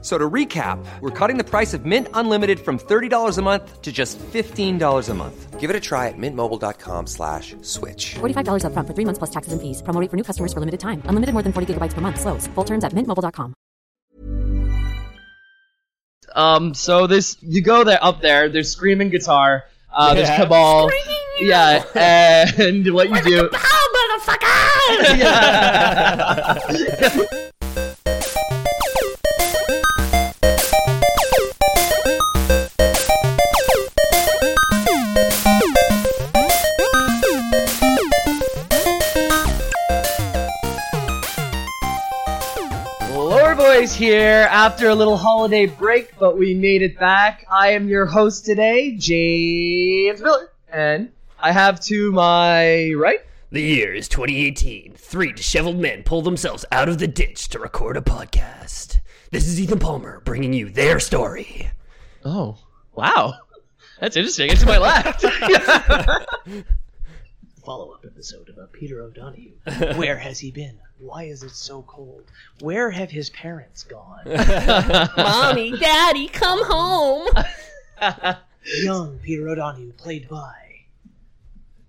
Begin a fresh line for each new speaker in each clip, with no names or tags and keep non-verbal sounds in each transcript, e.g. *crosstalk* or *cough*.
So to recap, we're cutting the price of Mint Unlimited from $30 a month to just $15 a month. Give it a try at mintmobile.com slash switch.
$45 upfront for three months plus taxes and fees. Promo rate for new customers for limited time. Unlimited more than 40 gigabytes per month. Slows. Full terms at mintmobile.com.
Um, so this you go there up there. There's screaming guitar. Uh,
Yeah.
There's cabal. Yeah, and what you do? Lore Boys here after a little holiday break, but we made it back. I am your host today, James Miller, and I have to my right.
The year is 2018. Three disheveled men pull themselves out of the ditch to record a podcast. This is Ethan Palmer bringing you their story.
Oh, wow, that's interesting. It's to my left.
follow up episode about Peter
*laughs*
O'Donohue. Where has he been? Why is it so cold? Where have his parents gone?
*laughs* Mommy, Daddy, come home.
*laughs* Young Peter O'Donohue, played by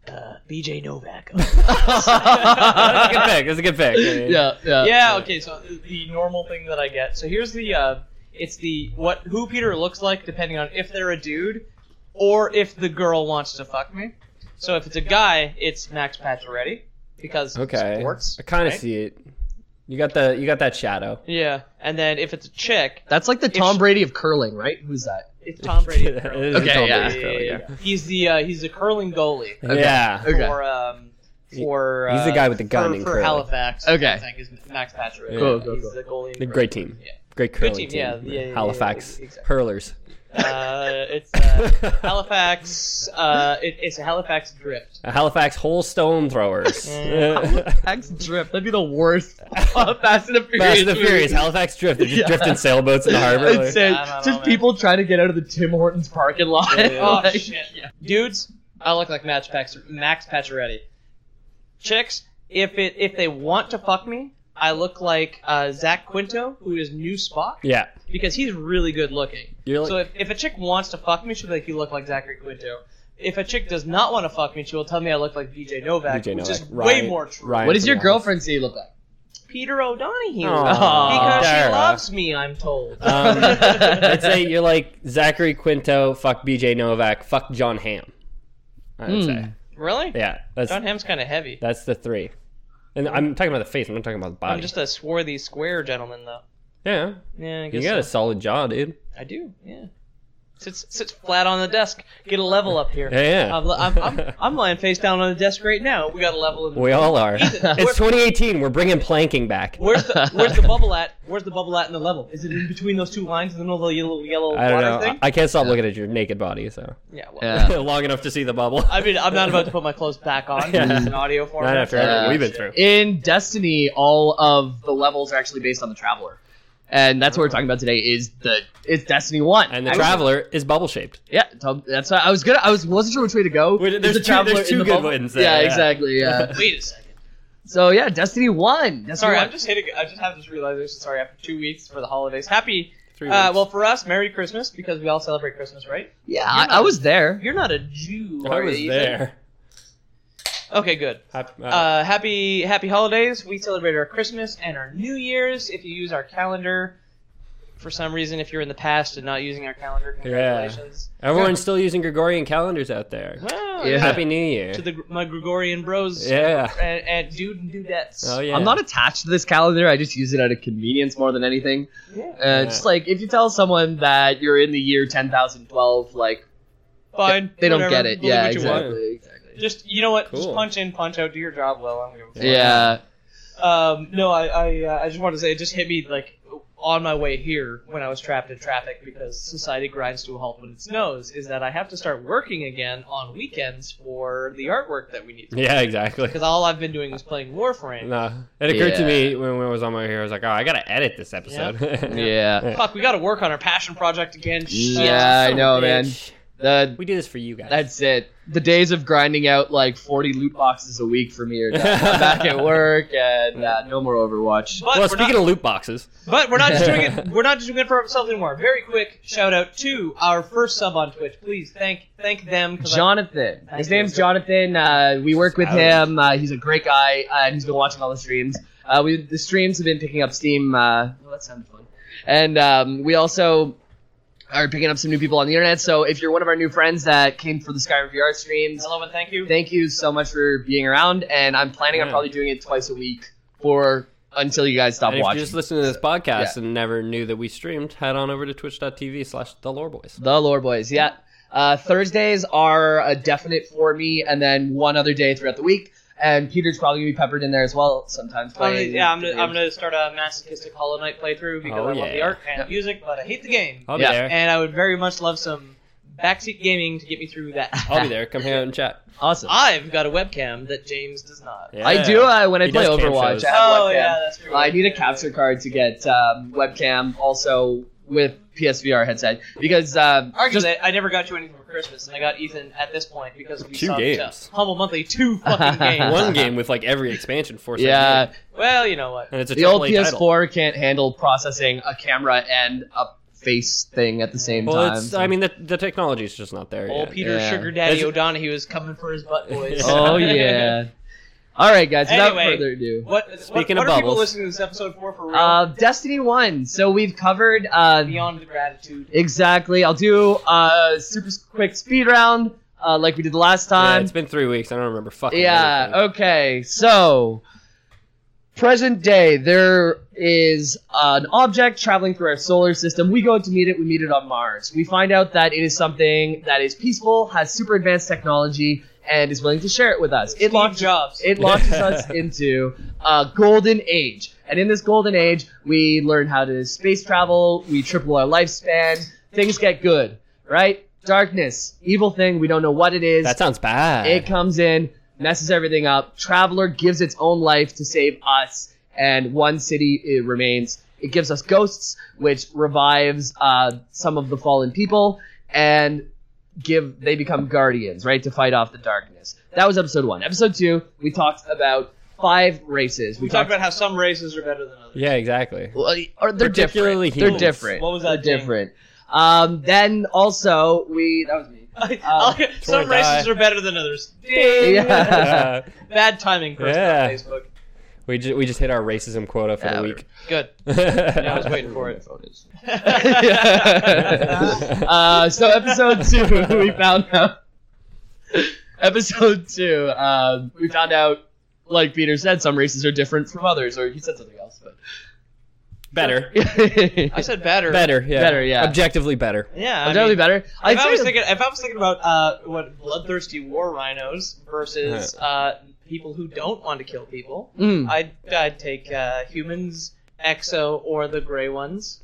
uh, B.J.
*laughs*
Novak.
That's a good pick. That's a good pick.
*laughs* yeah, yeah.
Yeah. Okay. So the normal thing that I get. So here's the. Uh, it's the what who Peter looks like depending on if they're a dude, or if the girl wants to fuck me. So if it's a guy, it's Max Pacioretty because
Okay.
sports.
I kind of
right?
see it. You got the you got that shadow.
Yeah, and then if it's a chick,
That's like the Tom Brady of curling, right? Who's that?
*laughs*
it's Tom Brady.
It
curling.
is
Okay,
Tom
yeah.
Brady's curly, yeah.
He's the uh, he's the curling goalie
*laughs* Yeah.
Okay.
for um for
He's the
uh,
guy with the gun
for,
in
for
curling.
Halifax.
Okay.
I think is Max Pacioretty.
Cool,
cool,
he's
cool.
the goalie.
The
in curling.
great team.
Yeah.
Great curling
team, yeah, yeah, yeah, yeah,
Halifax
yeah, exactly.
hurlers.
Uh,
*laughs*
it's uh, Halifax. Uh, it, it's a Halifax drift.
Uh, Halifax whole stone throwers. *laughs*
Axe drip. That'd be the worst. *laughs* Fast and the
Fast and the Furious, Halifax drift. They're just drifting sailboats in the harbor. like-
Insane.
I don't know,
Just
man.
people trying to get out of the Tim Hortons parking lot.
Oh
*laughs* Like-
shit! Dudes, I look like Max Pax, Max Pacioretty. Chicks, if it if they want to fuck me, I look like uh, Zach Quinto, who is new Spock,
yeah.
because he's really good looking.
You're like-
so if, if a chick wants to fuck me, she'll be like, "You look like Zachary Quinto." If a chick does not want to fuck me, she will tell me I look like BJ Novak,
BJ
which
Novak.
is
Ryan-
way more true.
Ryan
What does
from
your
Halifax.
girlfriend say you look like?
Peter O'Donohue.
Aw,
because
Dara.
she loves me, I'm told.
*laughs* Um, I'd say you're like Zachary Quinto, fuck BJ Novak, fuck John Ham. I would say.
really?
Yeah. That's
John Hamm's kind of heavy.
that's the three. And I'm talking about the face, I'm not talking about the body.
I'm just a swarthy square gentleman, though.
yeah.
Yeah, I
You
guess
got
so.
a solid jaw, dude.
I do. Yeah. Sits sits flat on the desk. Get a level up here.
Yeah, yeah.
I'm, li- I'm, I'm, I'm lying face down on the desk right now. We got a level. In the-
We all are. *laughs*
Ethan,
it's 2018. We're bringing planking back.
Where's the Where's the bubble at? Where's the bubble at in the level? Is it in between those two lines in the middle of the yellow yellow
I don't
water
know.
thing?
I, I can't stop looking at your naked body. So
yeah. Well,
*laughs* long enough to see the bubble.
I mean, I'm not about to put my clothes back
*laughs*
on.
Yeah.
It's an audio
*laughs*
format.
Not after everything
Yeah.
we've been through.
In Destiny, all of the levels are actually based on the Traveler, and that's what we're talking about today. Is the it's Destiny One
And the
I was-
traveler is bubble shaped.
Yeah, Tom- that's why I was gonna. I was wasn't sure which way to go.
Wait,
Is
there's
the
two-
Traveler
there's
in
two
the
good
bubble?
ones there,
Yeah,
yeah. *laughs*
exactly. Yeah.
Wait a second.
so yeah, Destiny One. Destiny
Sorry,
One.
I'm just hitting. I just have this realization. Sorry, after two weeks for the holidays. Happy.
Three
Uh,
weeks.
well, for us, Merry Christmas because we all celebrate Christmas, right?
yeah, I, I was there.
You're not a Jew.
I
are you,
was
Ethan?
there.
Okay, good.
Hap- uh,
Uh, happy happy holidays. We celebrate our Christmas and our New Year's. If you use our calendar, for some reason, if you're in the past and not using our calendar, congratulations.
Everyone's still using Gregorian calendars out there.
Wow,
Yeah.
Happy New Year.
Ah, To the my Gregorian bros
Yeah.
and, and dude and dudettes.
Oh yeah.
I'm not attached to this calendar. I just use it out of convenience more than anything. Uh, Just like if you tell someone that you're in the year 10,012, like
Fine.
they don't
whatever,
get it.
believe
Yeah,
what you want.
exactly. exactly.
Just you know what? Just
Cool.
punch in, punch out. Do your job well. I don't give a fuck.
Yeah.
Um, no, I I, uh, I just wanted to say it just hit me like on my way here when I was trapped in traffic because society grinds to a halt when it snows is that I have to start working again on weekends for the artwork that we need.
*laughs* Yeah, exactly.
Because all I've been doing is playing Warframe.
Nah, it occurred to
Yeah.
me when, when I was on my way here. I was like, oh, I gotta edit this *laughs* episode.
Yeah.
Fuck, we got to work on our passion project again. Shit.
Yeah, I
Son of a
know, man.
bitch.
The
We do this for you guys.
That's it. The days of grinding out like 40 loot boxes a week for me are done. I'm back at work and uh, no more Overwatch.
But
well,
we're
speaking
not,
of loot boxes,
but we're not just doing
*laughs*
it. We're not just doing it for ourselves anymore. Very quick shout out to our first sub on Twitch. Please thank thank them. 'cause I-
Jonathan. His name's Jonathan. Uh, we work with him. Uh, he's a great guy uh, and he's been watching all the streams. Uh, we the streams have been picking up steam. Uh, well, that sounded fun. And um, we also are picking up some new people on the internet. So if you're one of our new friends that came for the Skyrim VR streams,
hello and thank you.
thank you so much for being around. And I'm planning on
Yeah.
probably doing it twice a week for until you guys stop
and if you
watching.
just listened to this podcast and never knew that we streamed, head on over to twitch.tv slash the lore boys.
The Lore Boys, yeah. Uh, Thursdays are a definite for me, and then one other day throughout the week. And Peter's probably gonna be peppered in there as well sometimes.
I'm gonna-
playing
yeah, I'm gonna,
games.
I'm gonna start a masochistic Hollow Knight playthrough because
Oh,
I love the
yeah. Oh,
art and the music, but I hate the game.
I'll be
Yeah. *laughs*
there.
And I would very much love some backseat gaming to get me through that.
*laughs*
*laughs*
I'll be there. Come hang out and chat.
awesome.
I've got a webcam that James does not.
*laughs* I do uh, when I
He
play
does cam
Overwatch.
shows.
I have
Oh
webcam.
yeah, that's true.
I need a capture card to get um, webcam also with PSVR headset because um,
Arguably,
just
I never got you anything for Christmas, and I got Ethan at this point because we
Two
subbed to
games.
Humble Monthly, two fucking
*laughs* *laughs*
games.
One
*laughs*
game with like every expansion for
yeah,
Well, you know what?
and it's a
the old
AAA title.
PS4 can't handle processing a camera and a face thing at the same
Well,
time.
it's,
so-
I mean, the, the technology is just not there
Old
yet.
Oh, Peter
Yeah.
Sugar Daddy
Is it-
O'Donohue is coming for his butt, *laughs* boys.
*laughs*
oh yeah. All right, guys. Without
Anyway,
further ado.
What? what-
Speaking
what
of
are people
bubbles.
listening to this episode for for real?
Uh, Destiny One. So we've covered uh,
Beyond the gratitude.
exactly. I'll do uh, super s- quick speed round uh, like we did the last
Yeah,
time.
it's been three weeks. I don't remember fucking.
Yeah,
anything.
okay. So, present day, there is an object traveling through our solar system. We go to meet it, we meet it on Mars. We find out that it is something that is peaceful, has super advanced technology, and is willing to share it with us. It
Steve
launches,
Jobs.
it launches us into a golden age. And in this golden age, we learn how to space travel, we triple our lifespan, things get good, right? Darkness, evil thing, we don't know what it is.
That sounds bad.
It comes in, messes everything up. Traveler gives its own life to save us, and one city it remains. It gives us ghosts, which revives uh, some of the fallen people, and give they become guardians, right, to fight off the darkness. That was episode one. Episode two, we talked about five races.
We talked about how some races are better than others. *laughs*
yeah, exactly.
Well, or they're different.
Particularly
They're
humans.
different.
What was that
They're
thing?
different. Um, then also we that was me.
*laughs*
Uh,
I'll- some
Troy
races
Dye.
are better than others.
*laughs*
Yeah.
Uh,
Bad timing person
Yeah. *laughs*
on Facebook.
we just we just hit our racism quota for
Yeah,
the *laughs*
we-
week.
Good. I was waiting for it.
*laughs*
uh, so episode two, *laughs* we found out. Episode two, um, we found out, like Peter said, some races are different from others, or he said something else, but
better,
*laughs* *laughs* I said better.
better, yeah,
Better, yeah.
objectively better.
Yeah. I
Would *laughs* that be
mean,
better?
if I,
say
was thinking, if I was thinking about uh, what bloodthirsty war rhinos versus uh, people who don't want to kill people,
Mm.
I'd I'd take uh, humans, exo, or the gray ones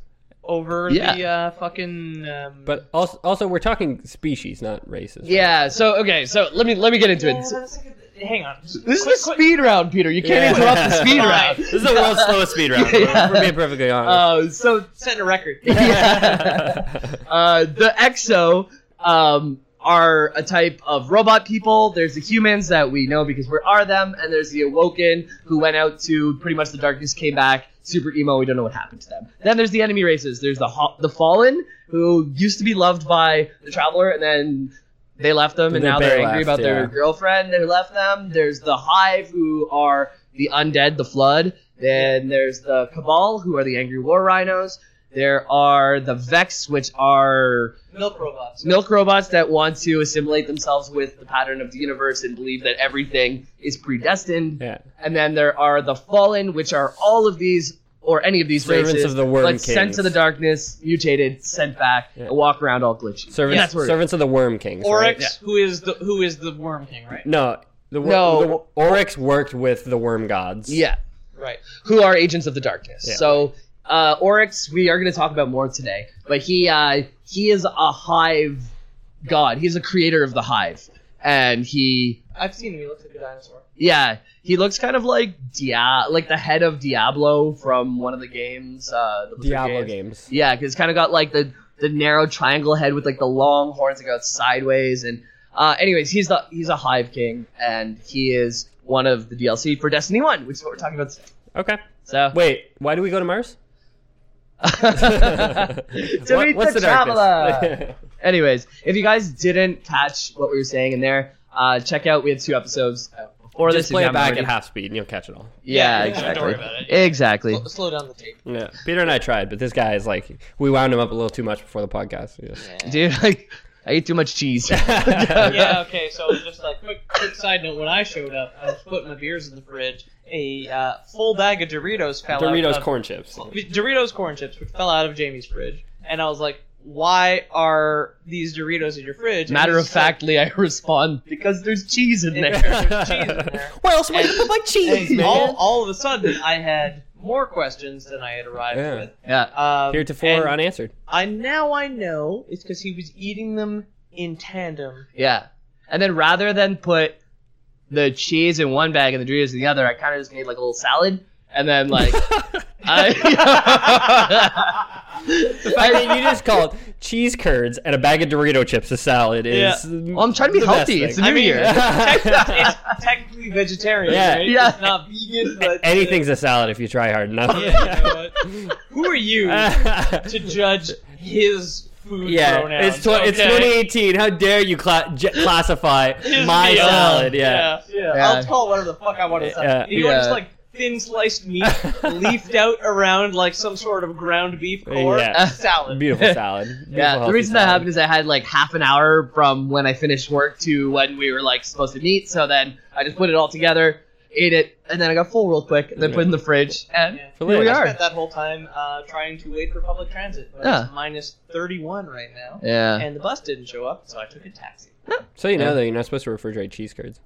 over the
Yeah.
uh, fucking. Um,
But also, also, we're talking species, not races.
yeah. So okay, so let me let me get into
Yeah,
it. So-
that's like a- hang on.
this
Quick,
is a
quick-
speed round, Peter. You can't
Yeah.
interrupt the speed
*laughs* All
round.
right.
This is the
*laughs*
world's slowest speed round.
Yeah. Oh.
If We're being perfectly honest.
Uh, so *laughs*
setting a record.
*laughs*
Uh, the exo um, are a type of robot people. There's the humans that we know because we are them, and there's the awoken who went out to pretty much the darkness, came back super emo. We don't know what happened to them. Then there's the enemy races. There's the ho- the fallen who used to be loved by the traveler, and then they left them, and
They-
now
they
they're angry
left,
about
yeah.
their girlfriend who left them. There's the hive who are the undead, the flood. Then there's the cabal who are the angry war rhinos. There are the Vex, which are
Milk robots.
milk robots that want to assimilate themselves with the pattern of the universe and believe that everything is predestined.
yeah.
And then there are the Fallen, which are all of these or any of these
Servants
races,
of the Worm
like sent
Kings.
to the darkness, mutated, sent back,
Yeah.
and walk around all glitchy.
Servants,
That's where-
servants of the Worm Kings. right?
Oryx, who is the who is the worm king,
Mm.
right?
No, the, wor-
No.
the wor- Oryx worked with the Worm Gods.
yeah,
Right.
who are agents of the darkness.
Yeah.
So uh, Oryx, we are going to talk about more today, but he uh, he is a hive god. He's a creator of the hive, and he
I've seen him. He looks like a dinosaur.
yeah he looks kind of like Dia- like the head of Diablo from one of the games. Uh, the Blizzard
Diablo
games.
games.
Yeah, because it's kind of got like the the narrow triangle head with like the long horns that go out sideways. And uh, anyways, he's the he's a hive king, and he is one of the DLC for Destiny One, which is what we're talking about. Today.
Okay.
So
Wait, why do we go
*laughs*
*laughs*
to Mars?
meet the
darkness?
*laughs*
traveler. *laughs* anyways, if you guys didn't catch what we were saying in there, uh, check out we have two episodes out before this.
Just
if
play
you
it
haven't
back
already.
at half speed and you'll catch it all.
Yeah,
Yeah,
exactly.
don't worry about it.
Exactly.
Slow, slow down the tape.
Yeah. Peter and I tried, but this guy is like, we wound him up a little too much before the podcast. Yeah.
Dude, *laughs* like I ate too much
*laughs*
cheese.
*laughs*
yeah, okay, so just a quick, quick side note. When I showed up, I was putting my beers in the fridge. A uh, full bag of Doritos fell out
Doritos
of,
corn chips.
Doritos corn chips, which fell out of Jamie's fridge. And I was like, why are these Doritos in your fridge? And
Matter
he's
of
*laughs*
factly, I respond because there's cheese in
like,
there.
there's cheese in
*laughs*
there.
Where else am I gonna put
*laughs*
my cheese,
And
man?
Oh.
all, all of a sudden, I had more questions than I had arrived
Yeah.
with.
*laughs* Yeah. uh,
Um,
Heretofore
and
*laughs* unanswered.
I now I know it's because he was eating them in tandem.
Yeah. And then rather than put the cheese in one bag and the Doritos in the other, I kind of just made like a little salad. And then
*laughs*
like, I, *laughs*
The fact that you just called cheese curds and a bag of Dorito chips a salad is.
Yeah.
well, I'm trying to be
The best
healthy.
thing.
It's the new
I mean, *laughs*
year.
*laughs*
technically, it's technically vegetarian,
Yeah.
right?
Yeah.
It's not vegan, but
Anything's a salad if you try hard enough.
Yeah, *laughs* you know what? Who are you to judge his food
*laughs* Uh, Yeah,
pronouns?
it's tw- it's
okay?
2018. How dare you cla- j-
*laughs*
classify
His
my
meal.
salad? Yeah.
yeah,
Yeah.
I'll call whatever the fuck I want to. say.
Yeah.
You want
Yeah.
just like thin
*laughs*
sliced meat leafed out around like some sort of ground beef or
Yeah.
salad.
*laughs*
beautiful salad. Beautiful
Yeah, the
healthy
reason that
salad.
happened is I had like half an hour from when I finished work to when we were like supposed to meet. So then I just put it all together, ate it, and then I got full real quick, and then put it in the fridge, and
Yeah.
here we
Yeah.
I
are.
spent that whole time uh, trying to wait for public transit, but
Yeah.
it's minus 31 right now,
Yeah.
and the bus didn't show up, so I took a taxi.
So you know
Yeah.
that you're not supposed to refrigerate cheese curds.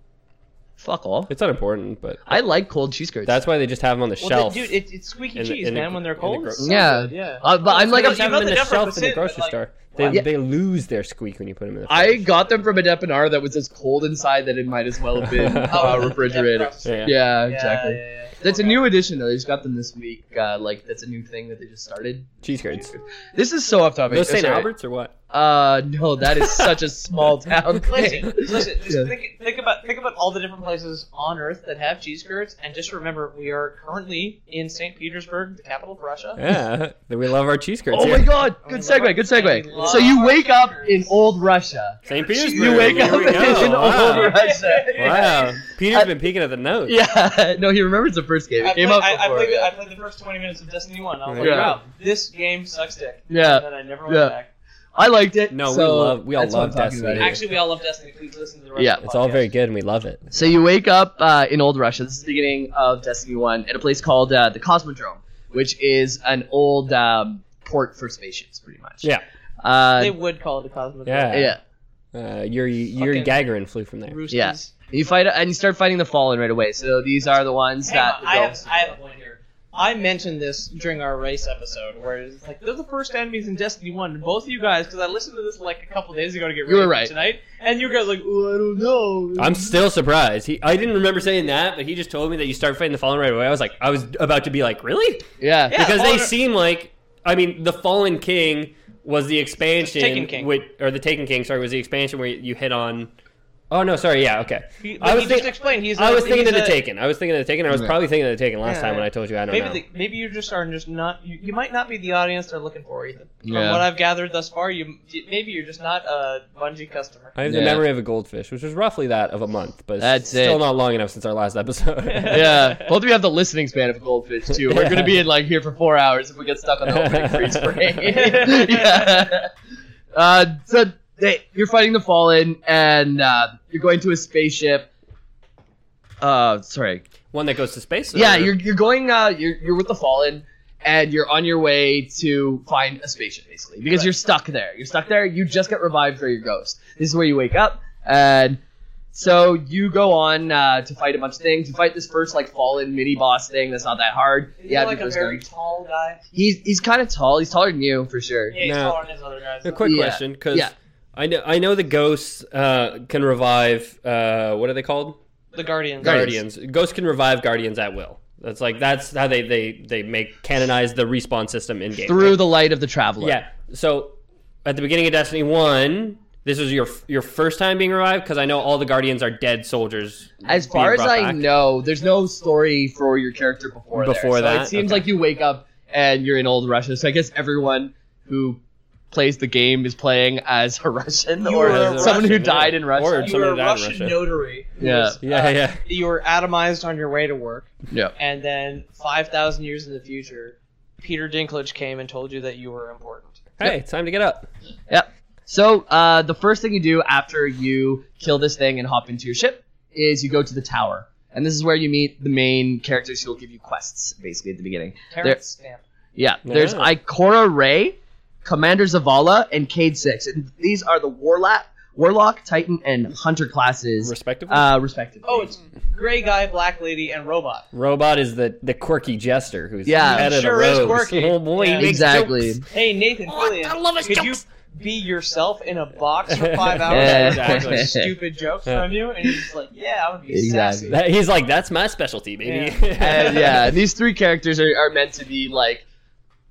Fuck all.
It's unimportant, but
I like cold cheese curds.
that's why they just have them on the
Well,
shelf.
dude, it, it's squeaky
In the-
cheese,
in the
man.
gr-
when
in
they're
the
cold,
gro-
it's so
yeah.
good, yeah.
Uh, but I'm like
they
a
you
just have
know
them in
the
the
difference
shelf in the
between,
grocery
like,
store. They,
Yeah.
they lose their squeak when you put them in the.
I got them from a depanar that was as cold inside that it might as well have
*laughs*
been
Oh,
uh,
yeah,
refrigerator.
processed.
yeah.
Yeah,
Yeah,
exactly.
yeah, yeah.
That's a new edition though. They just got them this week. Uh, like that's a new thing that they just started.
cheese curds.
This is so off topic.
Those
Oh,
St.
sorry.
Alberts or what?
Uh, no, that is such a
*laughs*
small town. thing.
Listen, listen.
*laughs*
Just
Yeah.
think, think about think about all the different places on Earth that have cheese curds, and just remember we are currently in Saint Petersburg, the capital of Russia.
*laughs* Yeah, we love our cheese curds.
Oh
here.
my god! Good
And we love
segue. Good
our- and we
segue.
love
So you
our
wake up in
cheeseburgers.
old Russia.
St. Petersburg.
You wake
here
up
we go.
in
Oh,
*laughs*
wow.
old Russia.
Wow, Peter's been peeking at the notes.
Yeah. *laughs* No, he remembers the first game.
I
It
played,
came up
I- I
before.
played the- I played the first 20 minutes of Destiny 1. I was like,
Yeah.
wow, this game sucks dick. And
Yeah,
then I never went
Yeah.
back.
I liked it.
No, we
so
love- we all
that's what
love
I'm talking
Destiny.
about.
Actually, we all love Destiny. Please listen to the rest
Yeah.
of the
It's all
podcast.
very good, and we love it.
So you wake up uh, in old Russia. This is the beginning of Destiny One at a place called uh, the Cosmodrome, which is an old um, port for spaceships, pretty much.
Yeah.
Uh,
They would call it a cosmic.
Yeah.
yeah.
Uh, Yuri Yuri
Fucking-
Gagarin flew from there.
Roosters.
Yeah. You fight and you start fighting the Fallen right away. So these are the ones
Hang
that
on, I have, I have a point here. I mentioned this during our race episode, where it's like they're the first enemies in Destiny One. and Both of you guys, because I listened to this like a couple days ago to get
You
ready
were
for
right.
tonight, and you guys like, oh, I don't know.
I'm still surprised. He, I didn't remember saying that, but he just told me that you start fighting the Fallen right away. I was like, I was about to be like, really?
yeah.
Yeah,
because they
Fallen-
seem like, I mean, the Fallen King was the expansion,
Taken King.
With, or the Taken King, sorry, was the expansion where you hit on. Oh no, sorry, yeah, okay.
He- but
I was
he
think-
just explained he's.
I
a-
was thinking
he's
of the
a-
Taken. I was thinking of the Taken. I was probably thinking of the Taken last
Yeah.
time when I told you I don't
Maybe
know.
the, maybe you just are just not. You, you might not be the audience they're looking for, Ethan. From
Yeah.
what I've gathered thus far, you maybe you're just not a Bungie customer.
I have the
Yeah.
memory of a goldfish, which was roughly that of a month, but it's
That's
still
it.
not long enough since our last
*laughs*
episode.
Yeah, both of you have the listening span of a goldfish too. We're gonna be in like here for four hours if we get stuck on the opening freeze frame. yeah. Uh, so they, you're fighting the fallen, and uh, you're going to a spaceship. Uh, sorry.
One that goes to space.
Yeah,
or-
you're you're going. Uh, you're you're with the fallen, and you're on your way to find a spaceship basically because you're stuck there. You're stuck there. You just got revived for your ghost. This is where you wake up, and So you go on uh, to fight a bunch of things. You fight this first like fallen mini boss thing. That's not that hard.
Is he
yeah,
like a very tall guy.
he's he's kind of tall. He's taller than you for sure.
Yeah, he's
No.
taller than his other guys.
A quick
Yeah.
question, because
Yeah.
I know I know the ghosts uh, can revive. Uh, what are they called?
the Guardians.
Guardians. Ghosts can revive guardians at will. That's like that's how they they they make canonize the respawn system in game.
Through the light of the traveler.
Yeah. So at the beginning of Destiny One, this was your your first time being revived because I know all the Guardians are dead soldiers.
As
being
far as
brought
I
back.
know, there's no story for your character before there.
Before
So
that?
it seems
Okay.
like you wake up and you're in old Russia. So I guess everyone who plays the game is playing as a Russian
You
or
are a
someone who
Russian, yeah.
died in Russia.
Or
You
Someone
were a
died in
Russian
Russia.
notary. who
Yeah.
was,
Yeah,
*laughs*
uh,
yeah.
You were atomized on your way to work,
yeah.
and then five thousand years in the future, Peter Dinklage came and told you that you were important.
Hey, it's time to get up.
Yep. So uh, the first thing you do after you kill this thing and hop into your ship is you go to the tower, and this is where you meet the main characters who will give you quests basically at the beginning. There-
Terrence Stamp.
yeah, there's
Yeah.
Ikora Ray, Commander Zavala, and Cade Six, and these are the Warlock, Warlock, Titan, and Hunter classes,
Respectively.
uh, respectively.
Oh, it's gray guy, black lady, and robot.
Robot is the the quirky jester who's
Yeah.
head of the
Sure is
rose.
quirky.
Oh boy, he
Yeah.
makes
exactly.
jokes.
Hey, Nathan Fillion,
Oh, I love his
could
jokes.
you be yourself in a box
*laughs*
for five hours
Yeah.
and watch
Exactly.
stupid jokes from you? And he's just like, yeah, I'm gonna be
Exactly.
*laughs*
sassy.
That- he's like, that's my specialty, baby.
*laughs*
*laughs*
and yeah, these three characters are, are meant to be like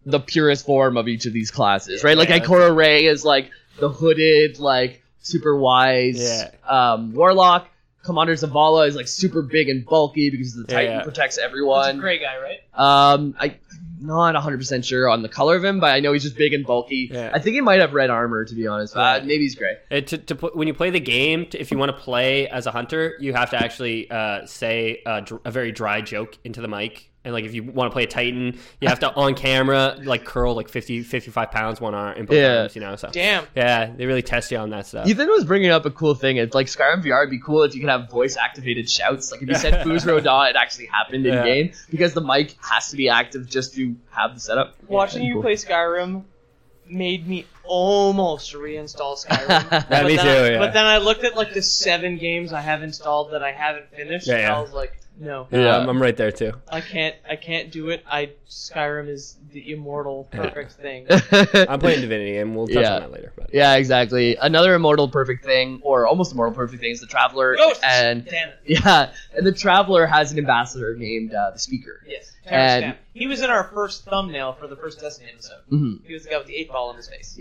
the purest form of each of these classes, right? Like
Yeah.
Ikora Ray is like the hooded, like super wise
Yeah.
um, warlock. Commander Zavala is like super big and bulky because the Titan
Yeah.
protects
That's a
everyone.
gray guy, right?
Um, I, I'm not 100% sure on the color of him, but I know he's just big and bulky.
Yeah.
I think he might have red armor, to be honest. Uh,
Yeah.
maybe he's gray.
Uh, to, to pl- when you play the game, t if you want to play as a hunter, you have to actually uh, say a, dr- a very dry joke into the mic. And like, if you want to play a titan,
*laughs*
you have to on camera like curl like 50, 55 pounds one arm in both
Yeah.
arms. You know, so
Damn.
yeah, they really test you on that stuff.
Ethan was bringing up a cool thing. It's like Skyrim VR would be cool if you could have voice activated shouts. Like if you said
*laughs*
Fuzro Da, it actually happened in
Yeah.
game because the mic has to be active just to have the setup.
Watching you
Cool.
play Skyrim made me almost reinstall
*laughs*
Skyrim.
Yeah,
but
me
then
too,
I-
yeah.
But then I looked at like the seven games I have installed that I haven't finished,
Yeah,
and
yeah.
I was like, no,
Yeah,
Yeah.
Um, I'm, I'm right there too.
I can't, I can't do it. I Skyrim is the immortal, perfect
*laughs*
thing.
*laughs*
I'm playing Divinity, and we'll touch
Yeah.
on that later. But.
yeah, exactly. Another immortal perfect thing, or almost immortal perfect thing, is the Traveler,
Ghosts!
and
Damn it.
yeah, and the Traveler has an ambassador named uh, the Speaker.
Yes. Terrence
And-
Stamp. He was in our first thumbnail for the first Destiny episode.
hmm
Mm-hmm.
He was the guy with the eight ball in his face.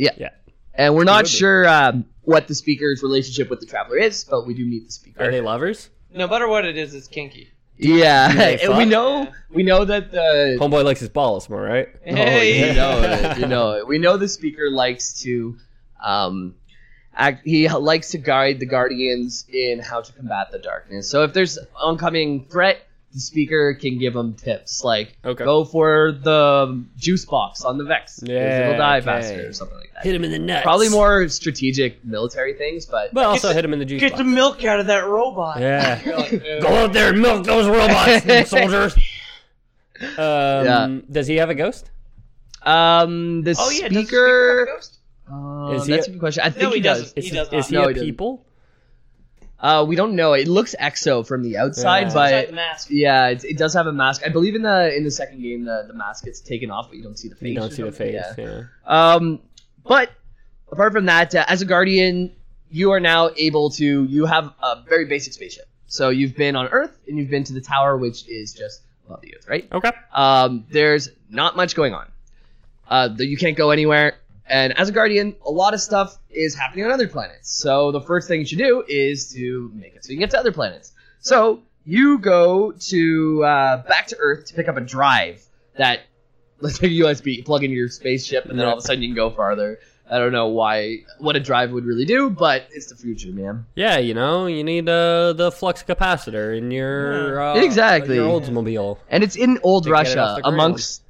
And we're
would
not
be.
sure um, what the Speaker's relationship with the Traveler is, but we do meet the Speaker.
Are they lovers?
No matter what it is, it's kinky.
yeah, *laughs*
do they
and we
fuck? Oh,
know we know that the
Homeboy likes his balls more, right?
Hey!
you
*laughs*
know it. You know it. We know the speaker likes to, um, act, he likes to guide the guardians in how to combat the darkness. So if there's oncoming threat, the speaker can give them tips like
Okay.
go for the juice box on the Vex, 'cause
Yeah,
it'll die
okay.
faster or something like that.
Hit him in the nuts.
Probably more strategic military things, but
But also
Get the-
hit him in the juice
Get
box.
the milk out of that robot.
Yeah.
*laughs* You're like, uh,
Go out there and milk those
*laughs*
robots, soldiers. Um, Does he have a ghost?
um, the
oh yeah, does the
speaker.
have a ghost?
um,
Is he
that's
a-
a good question. I think
No, he doesn't.
does.
He
Is
does
is he
not.
No,
a
he doesn't.
people?
Uh, we don't know. It looks exo from the outside,
Yeah.
but
Inside the mask.
Yeah, it, it does have a mask. I believe in the in the second game, the, the mask gets taken off, but you don't see the face.
You don't
or
see the
something.
face.
Yeah.
Yeah.
Um, but apart from that, uh, as a guardian, you are now able to. You have a very basic spaceship. So you've been on Earth and you've been to the tower, which is just above the Earth, right?
Okay.
Um, there's not much going on. Uh, the- you can't go anywhere. And as a guardian, a lot of stuff is happening on other planets. So the first thing you should do is to make it so you can get to other planets. So you go to uh, back to Earth to pick up a drive that *laughs* let's take a USB, plug in your spaceship, and then all of a sudden you can go farther. I don't know why what a drive would really do, but it's the future, man.
Yeah, you know, you need uh, the flux capacitor in your uh,
Exactly.
your Oldsmobile.
and it's in old
To get it off
Russia
the ground.
amongst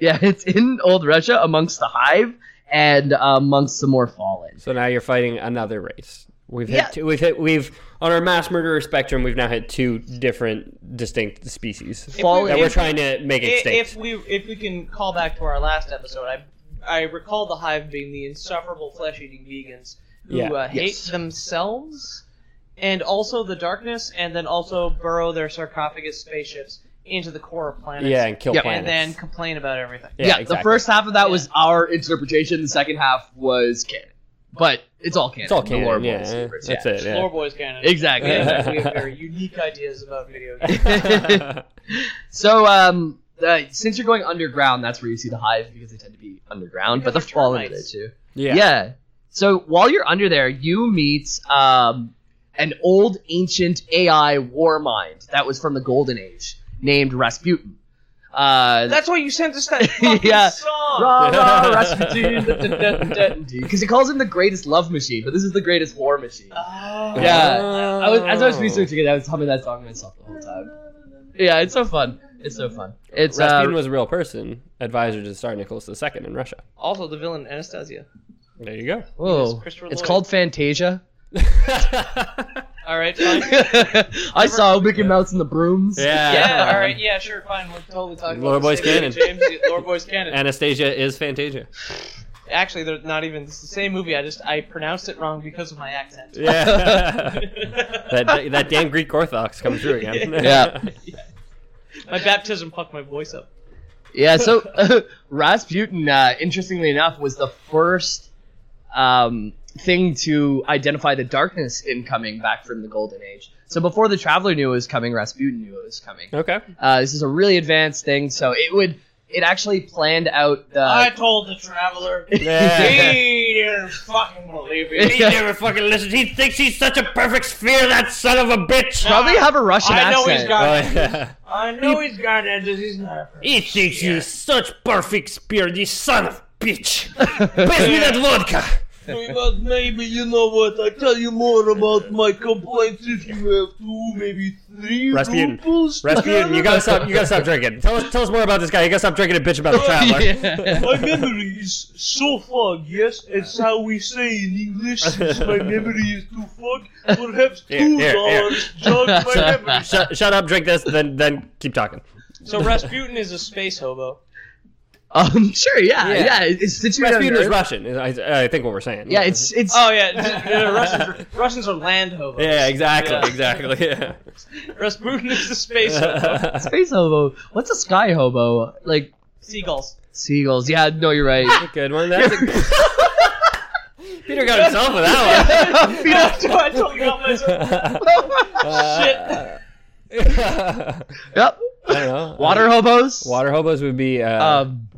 yeah, *laughs* it's in old Russia amongst the hive and uh, amongst the more fallen.
So now you're fighting another race. We've hit
Yeah.
two, we've hit we've on our mass murderer spectrum. We've now hit two different distinct species
Fallen.
that we're trying to make
I-
extinct.
If we if we can call back to our last episode, I I recall the hive being the insufferable flesh eating vegans who
Yeah.
uh, hate
Yes.
themselves and also the darkness, and then also burrow their sarcophagus spaceships into the core of planets.
Yeah, and kill
Yep.
planets.
and then complain about everything.
yeah,
the
exactly.
first half of that was our interpretation. The second half was canon, but it's all canon.
it's all
The
canon.
lore
yeah,
was
yeah,
secrets,
that's
yeah.
it.
Lore
Yeah.
boys canon.
Exactly.
Yeah, we have *laughs* very unique ideas about *laughs* video
*laughs*
games.
*laughs*
So, um, uh, since you're going underground, that's where you see the hive because they tend to be underground, but the fallen are there
termites.
too.
yeah.
So while you're under there, you meet um, an old ancient AI war mind that was from the Golden Age named Rasputin. Uh, *laughs*
That's why you sent us
*laughs*
that fucking
Yeah.
song.
rah, rah, Rasputin, because he calls him the greatest love machine, but this is the greatest war machine.
Oh.
Yeah, I was, as I was researching it, I was humming that song to myself the whole time. Yeah, it's so fun. It's so fun. It's uh,
Rasputin was a real person, advisor to Tsar Nicholas II in Russia.
Also, the villain Anastasia.
There you *laughs* go.
whoa.
Christopher
It's
Lloyd.
called Fantasia. *laughs*
All right, fine.
*laughs*
I saw Mickey Mouse and the Brooms.
*laughs* yeah, all right, yeah, sure, fine. We're totally talking
Lore
about the
Boys
same
canon.
movie, James,
*laughs*
Lore Boys canon.
Anastasia
*laughs*
is Fantasia.
Actually, they're not even. It's the same movie. I just I pronounced it wrong because of my accent.
Yeah. *laughs* that that damn Greek Orthodox coming through again.
*laughs*
*laughs*
Yeah.
My baptism fucked my voice up.
Yeah, so *laughs* Rasputin, uh, interestingly enough, was the first um, thing to identify the darkness incoming back from the Golden Age. So before the Traveler knew it was coming, Rasputin knew it was coming.
okay.
Uh, this is a really advanced thing, so it would it actually planned out the.
Uh,
I told the
*laughs*
traveler.
*laughs*
He
Yeah.
didn't fucking believe me.
never fucking listens. He thinks he's such a perfect sphere, that son of a bitch.
probably have a Russian
I know
accent.
he's got.
Oh, yeah.
I know he's got it. He's not.
*laughs*
He thinks he's such perfect sphere, this son of a
*laughs*
bitch. Pass me that vodka.
But maybe you know what? I tell you more about my complaints if you have two, maybe three.
Rasputin.
Rubles
Rasputin, you gotta stop. You gotta stop drinking. Tell us, tell us more about this guy. You gotta stop drinking a bitch
*laughs*
about
Oh,
the traveler.
My memory is so fog, yes? It's how we say in English, since my memory is too fog, perhaps two
here, here.
dollars jog my memory.
Shut, shut up, drink this, then then keep talking.
So Rasputin is a space hobo.
Um, sure, yeah,
Yeah.
yeah. it- It's situated.
Rasputin
on
is
Earth.
Russian. is- I, I think what we're saying.
Yeah, it's it's.
Oh yeah, no, no, Russians, are, Russians are land hobos.
Yeah, exactly, exactly. *laughs* Yeah.
Rasputin is a
*laughs*
space hobo.
Space hobo. What's a sky hobo? Like
Seagulls. *laughs*
seagulls. Yeah, no, you're right. *laughs*
Good one. That's a... Peter got himself with that
I totally got myself.
Uh,
Shit.
one. *laughs* I
yep.
don't know.
Water hobos.
Water hobos would be uh,
Um.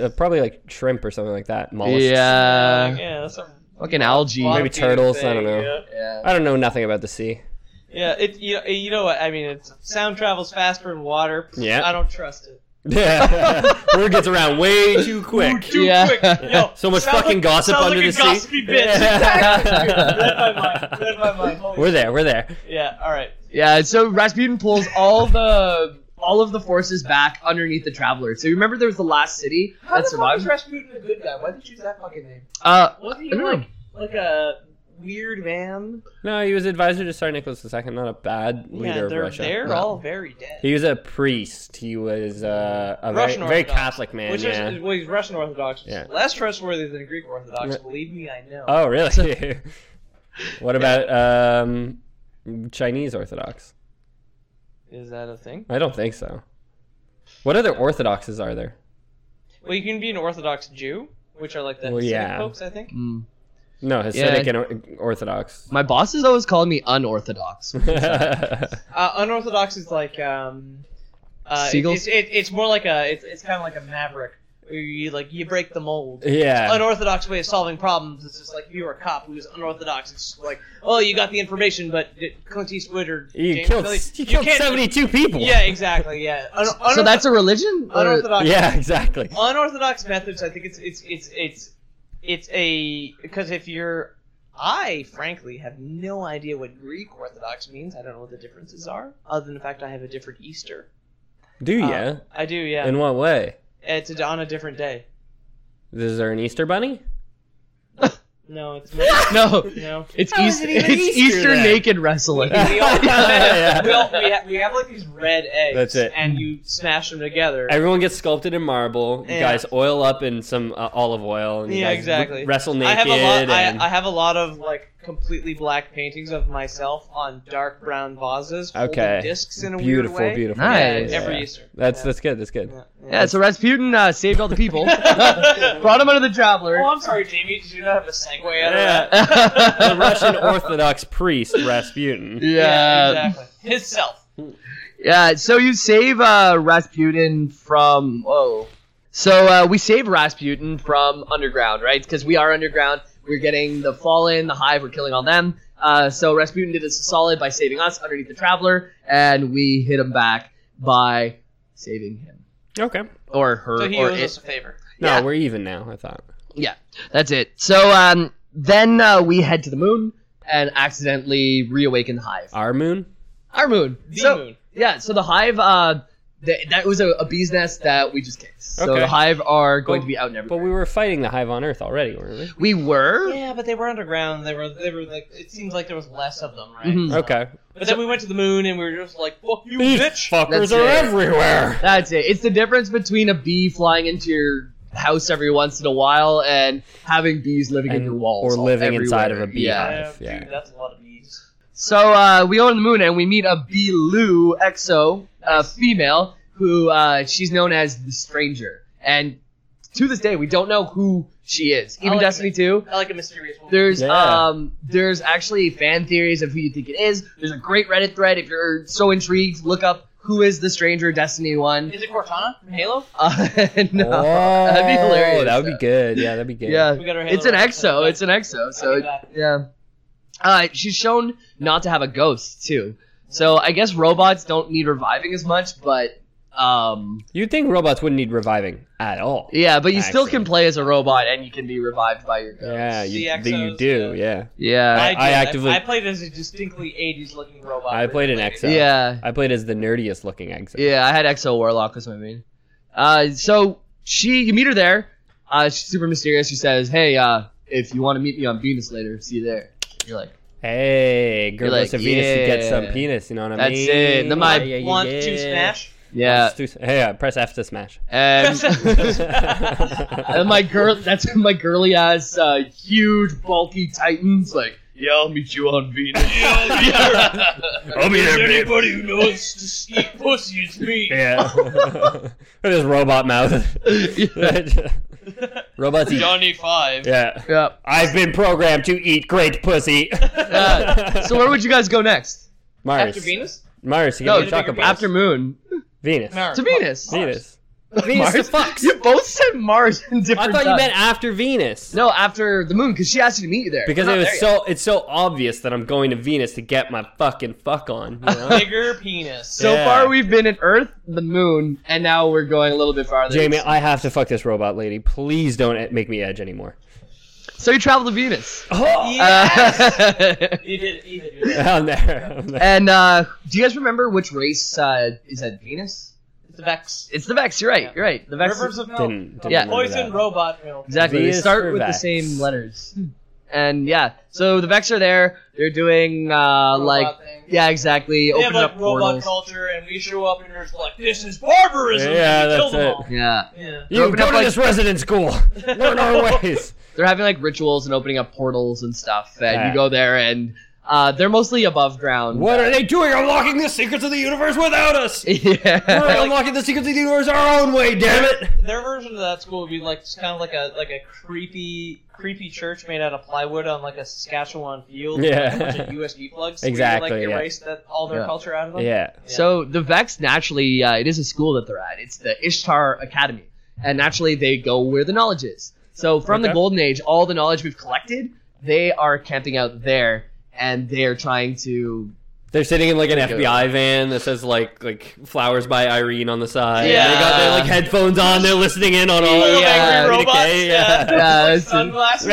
uh, probably like shrimp or something like that. Mollusks.
Yeah.
Yeah, that's a
Fucking algae.
Maybe
Peter
turtles, I
thing,
don't know.
Yeah.
I don't know nothing about the sea. *laughs*
Yeah, it you know, you know what I mean. It's sound travels faster in water. Pfft,
Yeah.
I don't trust it.
Yeah. Word gets around way too quick.
Too
Yeah.
quick. Yo,
So much
sounds
fucking
like,
gossip
sounds
under
like
the
a
sea.
Gossipy bitch.
*laughs*
Read my mind. Read my mind. Holy
We're there. We're there.
shit. Yeah. All right.
Yeah. So Rasputin pulls all the all of the forces back underneath the traveler. So you remember there was the last city
How
that
the fuck is
survived.
Rasputin a good guy? Why did you choose that fucking name?
Uh.
Wasn't
I
he
don't know.
like like a weird man?
No, he was advisor to Tsar Nicholas II, not a bad leader
yeah,
of
they're
Russia.
they're all very dead.
He was a priest. He was uh, a very,
Russian
very
Orthodox,
Catholic man.
Which
yeah.
is well, he's Russian Orthodox.
Yeah.
Less trustworthy than Greek Orthodox. Believe me, I know.
Oh,
*laughs*
really? *laughs* what about um, Chinese Orthodox?
Is that a thing?
I don't think so. What other Orthodoxes are there?
Well, you can be an Orthodox Jew, which are like the
Well,
Hasidic
yeah.
popes, I think.
No, Hasidic
Yeah.
and or-
*laughs*
Orthodox. *laughs*
My boss is always calling me unorthodox.
Uh, unorthodox is like um, uh, it-
Seagulls?
It's, it, it's more like a it's, it's kind of like a maverick where you like you break the mold.
yeah.
Unorthodox way of solving problems is just like if you were a cop who was unorthodox. It's just like oh you got the information, but Clint Eastwood or
You
James
killed,
Billy-
you killed
can't-
72 people.
Yeah, exactly. Yeah. Un-
so
unortho-
that's a religion. Or-
unorthodox.
*laughs* Yeah,
*laughs*
exactly.
unorthodox methods i think it's it's it's it's it's a because if you're i frankly have no idea what greek orthodox means i don't know what the differences are other than the fact i have a different easter
Do you?
Um, i do yeah
In what way?
it's a, on a different day
Is there an Easter bunny?
*laughs*
no it's not
no.
no
It's,
How Oh, is
East,
it even
it's
Easter
Easter
then?
naked wrestling.
*laughs*
*laughs*
we all,
Yeah.
we, all we, have, we have like these red eggs
That's it.
and you smash them together
Everyone gets sculpted in marble. You
Yeah.
guys oil up in some uh, olive oil. And you
yeah
guys
exactly
wrestle naked.
i have a lot
and...
I, I have a lot of like completely black paintings of myself on dark brown vases, holding
Okay.
discs in a
Beautiful,
weird way.
beautiful.
Nice.
Every Easter.
That's that's good. That's good.
Yeah, so Rasputin uh, saved all the
*laughs*
people, brought them under the job alert.
Oh, I'm sorry, Jamie. Did you not have a segue? out of that?
Yeah.
*laughs*
the Russian Orthodox priest Rasputin.
Yeah, exactly. His self.
Yeah, so you save uh, Rasputin from. Whoa. So uh, we save Rasputin from underground, right? Because we are underground. We're getting the Fallen, the Hive, we're killing all them. Uh, so Rasputin did us a solid by saving us underneath the Traveler, and we hit him back by saving him.
Okay.
Or her,
So he
or
owes
it.
us a favor.
No,
Yeah.
we're even now. I thought.
Yeah, that's it. So um, then uh, we head to the moon and accidentally reawaken the Hive.
Our moon.
Our moon.
The
so,
moon.
Yeah, so the hive, uh, th- that was a, a bee's nest that we just kicked. So
Okay.
the hive are going
Well,
to be out in every.
But we were fighting the Hive on Earth already, weren't we?
we were?
Yeah, but they were underground. They were, they were like. It seems like there was less of them, right?
Mhm.
Okay.
But then we went to the moon and we were just like, "Fuck you,
These
bitch!"
fuckers
That's
are
it.
*laughs*
everywhere.
That's it. It's the difference between a bee flying into your house every once in a while and having bees living in
And-
your walls.
or
all-
living inside of a
everywhere.
beehive.
Yeah.
Yeah,
Yeah.
dude, that's a lot of bees.
So uh, we go on the moon and we meet a bee Lou Exo, a female who uh, she's known as the Stranger. And to this day, we don't know who she is. Even
like
Destiny 2,
I like a mysterious woman.
There's
Yeah.
um there's actually fan theories of who you think it is. There's a great Reddit thread if you're so intrigued. Look up who is the Stranger Destiny one. *laughs*
Is it Cortana from Halo?
Uh, no.
Oh,
that'd be hilarious,
That would
though.
be good. Yeah, that'd be good.
Yeah,
We got our Halo
it's an
reference.
EXO. It's an EXO.
I'll
So
be back.
yeah, uh, she's shown not to have a ghost too. So I guess robots don't need reviving as much, but um
You'd think robots wouldn't need reviving at all.
yeah, but you still can
Excellent.
play as a robot and you can be revived by your ghost.
Yeah, you,
CXOs,
th- you do. Yeah.
Yeah,
I actively-
I, played as a distinctly 80s looking robot.
I played an
Really.
EXO.
yeah.
I played as the nerdiest looking exit.
Yeah, I had Exo Warlock was my main. Uh, so she, you meet her there. Uh, she's super mysterious. She says, "Hey, uh, if you want to meet me on Venus later, see you there." You're like,
Hey, girl
You're
goes
like,
to Venus to get
yeah.
some penis. You know what I
That's
mean?
it, and then my-
Yeah, yeah,
Want
yeah.
to smash?
yeah,
Wants to- Hey, I press F to
*laughs*
smash.
and,
*laughs*
and my girl, that's my girly ass, uh, huge bulky Titan's like, "Yeah, I'll meet you on
*laughs*
Venus."
I'll be there, babe.
Anybody who knows to sneak *laughs* pussy is me.
*laughs*
Yeah. With his robot mouth. Robots eat.
Johnny Five.
Yeah.
*laughs* yeah.
I've been programmed to eat great pussy.
Uh, so where would you guys go next?
Mars.
After Venus?
Mars. You
No,
no, talk about
after Moon
Venus.
to Venus. *laughs*
Venus. Venus the fucks.
You both said Mars in different.
I thought you
times.
meant after Venus.
no after the Moon because she asked you to meet you there
Because
We're not
it was
Oh, there yet.
so it's so obvious that I'm going to Venus to get my fucking fuck on.
*laughs* Oh,
You know?
Bigger penis.
So
Yeah.
far, we've been at Earth, the Moon, and now we're going a little bit farther.
Jamie, I have to fuck this robot lady. Please don't e- make me edge anymore.
so you travel to Venus, Oh! Uh, *laughs*
He did. He did. do
*laughs*
that.
I'm there. I'm there.
and uh, do you guys remember which race uh, is at Venus?
It's a Vex.
It's the Vex. You're right. You're right. The Vex.
Rivers of milk.
Didn't, didn't
Yeah.
remember
Poison
that.
robot milk.
exactly.
V
They
is
start
for
with
Vex.
the same letters. And yeah, so the Vex are there. They're doing uh, like
thing.
yeah, exactly.
They have
Opening
like
up
robot
portals.
culture, and we show up and it's like, this is barbarism.
Yeah,
and we kill
that's
them
it.
all.
Yeah,
Yeah.
You
Open
go
up
to
like-
this
*laughs*
resident school. Learn our ways.
they're having like rituals and opening up portals and stuff. And
Yeah.
you go there, and uh, they're mostly above ground.
What are they doing? Unlocking the secrets of the universe without us.
*laughs* yeah.
We're unlocking the secrets of the universe our own way. Damn it.
Their version of that school would be like kind of like a like a creepy creepy church made out of plywood on like a Saskatchewan field. with, like, a bunch
Yeah.
of USB plugs.
Exactly,
So you, like
yeah.
erase that all their
Yeah.
culture out of them.
Yeah.
So the Vex naturally, uh, it is a school that they're at. It's the Ishtar Academy, and naturally they go where the knowledge is. So from the
Okay.
Golden Age, all the knowledge we've collected, they are camping out there, and they are trying to.
They're sitting in like an
go.
FBI van that says like like flowers by Irene on the side.
Yeah.
They got their like headphones on. They're listening in on all.
Little
Yeah.
angry robots.
Okay, yeah. *laughs*
Yeah, it's-
Sunglasses.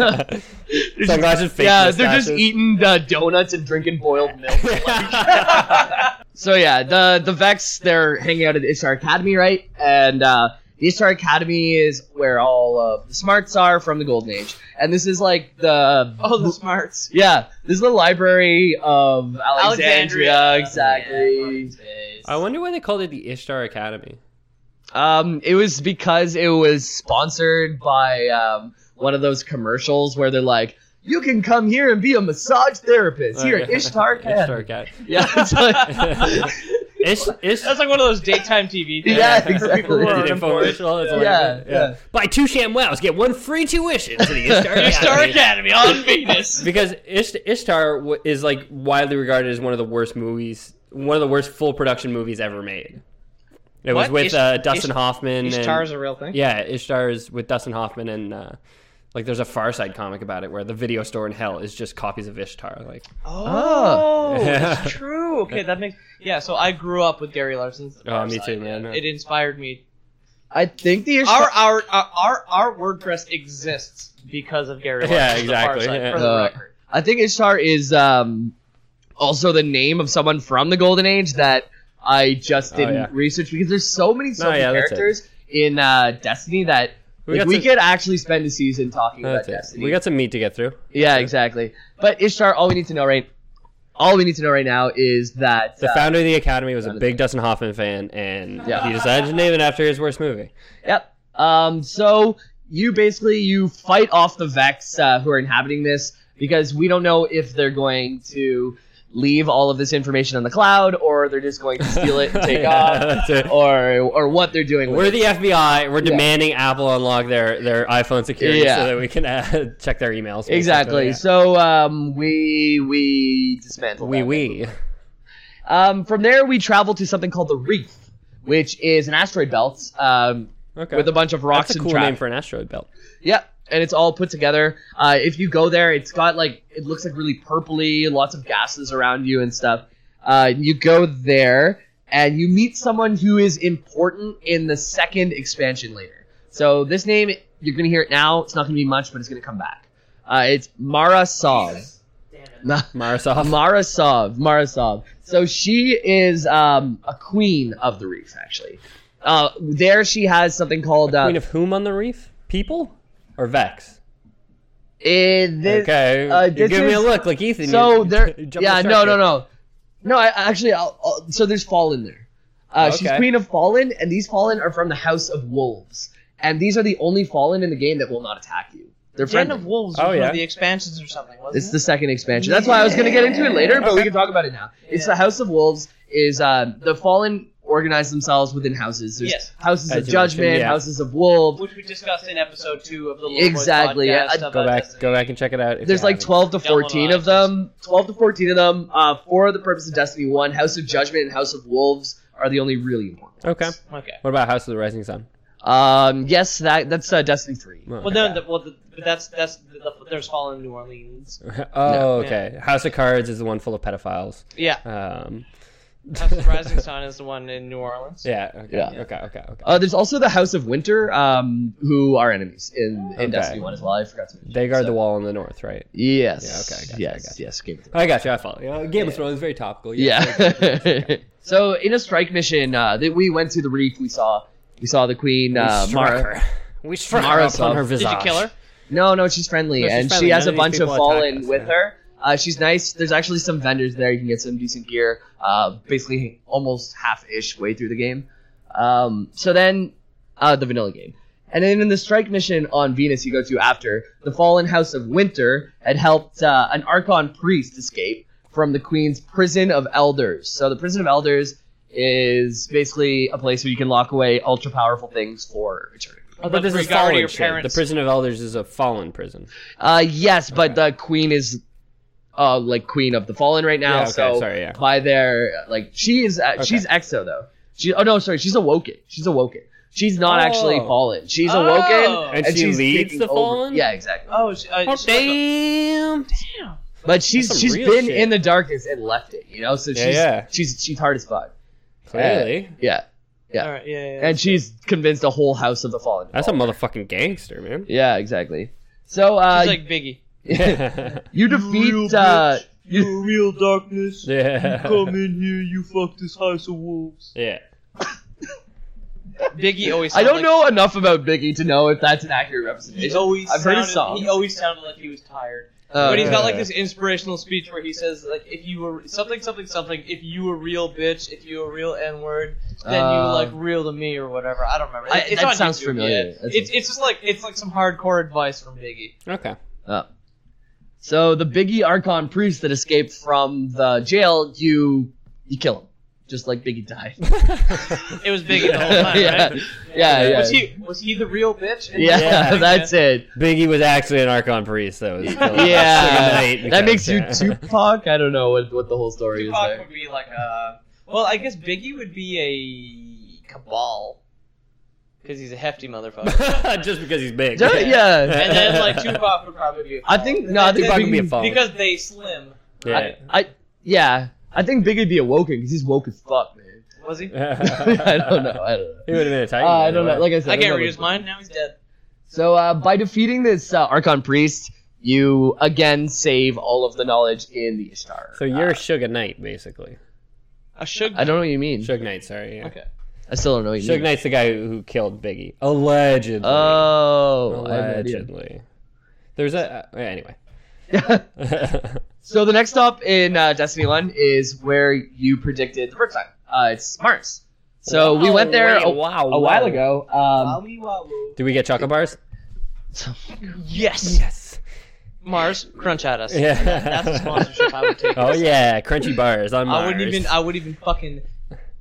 on. *laughs*
*laughs*
Yeah. Sunglasses, fake
yeah, they're just
mustaches.
eating uh, donuts and drinking boiled milk. So yeah, the the Vex they're hanging out at the Ishtar Academy, right? And uh, the Ishtar Academy is where all of the smarts are from the Golden Age, and this is like the
Oh, the smarts.
yeah, this is the library of *laughs* Alexandria,
Alexandria. Oh,
exactly.
I wonder why they called it the Ishtar Academy.
Um, it was because it was sponsored by um, one of those commercials where they're like, you can come here and be a massage therapist here at Ishtar Academy.
Ishtar Academy.
*laughs* Yeah, it's like,
Ish, Ish, *laughs*
That's like one of those daytime TV things.
Yeah,
for
exactly.
people who
Is
are
it
unemployed.
infomercial? It's like-
yeah, yeah.
Buy two ShamWows, get one free tuition to
*laughs*
the Ishtar Academy.
Star Academy
*laughs*
on Venus.
because Ish- Ishtar w- is like widely regarded as one of the worst movies, one of the worst full production movies ever made. It was
What?
with
Ish-
uh, Dustin
Ish-
Hoffman.
Ishtar's
and,
a real thing.
yeah, Ishtar is with Dustin Hoffman and uh, like there's a Far Side comic about it where the video store in hell is just copies of Ishtar. Like Ah. *laughs*
Oh, that's true. Okay, that makes yeah. So I grew up with Gary Larson's.
Oh, me too,
Parasite.
man.
It inspired me.
I think the Ishtar.
*laughs*
Our our our our, our WordPress exists because of Gary. Larson's
Yeah,
The
exactly,
Parasite,
yeah.
For the
Uh,
record.
I think Ishtar is um, also the name of someone from the Golden Age that I just
Oh,
didn't
yeah.
research because there's so many so
No,
many
yeah, that's it.
characters in uh, Destiny that
We
like,
got
we
some-
could actually spend a season talking about
that's it.
Destiny.
We got some meat to get through.
yeah, exactly. But Ishtar, all we need to know right, all we need to know right now is that
The
uh,
founder of the Academy was a
Founded-
big Dustin Hoffman fan, and
Yeah.
he decided to name it after his worst movie.
Yep. Um, so you basically you fight off the Vex uh, who are inhabiting this because we don't know if they're going to leave all of this information on the cloud or they're just going to steal it and take
*laughs* Yeah,
off
that's it.
or or what they're doing. with
We're
it.
the FBI. We're demanding Apple unlock their, their iPhone security
Yeah.
so that we can uh, *laughs* check their emails.
exactly.
basically.
So um, we we dismantle.
We
that.
we.
Um, from there we travel to something called the Reef, which is an asteroid belt um,
Okay.
with a bunch of rocks
That's a
and
cool
traps.
name for an asteroid belt.
Yep. And it's all put together. Uh, if you go there, it's got like it looks like really purpley, lots of gases around you and stuff. Uh, you go there and you meet someone who is important in the second expansion later. So this name you're gonna hear it now. It's not gonna be much, but it's gonna come back. Uh, it's Mara Sov.
Marasov.
*laughs* Mara Sov. Mara Sov. So she is um, a queen of the reef, actually. Uh, there she has something called uh,
Queen of whom on the reef? People or Vex?
in this,
Okay.
uh,
you
this
give me a
is-
look like Ethan.
So
you- *laughs*
there,
you jumped
yeah,
the
no,
shark
no,
there.
no, no. I actually, I'll, I'll, so there's Fallen there. Uh, She's
Okay.
Queen of Fallen, and these Fallen are from the House of Wolves, and these are the only Fallen in the game that will not attack you. They're
Den
friendly.
of Wolves was
Oh,
one
yeah.
of the expansions or something, wasn't
it's
it?
the second expansion. That's why I was gonna get into it later, but we can talk about it now. It's the House of Wolves. Is uh, the Fallen organize themselves within houses? There's
Yes.
houses
As
of
you mentioned,
Judgment,
yeah.
houses of Wolves.
which we discussed in episode two of the Little Boys
Exactly, yeah.
podcast
Go
about
Go back.
Destiny.
Go back and check it out. if
There's
you
like
haven't.
12 to
Down below
14 of them. 12 to 14 of them. Uh, for the purpose of Destiny 1, House of Judgment and House of Wolves are the only really important.
Okay.
Okay.
What about House of the Rising Sun?
Um, yes, that that's uh, Destiny 3.
Well, no, the, well, the, but that's that's the, the, there's Fallen New
*laughs*
Orleans.
Oh, okay. House of Cards is the one full of pedophiles.
Yeah,
Um,
House of the Rising Sun is the one in New Orleans.
yeah, okay,
Yeah.
Okay. Okay. Okay.
Uh, there's also the House of Winter, um, who are enemies in, in
Okay.
Destiny 1 as well. I forgot to mention.
They guard
So-
the wall in the north, right?
Yes.
Yeah, okay, I gotcha, I
yes,
gotcha.
yes. Game of Thrones.
I got you. I follow. You know, Game of Thrones very topical. *laughs*
Yeah. *laughs* so in a strike mission uh, that we went to the reef, we saw we saw the queen uh, Mara.
We struck
Mara
her upon
Sov. Did
her
you
visage.
Did you kill her?
No, no, she's friendly,
No, she's
and
friendly.
she has
None
a
of these
bunch of
people attack
fallen
us,
with
yeah.
her. Uh, she's nice. There's actually some vendors there. You can get some decent gear. Uh, basically, almost half-ish way through the game. Um, so then, uh, the vanilla game, and then in the strike mission on Venus, you go to after the fallen house of Winter had helped uh, an Archon priest escape from the Queen's prison of elders. So the prison of elders is basically a place where you can lock away ultra powerful things for eternity.
But this is
Regard to
fallen
your
shit. The
parents.
prison of elders is a fallen prison.
Uh, yes, but the queen is, uh, like queen of the fallen right now.
Yeah, okay,
so
sorry, yeah.
by their like she is uh, she's exo though. She oh no sorry she's awoken. She's awoken. She's not actually
Oh.
fallen. She's
Oh.
awoken
And she
she's
leads
taking
the
over.
fallen?
Yeah, exactly.
Oh, she, uh, she-
Damn.
But she's
some
she's
real
been
shit.
in the darkness and left it. You know, so she's
yeah.
she's she's hard as fuck.
Clearly,
Yeah,
All right, yeah, yeah, yeah.
and she's convinced a whole house of the fallen. to
that's a
fall.
motherfucking
*laughs*
gangster, man.
yeah, exactly. So uh,
She's like Biggie.
Yeah.
you defeat uh,
You're real darkness.
*laughs* yeah.
in here, you fuck this house of wolves.
Yeah.
Biggie always.
I
sounded
don't
like-
know enough about Biggie to know if that's an accurate
He
representation.
always
I've heard
sounded,
his song.
He always sounded like he was tired.
Uh,
but he's got like
yeah.
this inspirational speech where he says like, if you were something, something, something, if you were real bitch, if you were real N word, then you
Uh,
were like real to me or whatever. I don't remember.
I-
It- it's
that
on
sounds
YouTube,
familiar.
yeah.
That sounds-
It's it's just like it's like some hardcore advice from Biggie.
Okay.
Uh, So the Biggie Archon priest that escaped from the jail, you you kill him, just like Biggie
*laughs*
died.
It was Biggie the whole time,
*laughs* yeah.
Oh, right?
yeah, yeah,
Was he was he the real bitch? And
yeah, *laughs*
Yeah.
That's
*laughs*
it.
Biggie was actually an Archon priest,
*laughs*
though.
Yeah, that makes you Tupac. I don't know what, what the whole story is
Tupac
there.
would be like a. Well, I guess Biggie would be a cabal, because he's a hefty
*laughs*
motherfucker.
just because he's big.
Yeah, yeah.
*laughs* and then like Tupac would probably be. A
I think no, I think
Tupac
Biggie
would
be a fall.
Because they slim.
Yeah.
I yeah, I think Biggie'd be awoken because he's woke as fuck, man. *laughs*
Was he?
*laughs*
I don't know. I don't know.
He would have been a titan.
Uh, I don't know. Like I said,
I
don't
can't
know
read
what-
his mind. Now he's dead.
So uh, by defeating this uh, Archon Priest, you again save all of the knowledge in the Ishtar.
so you're a Suge Knight, basically.
A shug.
I don't know what you mean.
Suge Knight, sorry. Yeah.
Okay.
I still don't know what you
Suge
mean.
Knight's the guy who who killed Biggie. Allegedly.
Oh, I have no idea.
Allegedly. There's a. Uh, anyway. *laughs*
*laughs* So the next stop in uh, Destiny One is where you predicted the first time. Uh, it's Mars. So we went there a,
Oh, wow,
a while ago. Um,
Do we get chocolate bars?
Yes.
Yes.
Mars, crunch at
*laughs*
us.
Yeah.
That's the sponsorship I would
*laughs*
take.
Oh yeah, crunchy bars on Mars.
I wouldn't even. I would even fucking.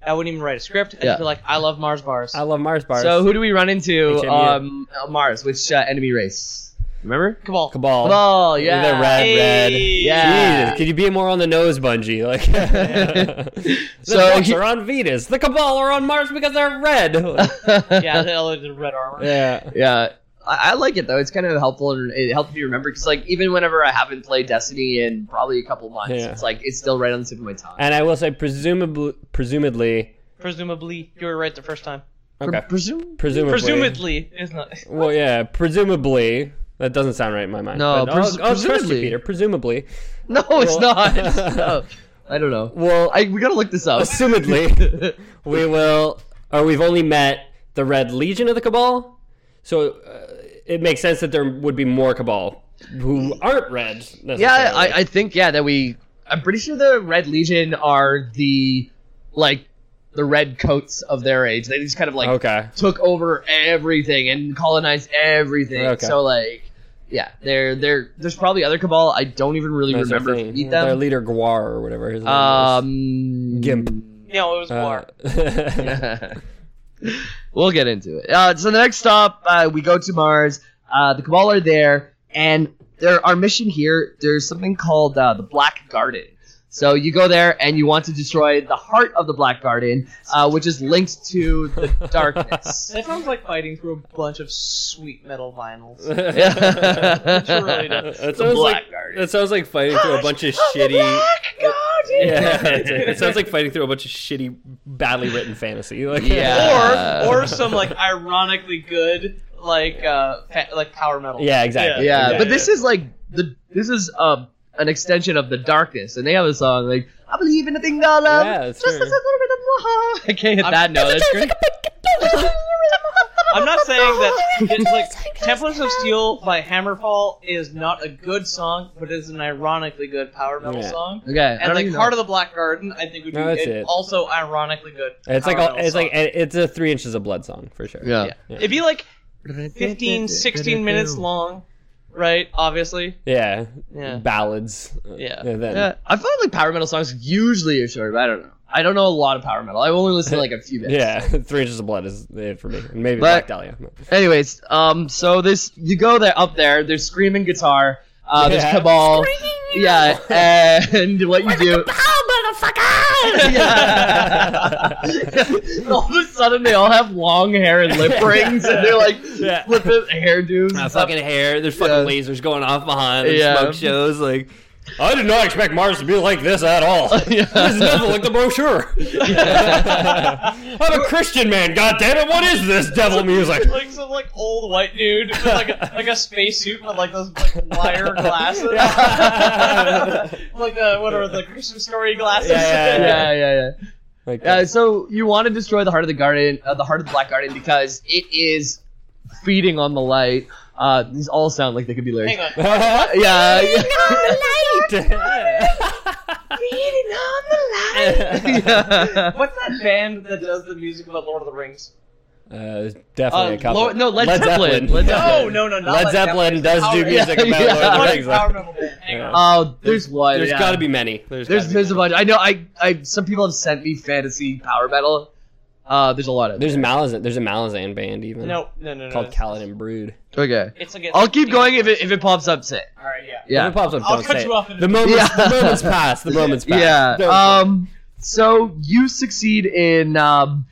I wouldn't even write a script. I'd
Yeah.
just be like, I love Mars bars.
I love Mars bars.
so who do we run into?
HMU.
Um, uh, Mars, which uh, enemy race? Remember?
Cabal.
Cabal.
Cabal. Yeah.
They're red, red.
Hey.
Yeah.
Jesus, could you be more on the nose, Bungie? Like,
*laughs*
*laughs* the
So
Vex
he-
are on Venus. The Cabal are on Mars because they're
*laughs*
red. Like,
Yeah, the other- the red armor.
yeah.
Yeah, I, I like it though. It's kind of helpful and it helps me remember because like even whenever I haven't played Destiny in probably a couple months,
Yeah.
it's like it's still right on the tip of my tongue.
And I will say, presumably, presumably,
Presumably, you were right the first time.
okay,
Presume?
presumably,
Presumably, it's not. *laughs*
Well, yeah, presumably. That doesn't sound right in my mind.
No,
but I'll-
pres-
I'll trust you,
presumably.
Peter. Presumably.
No, it's
*laughs*
not. *laughs* No. I don't know.
Well,
I, we gotta look this up.
assumedly, we will, or we've only met the Red Legion of the Cabal, so uh, it makes sense that there would be more Cabal who aren't red.
*laughs*
Necessarily.
yeah, I, I think yeah that we. I'm pretty sure the Red Legion are the like the red coats of their age. They just kind of like
okay.
took over everything and colonized everything.
Okay.
So like, yeah, they're they're there's probably other cabal. I don't even really
That's
remember
their
if
thing.
we beat
Their
them.
leader Guar or whatever his name was.
um,
Gimp.
You know, it was
Uh, *laughs*
war.
*laughs* we'll get into it. Uh, so the next stop, uh, we go to Mars. Uh, the cabal are there, and there our mission here. There's something called uh, the Black Garden. So you go there and you want to destroy the heart of the Black Garden, uh, which is linked to
*laughs*
the darkness.
That sounds like fighting through a bunch of sweet metal vinyls. really does.
That sounds like that sounds like fighting through a
*laughs*
bunch of shitty. *laughs*
Oh
Yeah, it's- it sounds like fighting through a bunch of shitty, badly written fantasy. Like,
Yeah.
or or some like ironically good like uh fa- like power metal.
*laughs* yeah, exactly.
yeah, but
yeah.
this is like the this is um an extension of the darkness, and they have a song like "I believe in a thing called love."
Yeah, that's
just as a
true.
little bit of love. I can't hit that note. That's great.
I'm not saying that it's like Templars of Steel by Hammerfall is not a good song, but it's an ironically good power metal
Yeah.
song.
Okay,
And like Heart of the Black Garden, I think would be
No, that's
an
it.
also ironically good.
It's like
power
a,
metal
it's like
song.
it's a three inches of blood song for sure.
yeah.
it'd
*laughs*
be like 15, 16 minutes long, right? Obviously.
Yeah.
Yeah.
Ballads.
Yeah.
And then
Yeah, I find like power metal songs usually are short, but I don't know. I don't know a lot of power metal. I only listen to like a few bits.
yeah, *laughs* three inches of blood is it for me. And Maybe
But-
Black Dahlia.
Anyways, um, so this you go there up there. There's screaming guitar. Uh,
Yeah.
there's cabal. Yeah, and what
*laughs*
you do?
Oh,
*laughs*
Yeah. *laughs* all of a sudden, they all have long hair and lip rings, and they're like
Yeah.
flipping hairdos. and
My
stuff.
fucking hair. There's fucking
Yeah.
lasers going off behind. There's
Yeah.
smoke shows. Like, I did not expect Mars to be like this
*laughs*
at all. This is nothing like the brochure. I'm a Christian man. God damn it! What is this devil music?
Like some like old white dude with like a, like a spacesuit with like those like wire glasses, *laughs* like the what are the Christmas story
*laughs*
glasses?
Yeah,
yeah, yeah, yeah.
Like,
Uh,
*laughs*
so you want to destroy the heart of the garden, uh, the heart of the black garden, because it is feeding on the light. Uh, these all sound like they could be lyrics.
*laughs* Hang on.
Yeah, *laughs* yeah. yeah.
What's that band that does the music about Lord of the
*laughs*
Rings?
uh, definitely a
Uh,
couple.
Lo- no, Led,
Led
Zeppelin.
Zeppelin.
Led
No,
Zeppelin.
no, no, not
Led Zeppelin does do music
Yeah, *laughs* yeah.
about Lord of the
Like
Rings.
power metal band. Hang
Oh, there's one.
There's
yeah.
got to be many.
There's
gotta be
there's a
many.
bunch. I know. I I some people have sent me fantasy power metal. Uh, there's a lot of.
There's Malazan. There's a Malazan band even
No, no, no, no.
called
it's-
Kaladin Brood.
Okay.
It's against.
I'll keep going if it if it pops up. Say.
All right,
*laughs*
yeah.
If
Yeah.
it pops up,
I'll
don't
cut
say
you
it.
off in a
The moments,
Yeah.
the moments pass.
*laughs*
The moments pass.
Yeah.
Don't-
Um. So you succeed in um.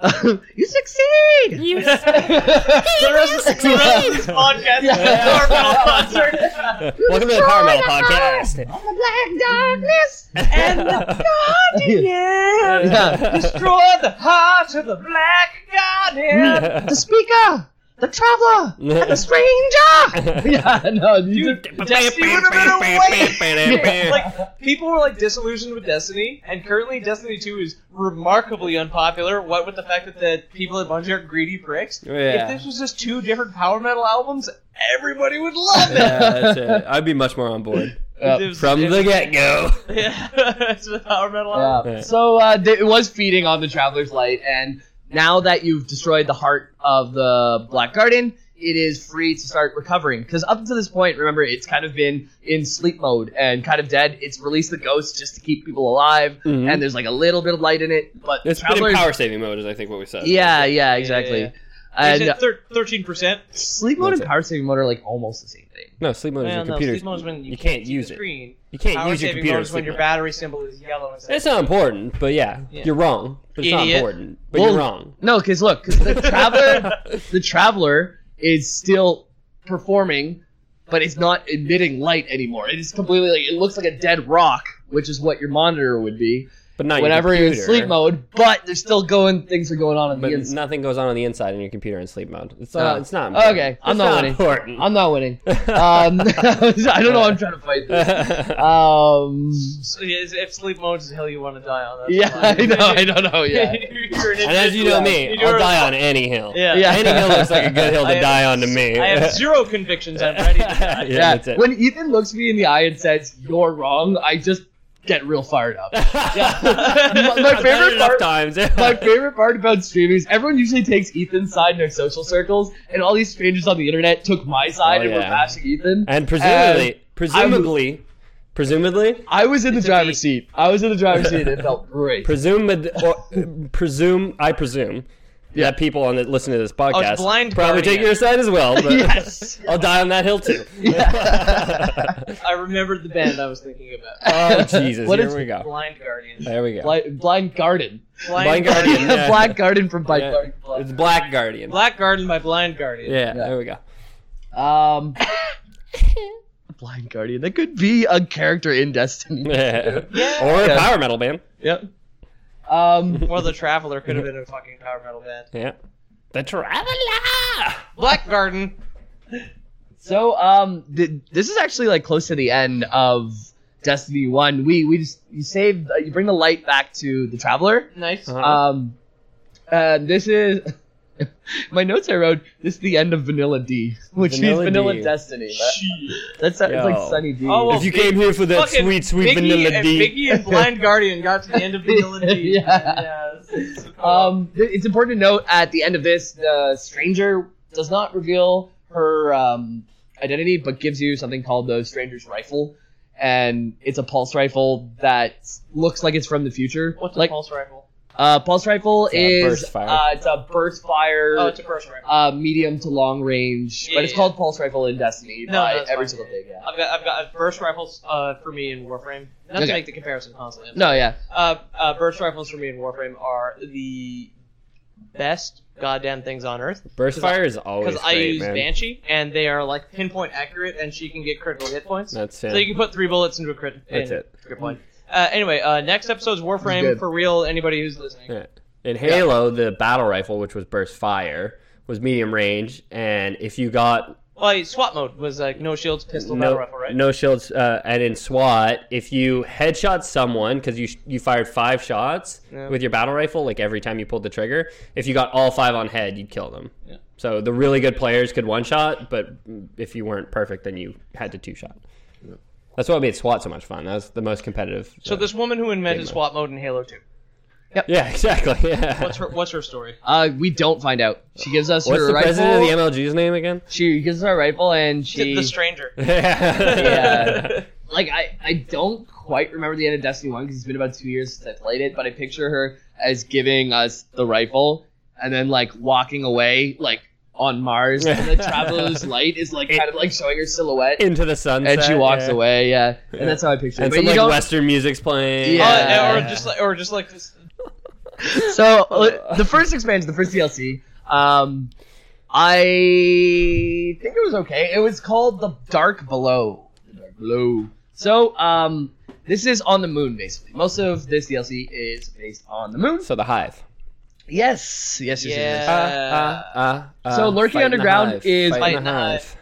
*laughs* you succeed. *laughs*
You
the rest, the rest of this podcast is a power metal concert.
*laughs* Welcome to the Power Metal Podcast.
*laughs*
and the
*laughs*
Guardian
Yeah.
destroyed the heart of the Black Guardian.
the speaker. The traveler. the stranger. *laughs* yeah. No. you did-
Destiny would have been away. *laughs* like people were like disillusioned with Destiny, and currently Destiny Two is remarkably unpopular. What with the fact that the people at Bungie are greedy pricks.
Oh, Yeah.
If this was just two different power metal albums, everybody would
*laughs*
love it.
Yeah, that's it. I'd be much more on board
It was-
from
it
the
was-
get go.
Yeah, *laughs* it's a power metal album.
Yeah. So uh, th- it was feeding on the Traveler's Light, and now that you've destroyed the heart of the Black Garden, it is free to start recovering. Because up until this point, remember, it's kind of been in sleep mode and kind of dead. It's released the ghost just to keep people alive, and there's like a little bit of light in it, but
Mm-hmm. It's been
Traveler's.
in power saving mode, is I think what we said.
yeah, yeah, exactly.
yeah.
And uh,
Thirteen percent.
sleep mode
That's
and
it.
power saving mode are like almost the same thing.
No, sleep mode is your computer.
when you,
you can't
see
use
the
it.
Screen.
you can't
Power
use your
saving
computer.
mode is
to
when
sleep
your
mode.
battery symbol is yellow instead.
It's not important, but yeah,
Yeah.
you're wrong. But it's
Idiot.
not important, but
Well,
you're wrong.
No, because look, 'cause the
*laughs*
traveler, the traveler is still performing, but it's not emitting light anymore. It is completely like it looks like a dead rock, which is what your monitor would be
But not
whenever
your
you're in
computer.
sleep mode. But there's still going. Things are going on on
But
the inside.
nothing goes on on the inside in your computer in sleep mode. It's not.
Oh.
it's not. Important.
Okay,
It's
I'm not winning.
important. *laughs*
I'm not winning. Um, *laughs* I don't know. why I'm trying to fight this.
*laughs*
Um,
So, yeah, if sleep mode is the hill you want to die on, that's
yeah,
fine.
I know. I don't know. Yeah.
*laughs* You're an
and as you know me,
individual.
I'll die on any hill.
*laughs* Yeah.
Yeah.
Any hill looks like a good hill
I
to
have-
die on to me. *laughs*
I have zero convictions. I'm
*laughs*
ready to die.
yeah,
Yeah,
*laughs*
that's it.
when Ethan looks me in the eye and says "You're wrong," I just get real fired up. My- my
I've done
favorite
it enough
part-
times.
*laughs* My favorite part about streaming is everyone usually takes Ethan's side in their social circles, and all these strangers on the internet took my side
Oh,
and were
yeah.
bashing Ethan.
*laughs* and
Um,
presumably, presumably, presumably,
I was in the driver's seat. I was in the driver's seat, and it felt great.
presumed, or, presume, I presume that people on that listen to this podcast
blind
probably
guarding
take
it.
your side as well.
*laughs* *laughs*
But *laughs*
yes.
I'll die on that
*laughs*
hill too.
I remembered the band I was thinking
*laughs*
about.
*laughs* Oh Jesus!
What
here
is
we go.
Blind Guardian.
There we go.
Bli- Blind Garden.
Blind Guardian.
*laughs*
yeah.
Black Garden from Blind
Yeah.
Garden. Club.
It's Black Guardian.
Black Garden by Blind Guardian.
yeah, there we go.
Um, Blind Guardian. That could be a character in
*laughs*
Destiny.
or a power metal band.
yep. Um,
Well, the Traveler could have been a fucking power metal band.
Yeah. The Traveler.
Black Garden.
So um, th- this is actually like close to the end of Destiny One. We we just you save uh, you bring the light back to the traveler.
Nice.
Uh-huh.
Um, and this is *laughs* my notes I wrote. This is the end of Vanilla D, which
Vanilla
means Vanilla
D.
Destiny. but That sounds it's like
Yo.
Sunny D.
Oh, well,
If you came here for that
Fucking
sweet, sweet
Biggie
vanilla
and
D.
Biggie and Blind Guardian got to the end of Vanilla
*laughs*
D.
Yeah.
this is cool.
Um, th- it's important to note at the end of this, the stranger does not reveal her um, identity, but gives you something called the stranger's rifle, and it's a pulse rifle that looks like it's from the future.
What's
like
a pulse rifle?
Uh, pulse rifle
a
is
burst fire.
Uh, it's a burst fire,
Oh, it's a burst rifle.
uh, medium to long range,
Yeah,
but it's
yeah.
called pulse rifle in Destiny
No,
by
that's
every
fine.
single thing. Yeah.
I've got I've got burst rifles uh, for me in Warframe. Not
Okay.
to make the comparison constantly. I'm
No, yeah,
uh, uh, burst rifles for me in Warframe are the best goddamn things on earth
Burst fire is always
because I
great,
use
man.
Banshee and they are like pinpoint accurate and she can get critical hit points.
That's
So you
it.
can put three bullets into a crit.
That's
in-
it.
Crit point. Uh, anyway, uh, next episode's Warframe
Good.
for real. Anybody who's listening,
Yeah. In Halo, the battle rifle, which was burst fire, was medium range, and if you got
well, hey, swap mode was like no shields, pistol, battle
no,
rifle, right?
no shields, uh, and in SWAT, if you headshot someone because you sh- you fired five shots with your battle rifle, like every time you pulled the trigger, if you got all five on head, you'd kill them. So the really good players could one shot, but if you weren't perfect, then you had to two shot. That's what made SWAT so much fun. That was the most competitive.
So this woman who invented swap mode in Halo Two.
Yep.
Yeah, *laughs* exactly. Yeah.
What's her What's her story?
Uh, we don't find out. She gives us
What's
her
the
rifle.
president of the MLG's name again?
she gives us her rifle, and she
The, the
*laughs*
stranger.
*laughs* Yeah. like I, I don't quite remember the end of Destiny One because it's been about two years since I played it, but I picture her as giving us the rifle and then like walking away like on Mars and
*laughs*
the traveler's light is like kind of like showing her silhouette
Into the sunset.
and she walks
yeah.
away, yeah. And that's how I picture it.
And
But
some
you
like
don't-
Western music's playing.
Yeah.
Uh, or just like, or just like this.
so uh, the first expansion, the first DLC, um, I think it was okay. It was called the Dark Below. The Dark Below. So um, this is on the moon basically. Most of this DLC is based on the moon.
So the hive.
Yes, yes, yes, yes, yes.
Yeah.
Uh, uh, uh,
So Lurking
fighting the
Underground
hive,
is-
fighting the hive.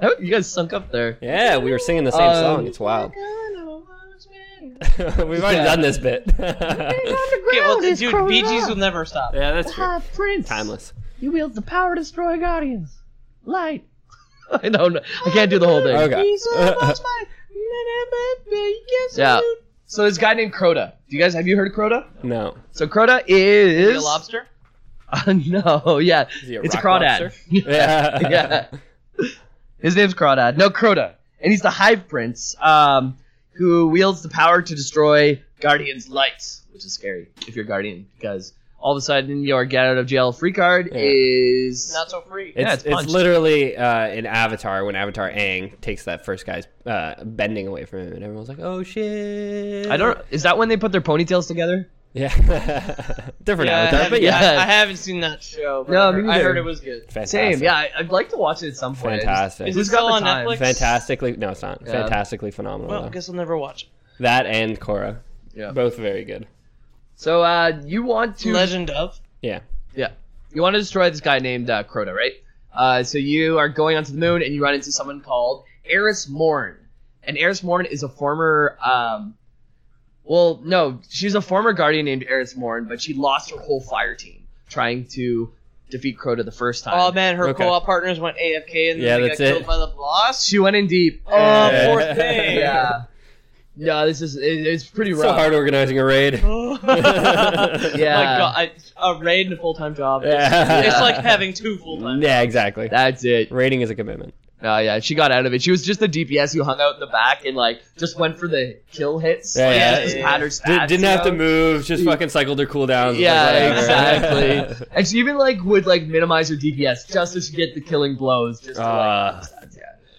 Oh, you guys sunk up there.
*laughs* yeah, we were singing the same
Um,
song. It's wild. *laughs* We've
*laughs*
already
Yeah.
done this bit.
Okay, well, dude, BGs will never
*laughs*
stop.
yeah, that's true.
Prince,
timeless.
you wield the power to destroy guardians. Light. *laughs* I don't. know. I can't do the whole thing.
Okay. *laughs*
Yeah. So this guy named Crota. Do you guys have you heard of Crota?
no.
So Crota is
The lobster.
*laughs* Uh, no, yeah,
he a
it's a
rock
crawdad.
lobster? *laughs* Yeah.
*laughs* yeah, *laughs* his name's Crawdad. No, Crota, and he's the Hive Prince, um, who wields the power to destroy Guardian's lights, which is scary if you're Guardian, because all of a sudden your get out of jail free card
Yeah.
is
Not so free.
It's,
it's
it's,
punched.
literally uh, in Avatar when Avatar Aang takes that first guy's uh, bending away from him, and everyone's like, "Oh shit!"
I don't. Is that when they put their ponytails together?
Yeah, *laughs* different
Yeah, I,
Avatar,
haven't,
but yeah,
yeah.
I, I haven't seen that show. But
No,
I,
me
heard, I
neither.
heard it was good.
fantastic.
Same. Yeah, I, I'd like to watch it at some point. I just-
fantastic,
Is
Who's
it
got
still
the
on
time?
Netflix?
fantastically. No, it's not.
Yeah.
Fantastically phenomenal.
Well, I
though.
guess I'll never watch it.
That and Korra,
Yeah.
both very good.
So uh, you want to
Legend of.
Yeah,
Yeah. You want to destroy this guy named uh, Crota, right? Uh, so you are going onto the moon and you run into someone called Eris Morn. And Eris Morn is a former. Um, well, no, she's a former guardian named Eris Morn, but she lost her whole fire team trying to defeat Crota the first time.
Oh man, her
Okay.
co-op partners went AFK and
Yeah,
then they
that's
got killed
it.
by the boss.
She went in deep. Oh,
Oh, poor
*laughs*
thing. *laughs*
yeah. No, this is. It, it's pretty rough.
so hard organizing a raid. *laughs* Oh
yeah.
Yeah.
Like, I, a raid and a full time job.
Yeah.
*laughs*
It's like having two full time.
yeah, exactly.
That's it.
Raiding is a commitment.
No, yeah, she got out of it. She was just the DPS who hung out in the back and like just went for the kill hits.
Yeah,
like,
yeah,
just
yeah.
had her
Did,
stats,
didn't
you
have to
know?
move. Just fucking cycled her cooldowns. like,
Yeah,
whatever. *laughs*
exactly. *laughs* and she even like would like minimize her DPS just so she get the killing blows. Just to, like,
Uh,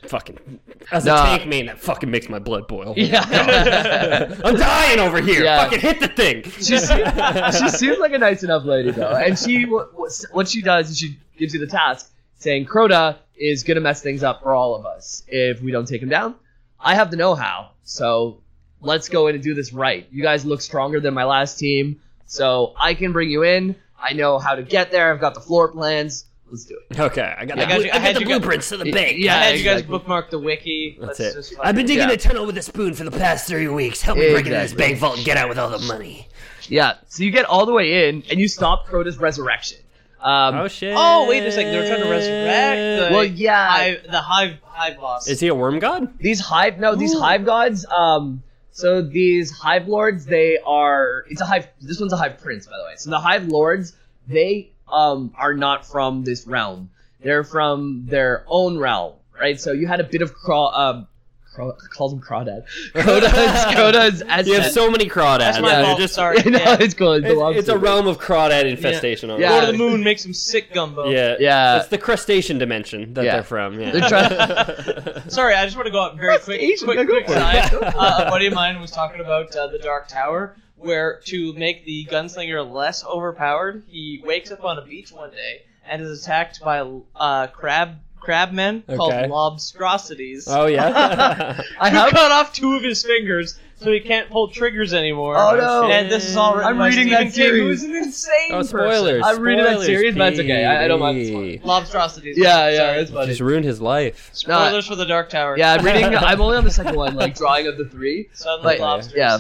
fucking as
Nah.
a tank main, that fucking makes my blood boil.
*laughs* yeah.
*laughs* I'm dying over here.
Yeah.
Fucking hit the thing.
she, seems, she seems like a nice enough lady though, and she wha- wha- what she does is she gives you the task saying Crota is gonna mess things up for all of us if we don't take him down. I have the know-how, so let's go in and do this right. You guys look stronger than my last team, so I can bring you in. I know how to get there. I've got the floor plans. Let's do it.
Okay, I got,
Yeah.
the, blu-
I got you-
I
I had
got the
you got-
blueprints to the bank.
I had you guys
exactly.
bookmark the wiki.
That's
Let's
it.
Just
I've been digging
Yeah.
a tunnel with a spoon for the past three weeks. Help me break into this
Exactly.
bank vault and get out with all the money.
Yeah. So you get all the way in, and you stop Crota's resurrection. Um,
Oh shit!
Oh wait a second, they were trying to resurrect the
well, yeah.
hive, the hive hive boss.
Is he a worm god?
these hive no these hive gods um so these hive lords they are it's a hive this one's a hive prince by the way so the hive lords they um are not from this realm they're from their own realm right so you had a bit of craw um craw, I called him *laughs* crawdad
*laughs*
Crota's Crota's
You have
accent.
so many crawdads.
That's my
man.
fault.
They're just-
Sorry.
*laughs* no,
yeah.
it's cool. It's, a, long
It's, it's a
story.
realm of crawdad infestation.
Yeah.
Go to the moon, make some sick gumbo.
almost. yeah,
Yeah.
It's the crustacean dimension that
Yeah.
they're from. Yeah.
They're
*laughs*
trying-
Sorry, I just want to go out very quick.
Asian,
quick,
yeah, go
quick
for it. *laughs*
side.
Go for it.
Uh, a buddy of mine was talking about uh, the Dark Tower, where to make the gunslinger less overpowered, he wakes up on a beach one day and is attacked by uh, crab crabmen called
Okay.
lobstrosities.
oh
*laughs*
yeah. *laughs* Oh,
I
who
have
cut off two of his fingers so he can't pull triggers anymore.
Oh, no.
And this is all written
I'm
by
reading
Stephen
that
King,
series.
who's an insane
oh
person.
spoilers!
I'm reading that
Spoilers,
series, but it's okay. I- I don't mind the
PD.
spoilers.
Lobstrosities.
yeah yeah
Sorry.
it's funny.
Just ruined his life.
Spoilers for the Dark Tower.
yeah I'm reading I'm only on the second one like drawing of the three
Suddenly
But
lobsters.
yeah,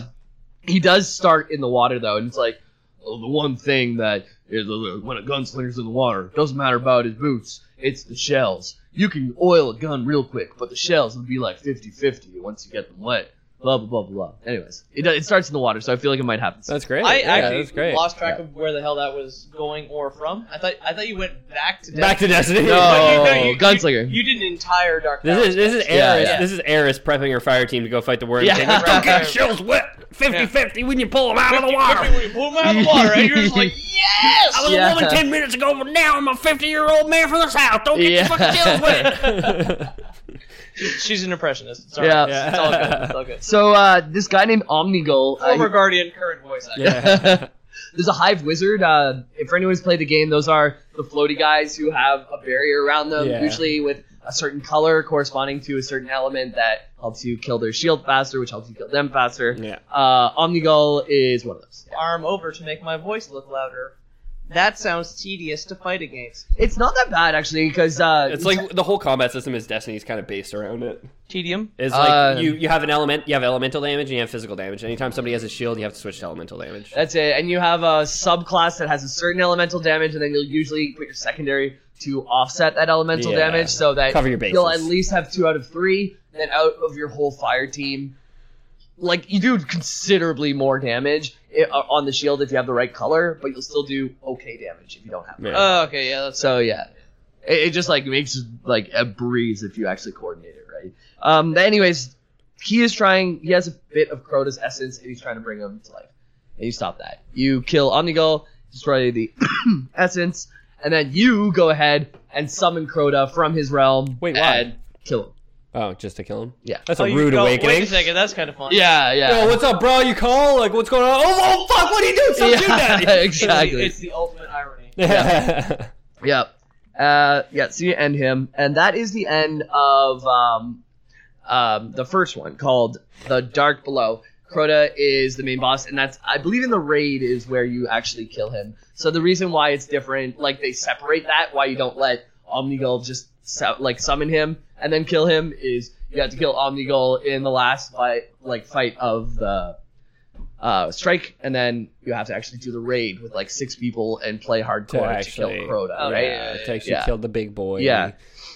he does start in the water though, and it's like oh, the one thing that is, uh, when a gunslinger's in the water doesn't matter about his boots. It's the shells. You can oil a gun real quick, but the shells will be like 50-50 once you get them wet. blah blah blah blah. Anyways, it, it starts in the water, so I feel like it might happen.
That's great.
I
yeah,
actually
that's great.
lost track of where the hell that was going or from. I thought I thought you went back to
Back to Destiny.
Oh,
*laughs*
*laughs*
No,
No, Gunslinger.
You, you did an entire Dark
This is this is
Yeah,
Eris.
yeah.
This is Eris prepping her fire team to go fight the worm.
Yeah.
*laughs*
King. Like, Don't
Yeah.
get shells wet. 50-50 when you pull them out of the water.
When you pull him out of the water, and you're just like, yes!
I was
Yeah.
a woman ten minutes ago, but now I'm a fifty-year-old man from the south. Don't get
Yeah.
your fucking shells wet.
*laughs*
*laughs*
She's an impressionist. Sorry.
Yeah.
It's all
*laughs*
good. It's all
*laughs*
good.
So uh, this guy named Omnigul. uh,
Former Guardian, current voice actor.
There's a hive wizard. Uh, if anyone's played the game, those are the floaty guys who have a barrier around them,
Yeah.
usually with a certain color corresponding to a certain element that helps you kill their shield faster, which helps you kill them faster.
Yeah.
Uh, Omnigull is one of those.
Arm over to make my voice look louder. That sounds tedious to fight against.
It's not that bad actually, because uh,
it's like the whole combat system is Destiny's kind of based around it.
Tedium?
It's like
Uh,
you, you have an element, you have elemental damage, and you have physical damage. Anytime somebody has a shield, you have to switch to elemental damage.
That's it. And you have a subclass that has a certain elemental damage, and then you'll usually put your secondary to offset that elemental
Yeah.
damage so that
Cover your
you'll at
bases.
least have two out of three, then out of your whole fire team. Like, you do considerably more damage i- uh, on the shield if you have the right color, but you'll still do okay damage if you don't have it.
Yeah.
Oh, okay, yeah, that's.
So, yeah. It, it just, like, makes, like, a breeze if you actually coordinate it right. Um, anyways, he is trying, he has a bit of Crota's essence, and he's trying to bring him to life and you stop that. You kill Omnigull, destroy the *coughs* essence, and then you go ahead and summon Crota from his realm.
Wait, why?
and kill him.
Oh, just to kill him?
Yeah.
That's
Oh,
a
you
rude
go- Wait a
awakening.
second, that's kind of fun.
Yeah, yeah.
Yo, what's up, bro? You call? Like, what's going on? Oh, oh fuck! What are you doing? Stop doing
*laughs*
that!
yeah
It's the-
exactly.
It's the ultimate irony.
*laughs*
Yeah.
Yep. Uh, yeah, so you end him, and that is the end of um, um, the first one called The Dark Below. Crota is the main boss, and that's, I believe, in the raid is where you actually kill him. So the reason why it's different, like they separate that, why you don't let Omnigull just su- like summon him and then kill him, is you have to kill Omnigull in the last fight, like fight of the uh, strike, and then you have to actually do the raid with like six people and play hardcore to,
actually-
kill Crota,
Oh,
right?
yeah,
it takes
yeah.
you killed the big boy.
Yeah.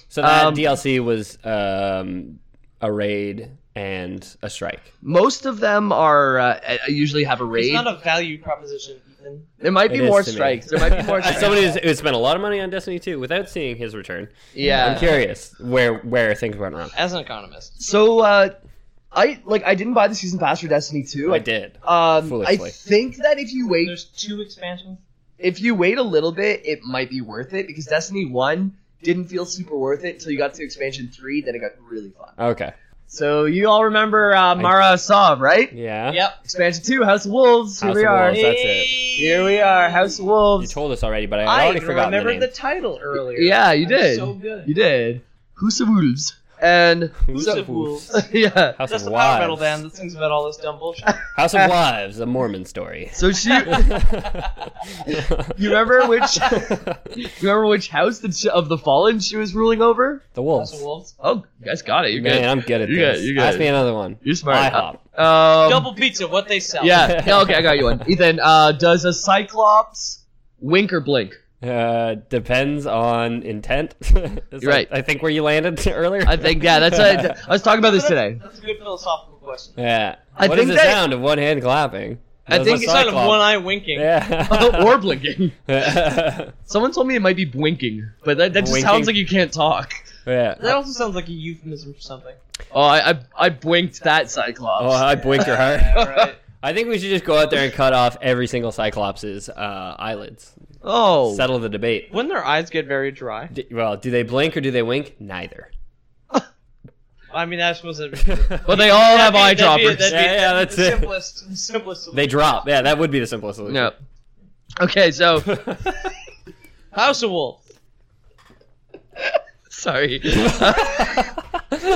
So that
Um,
DLC was um, a raid and a strike.
Most of them are uh, I- I usually have a raid.
It's not a value proposition, Ethan.
there might
It
be
is
more
to me.
strikes. There might be
*laughs*
more
As
strikes.
somebody who's, who spent a lot of money on Destiny 2 without seeing his return, I'm
yeah.
curious where where things went wrong.
As an economist.
So uh, I like I didn't buy the season pass for Destiny 2.
I did.
Um, I
foolishly.
think that if you wait
There's two expansions.
if you wait a little bit, it might be worth it because Destiny 1 didn't feel super worth it until you got to expansion 3, then it got really fun.
Okay.
So you all remember uh, Mara Asov, right?
Yeah.
Yep.
Expansion 2, House of Wolves. Here
House
we
of
are.
Wolves, that's it.
Here we are, House of
You
Wolves.
told us already, but I had
I
already
even
forgotten the
remembered
name.
the, title earlier.
Yeah, you did.
So good.
You did. House of Wolves. And
Who's
so-
the Wolves?
*laughs* yeah.
House
That's
of
the power metal
Wives.
band that sings about all this
*laughs*
dumb bullshit.
House of Wives, a Mormon story.
So
*laughs*
she, you remember which, you remember which house that she, of the fallen she was ruling over?
The Wolves.
House of Wolves.
Oh, you guys got it. You're
Man,
good.
I'm good at
You
this.
got- you got
Ask
it.
me another one.
You're smart.
IHOP.
Um,
Double pizza, what they sell.
Yeah. Yeah, okay, I got you one. Ethan, uh, does a Cyclops wink or blink?
Uh, depends on intent. *laughs* Is that-
right.
I think where you landed *laughs* earlier.
I think yeah. That's what I, I was talking about this
*laughs*
today.
That's a good philosophical question.
Yeah.
I
What is
think
the
that-
sound of one hand clapping?
I
Does
think
a
it's
It's not of
cyclop-
one eye
*laughs*
winking.
Yeah. *laughs*
or blinking.
yeah.
Someone told me it might be blinking, but that, that just
Winking?
sounds like you can't talk.
That also sounds like a euphemism for something.
Oh, I I, I blinked that Cyclops.
Oh, I blinked your heart.
*laughs*
*laughs*
Yeah, right.
I think we should just go out there and cut off every single Cyclops's uh, eyelids.
oh,
Settle the debate.
When their eyes get very dry,
D- well, do they blink or do they wink? Neither.
I mean, that's supposed to *laughs* be.
but they all have eye droppers.
That'd be,
Yeah, yeah,
that'd
that's
be
it.
the simplest, simplest
They
solution.
drop. Yeah, that would be the simplest solution.
No. Okay, so *laughs*
House of Wolves.
*laughs*
sorry.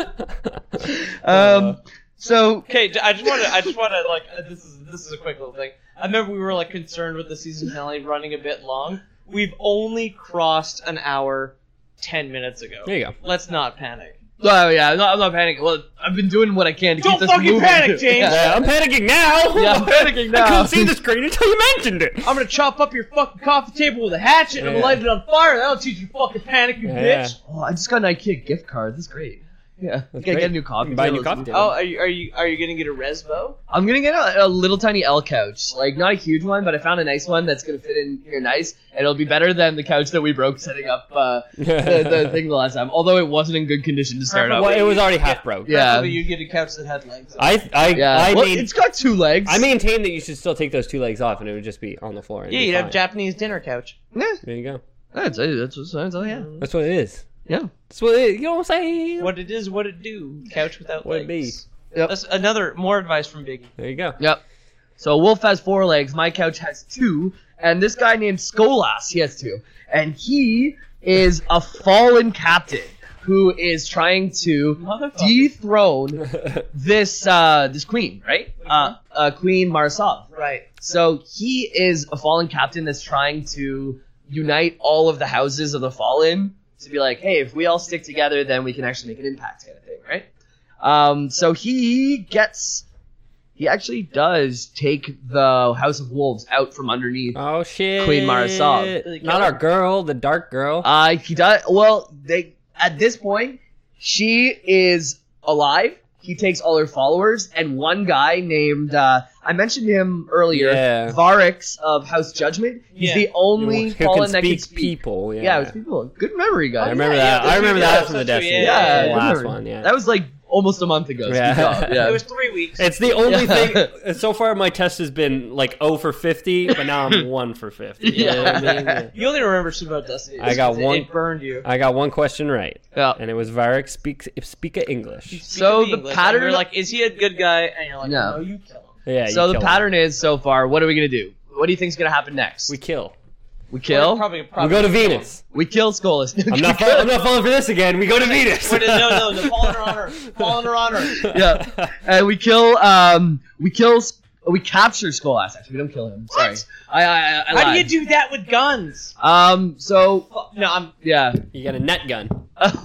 Uh.
um, so
Okay, j- I just want to. I just want to like. uh, This is this is a quick little thing. I remember we were like concerned with the season finale running a bit long. We've only crossed an hour, ten minutes ago.
There you go.
Let's not panic.
oh yeah, I'm not, I'm not panicking. Well, I've been doing what I can to keep
Don't
this
fucking
moving. *laughs*
panic, James!
Yeah, Uh, I'm panicking now.
Yeah, I'm panicking
*laughs* I
now.
couldn't see the screen until you
*laughs*
mentioned it.
I'm gonna chop up your fucking coffee table with a hatchet and
Yeah.
light it on fire. That'll teach you fucking panic, you
Yeah.
bitch.
Oh, I just got an IKEA gift card. That's great. Yeah, you gotta get a new coffee.
Buy a new
table.
coffee table.
Oh, are you are you are you gonna get a resbo?
I'm gonna get a, a little tiny L couch, like not a huge one, but I found a nice one that's gonna fit in here nice, and it'll be better than the couch that we broke setting up
*laughs*
uh, the, the thing the last time. Although it wasn't in good condition to start
Well,
off.
it was already half broke.
Yeah,
Probably you get a couch that had legs. On.
I I
yeah.
I
Well,
mean
it's got two legs.
I maintain that you should still take those two legs off, and it would just be on the floor. and
yeah,
it'd be
you'd have
fine.
Japanese dinner couch.
yeah,
There you go.
that's that's what sounds. Oh yeah,
That's what it is.
yeah.
That's what it, you know what I'm saying.
What it is, what it do. Couch without
What it be.
legs.
Yep.
That's another more advice from Biggie.
There you go.
Yep. So Wolf has four legs. My couch has two, and this guy named Skolas, he has two, and he is a fallen captain who is trying to dethrone this uh, this queen, right? Uh, uh, Queen Marsov.
Right.
So he is a fallen captain that's trying to unite all of the houses of the fallen to be like, hey, if we all stick together, then we can actually make an impact, kind of thing, right? Um, so he gets, he actually does take the House of Wolves out from underneath.
Oh shit.
Queen Marisol.
Not our girl, the dark girl.
Uh, he does. Well, they at this point, she is alive. He takes all her followers, and one guy named uh, I mentioned him earlier,
Yeah.
Varix of House Judgment. He's
Yeah.
the only
who
fallen
can
that can
speak
speak.
people. Yeah.
Yeah, it was people. Good memory, guys.
I remember
yeah,
that.
yeah,
I remember
yeah,
that from the
that's
Destiny.
true,
Yeah,
the
good
last
memory.
one. Yeah.
That was like almost a month ago.
Yeah.
Speak
*laughs*
up.
It
yeah.
was three weeks.
It's the only
*laughs* Yeah.
uh,
thing so far. My test has been like 0 for 50, but now
*laughs*
I'm 1 for 50.
You know what I mean? Yeah.
You only remember shit about Destiny.
I got
It-
one-
It burned you.
I got one question right,
Yeah.
and it was Varric speaks speaker English.
So
Speaking
the
English, and
pattern-
You're like, is he a good guy? And you're like,
No.
no, you kill him.
Yeah.
so
you
the
kill
pattern is so far. What are we gonna do? What do you think's gonna happen next?
Him. We kill.
we kill.
Probably, probably
We go to Venus.
we kill Skolas. *laughs*
I'm not. Fall, I'm not falling for this again. We go to Venus.
Wait, no, no, no, falling her on her, falling her on her.
yeah. And we kill. Um, we kill. We capture Skolas. Actually, we don't kill him. Sorry. I. I. I, I
How do
lied.
you do that with guns?
Um. So.
Fuck, No, I'm
Yeah.
*laughs* You got a net gun.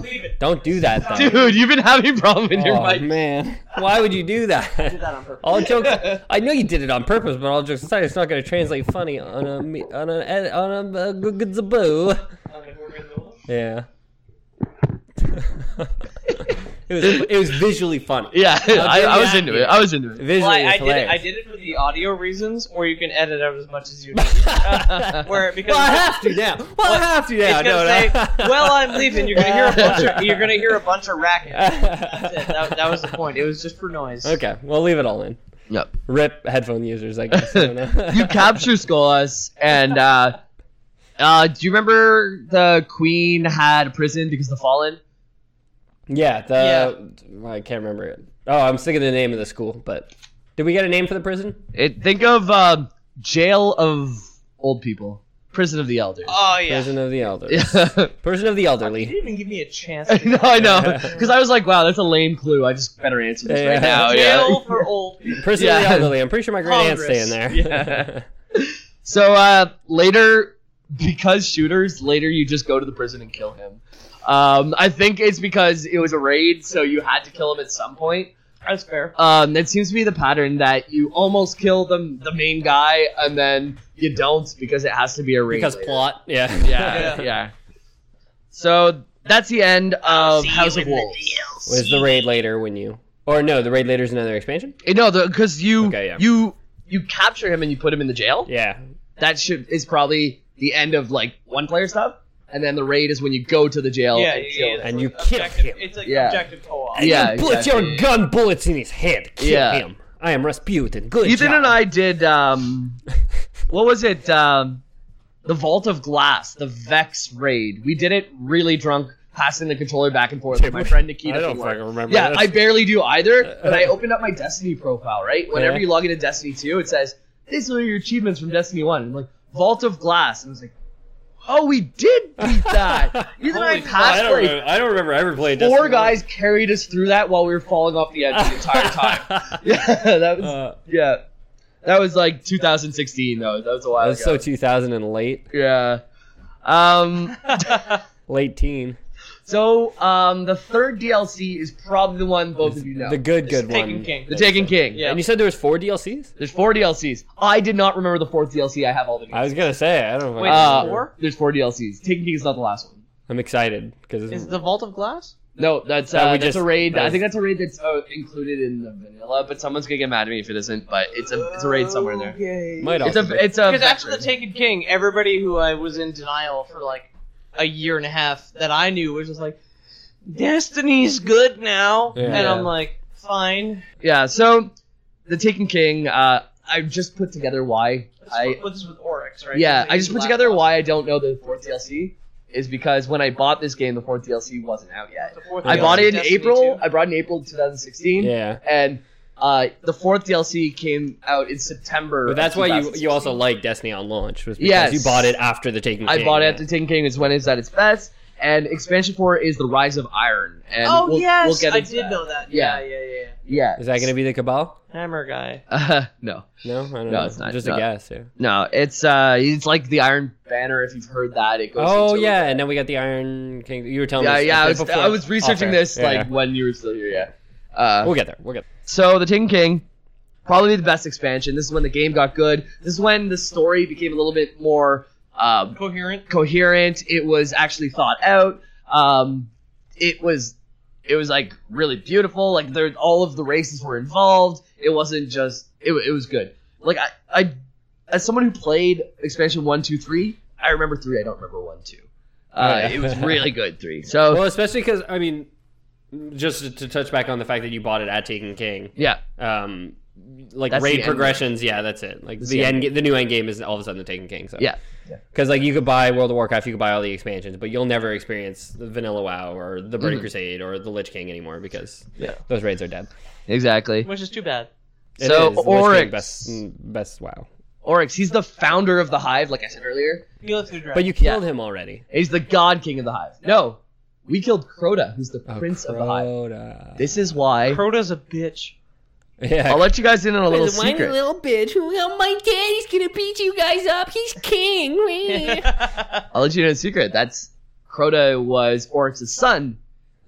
leave it.
Don't do that though.
Dude, you've been having problem in your
Oh
mic.
man, why would you do
Do
that?
that on purpose.
All jokes.
*laughs*
I know you did it on purpose, but all jokes aside, it's not going to translate funny on a me- on a ed- on a, a g- g- zaboo. Yeah. *laughs* it was it was visually funny.
Yeah. I, I was
yeah.
into it. I was into it.
Visually,
Well, I, I
it's
did it. I
hilarious.
did it for the audio reasons, or you can edit out as
*laughs*
much as you need. Where because
Well, I have to now. Well, I have to
it's
now.
gonna
No,
say,
no. *laughs*
"Well, I'm leaving." You're gonna hear a bunch of you're gonna hear a bunch of racket. That's it. That, that was the point. It was just for noise.
okay, we'll leave it all in.
Yep.
Rip headphone users, I guess. I don't know.
*laughs*
*laughs*
You capture Skolas, and uh, uh, do you remember the Queen had a prison because the Fallen?
Yeah, the I can't remember it. Oh, I'm thinking the name of the school, but did we get a name for the prison?
It. Think of um, jail of old people, prison of the elders.
Oh yeah.
Prison of the Elderly.
Oh.
*laughs* Yeah.
Prison of the
*laughs*
You
Elderly.
didn't even give me a chance.
no, I know. Because I was like, wow, that's a lame clue. I just better answer this
Yeah.
right now.
Jail
Oh, Yeah.
for old. people.
Prison of
Yeah.
the Elderly. I'm pretty sure my great aunt's
Congress.
staying there.
So uh, later, because shooters, later you just go to the prison and kill him. Um, I think it's because it was a raid, so you had to kill him at some point.
That's fair.
Um, that seems to be the pattern that you almost kill the, the main guy and then you don't because it has to be a raid.
*laughs* because
later.
plot. Yeah.
Yeah, yeah. So that's the end of Um, House of Wolves.
*laughs* Was the raid later when you? Or no, the raid later is another expansion.
You know, because you
Okay, yeah.
you you capture him and you put him in the jail.
Yeah.
That should is probably the end of like one player stuff, and then the raid is when you go to the jail.
Yeah,
and
yeah,
kill
yeah,
him.
And you kill
objective.
him.
It's like
Yeah.
objective co-op.
Yeah,
You put
exactly.
your gun bullets in his head. Kill
Yeah.
him. I am Rasputin. Good
Ethan
job.
and I did
*laughs*
um, what was it? Um, the Vault of Glass, the Vex raid. We did it really drunk, passing the controller back and forth. with my friend Nikita.
I don't
from work.
fucking remember.
Yeah,
this.
I barely do either. But
*laughs*
I opened up my Destiny profile, right? Whenever
Yeah.
you log into Destiny 2, it says, These are your achievements from Destiny 1. I'm like, Vault of Glass. And I was like, Oh, we did beat
*laughs*
that. Even I passed
don't
like
remember, I don't remember ever playing
four
Destiny.
guys carried us through that while we were falling off the edge the
*laughs*
*laughs* entire time. yeah, that was
Uh,
yeah. That was like 2016 though. That was a while
that was
ago.
so 2000 and late,
yeah. Um
late teen.
so um the third DLC is probably the one both of you know.
The good, good
Taken
one.
King.
The Taken King.
Yeah.
And you said there was four DLCs.
There's four DLCs. I did not remember the fourth DLC. I have all the
I
names.
was gonna say I don't. fucking
Wait, there's
Uh,
remember.
four?
There's four DLCs. Taken King is not the last one.
I'm excited because
Is the Vault of Glass?
No, that's
That
uh,
we
that's
just-
a raid.
that
I
was-
think that's a raid that's uh, included in the vanilla, but someone's gonna get mad at me if it isn't. But it's a it's a raid somewhere in there.
Might
It's
also be.
a it's a
Because after the
vector.
Taken King, everybody who I was in denial for like a year and a half that I knew was just like, Destiny's good now,
Yeah.
and I'm like, fine.
yeah. So the Taken King. Uh, I just put together why
This
I
was- this was with Oryx, right?
yeah.
This
I
is
just put
last
together
one.
why I don't know the fourth DLC is because when I bought this game, the fourth DLC wasn't out yet.
The fourth
I
DLC
bought it in
Destiny
April.
2.
I bought it in April 2016.
Yeah.
and uh, the fourth DLC came out in September.
But that's
of
why you
2016.
you also like Destiny on launch was because
Yes.
you bought it after the Taken
I
King.
bought it at the Taken King. Is when it's at its best. And expansion four is the Rise of Iron. And
Oh
we'll,
yes,
we'll get
I
into
did
that.
know that.
Yeah.
Yeah, yeah, yeah.
Yeah.
Is that going to be the Cabal?
yeah. Hammer guy.
Uh, *laughs* no,
No, I don't
No,
know.
it's not.
Just
No.
a guess. Yeah.
no. It's uh, it's like the Iron Banner. If you've heard that, it goes.
Oh
into-
yeah, and then we got the Iron King. You were telling
Yeah,
us.
yeah. I
bit
was,
before-
I was researching
off air.
this
Yeah,
like when you were still here. Yeah. Uh,
yeah. We'll get there. We'll get. There.
So the Taken King, probably the best expansion. This is when the game got good. This is when the story became a little bit more um,
Coherent.
coherent. It was actually thought out. Um, it was it was like really beautiful. Like there, all of the races were involved. It wasn't just it. wa- It was good. Like I, I as someone who played expansion one, two, three, I remember three. I don't remember one, two. Uh,
yeah.
It
*laughs*
was really good three. So
Well, especially because I mean, just to, to touch back on the fact that you bought it at Taken King.
yeah,
Um, like
That's the
raid
end
progressions. Yeah, that's it. Like the
the
end, ga- the new end game is all of a sudden the Taken King. So
yeah.
Because like you could buy World of Warcraft, you could buy all the expansions, but you'll never experience the Vanilla WoW or the Burning Crusade or the Lich King anymore because
Mm-hmm. Yeah.
those raids are dead.
Exactly.
Which is too bad.
It
So,
is the Lich King
Oryx.
best mm, best WoW,
Oryx, he's the founder of the Hive, like I said earlier.
You lived through draft.
but you
Yeah.
killed him already.
He's the god king of the Hive. No, we killed Crota, who's the prince of the Hive.
Oh, Crota.
This is why.
Crota's a bitch.
Yeah,
I'll let you guys in on a little
The whiny
secret.
little bitch. Well, my daddy's gonna beat you guys up.
*laughs*
He's king.
I'll let you in on a secret. That's Crota was Oryx's son,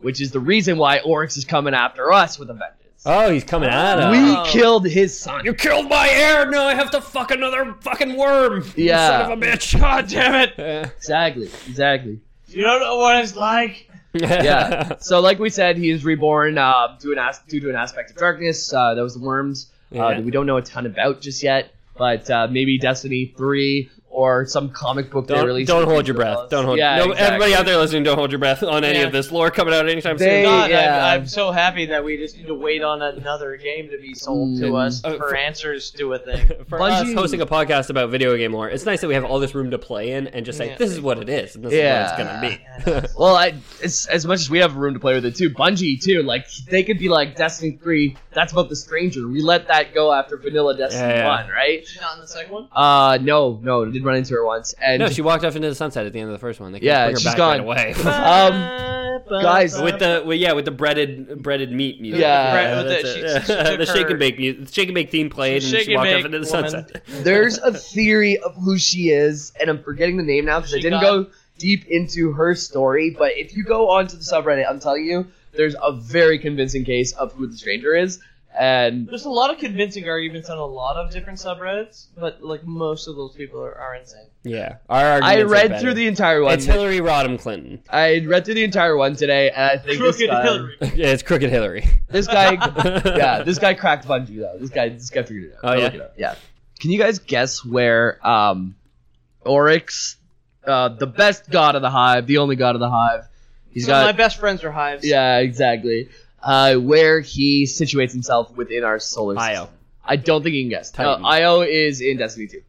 which is the reason why Oryx is coming after us with a vengeance.
Oh, he's coming at us.
Ah.
Oh.
We killed his son.
you killed my heir. Now I have to fuck another fucking worm. you
Yeah.
son of a bitch. *laughs* God damn it. Uh,
Exactly. Exactly.
You don't know what it's like.
*laughs*
Yeah. so, like we said, he is reborn uh, due, an as- due to an aspect of darkness. Uh, that was the worms uh,
Yeah.
that we don't know a ton about just yet. But uh, maybe Destiny 3 or some comic book they
Don't,
released.
don't hold your breath. Don't hold.
Yeah,
no,
exactly.
Everybody out there listening, don't hold your breath on any
Yeah.
of this lore coming out anytime
They-
soon. Ah,
God,
yeah.
I'm, I'm so happy that we just need to wait on another game to be sold to
Mm.
us
Uh,
for
for-
answers to a thing.
*laughs* For us
Bungie-
hosting a podcast about video game lore, it's nice that we have all this room to play in and just say
Yeah.
this is what it is and this
Yeah.
is what
*laughs*
it's gonna be. *laughs*
Well, I, as, as much as we have room to play with it too, Bungie too. Like they could be like Destiny three. That's about the stranger. We let that go after Vanilla Destiny
Yeah.
one, right?
Not in the second one.
Uh, no, no, I did run into her once, and
no, she walked off into the sunset at the end of the first one. They couldn't
Yeah,
bring her
she's
back
gone.
right away. *laughs*
um, guys,
with the well, yeah with the breaded breaded meat music.
Yeah.
Right, with
that's
the-
it.
she- she
*laughs*
took
the shake
her-
and bake music. The shake and bake theme played, and
Shake
she
and
walked
bake
off into the
woman. *laughs*
sunset.
there's a theory of who she is, and I'm forgetting the name now because I
She
didn't
got-
go deep into her story. But if you go onto the subreddit, I'm telling you, there's a very convincing case of who the stranger is, and
There's a lot of convincing arguments on a lot of different subreddits, but like most of those people are, are insane.
Yeah, our
I
arguments are
read
better.
through the entire one.
It's Hillary Rodham Clinton. *laughs*
I read through the entire one today, and I think this
Crooked
guy,
Hillary.
Yeah, it's
*laughs*
crooked Hillary.
this
*laughs*
guy, yeah, this guy cracked Bungie though. This guy, this guy figured it out.
Oh,
I'll
yeah?
look it up. yeah. Can you guys guess where um, Oryx, uh, the best god of the hive, the only god of the hive, he's
Some of my
got
best friends are hives.
yeah, exactly. Uh, where he situates himself within our solar system.
Io.
I don't think you can guess. No,
Titan.
Io is in Destiny 2.
Is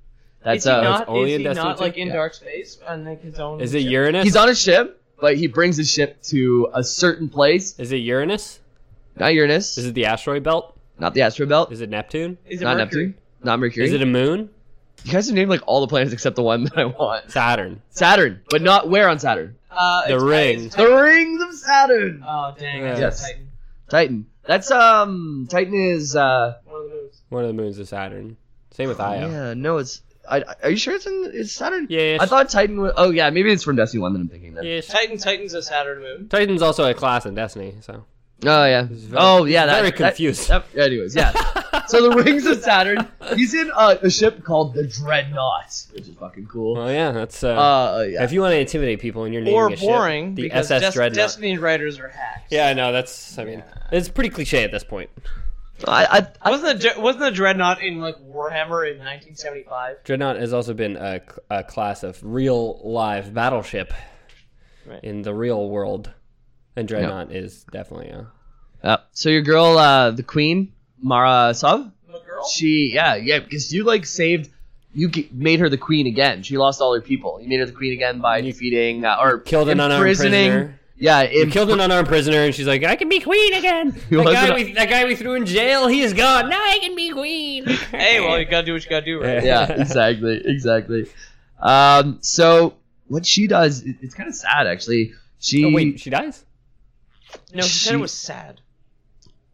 That's
he
uh,
not,
only
is
in
he
Destiny
not
two?
like in
Yeah.
dark space on like his own?
Is it
ship?
Uranus?
he's on a ship, but he brings his ship to a certain place.
Is it Uranus?
Not Uranus.
Is it the asteroid belt?
Not the asteroid belt.
Is it Neptune?
Is it
not
Mercury?
Neptune. Not Mercury.
Is it a moon?
you guys have named like all the planets except the one that I want.
Saturn.
Saturn, but not where on Saturn?
Uh,
The
it's-
ring.
it's
The
Titan.
rings of Saturn.
Oh dang! I said
Yes.
Titan.
Titan. That's um. Titan is uh.
One of the moons.
One of the moons of Saturn. Same with Io.
Yeah. No, it's. I, I- are you sure it's in it's Saturn?
Yeah, it's-
I thought Titan was. Oh yeah, maybe it's from Destiny One that I'm thinking. Then.
Yes.
Titan. Titan's a Saturn moon.
Titan's also a class in Destiny, so
Oh yeah.
very-
oh yeah. That,
very
that-
confused.
that- anyways, yeah.
*laughs*
so the Rings of Saturn. He's in uh, a ship called the Dreadnought, which is fucking cool.
Well, yeah, that's. Uh,
Uh, yeah.
if you want to intimidate people and you're naming
or
a
boring
ship, the
because
SS
Des-
Dreadnought.
Destiny writers are hacks.
Yeah, I know. That's. I mean, it's pretty cliche at this point.
I, I, I,
Wasn't the Dre- wasn't the Dreadnought in like Warhammer in *laughs* 1975?
Dreadnought has also been a, c- a class of real live battleship
Right.
in the real world, and Dreadnought is definitely a.
yeah. So your girl, uh, the Queen Mara Sov,
The girl.
she yeah yeah because you like saved. You g- made her the queen again. She lost all her people. You made her the queen again by defeating uh, or
killed an unarmed
imprisoning-
prisoner.
Yeah,
You killed an unarmed prisoner, and she's like, "I can be queen
*laughs*
again."
He
That
wasn't
guy,
a-
we, that guy we threw in jail, he is gone. Now I can be queen.
Hey, well, you gotta do what you gotta do,
*laughs*
right?
yeah, exactly, exactly. Um, so what she does, it- it's kind of sad actually. She
Oh, wait, she dies.
No, she said
She-
it was sad.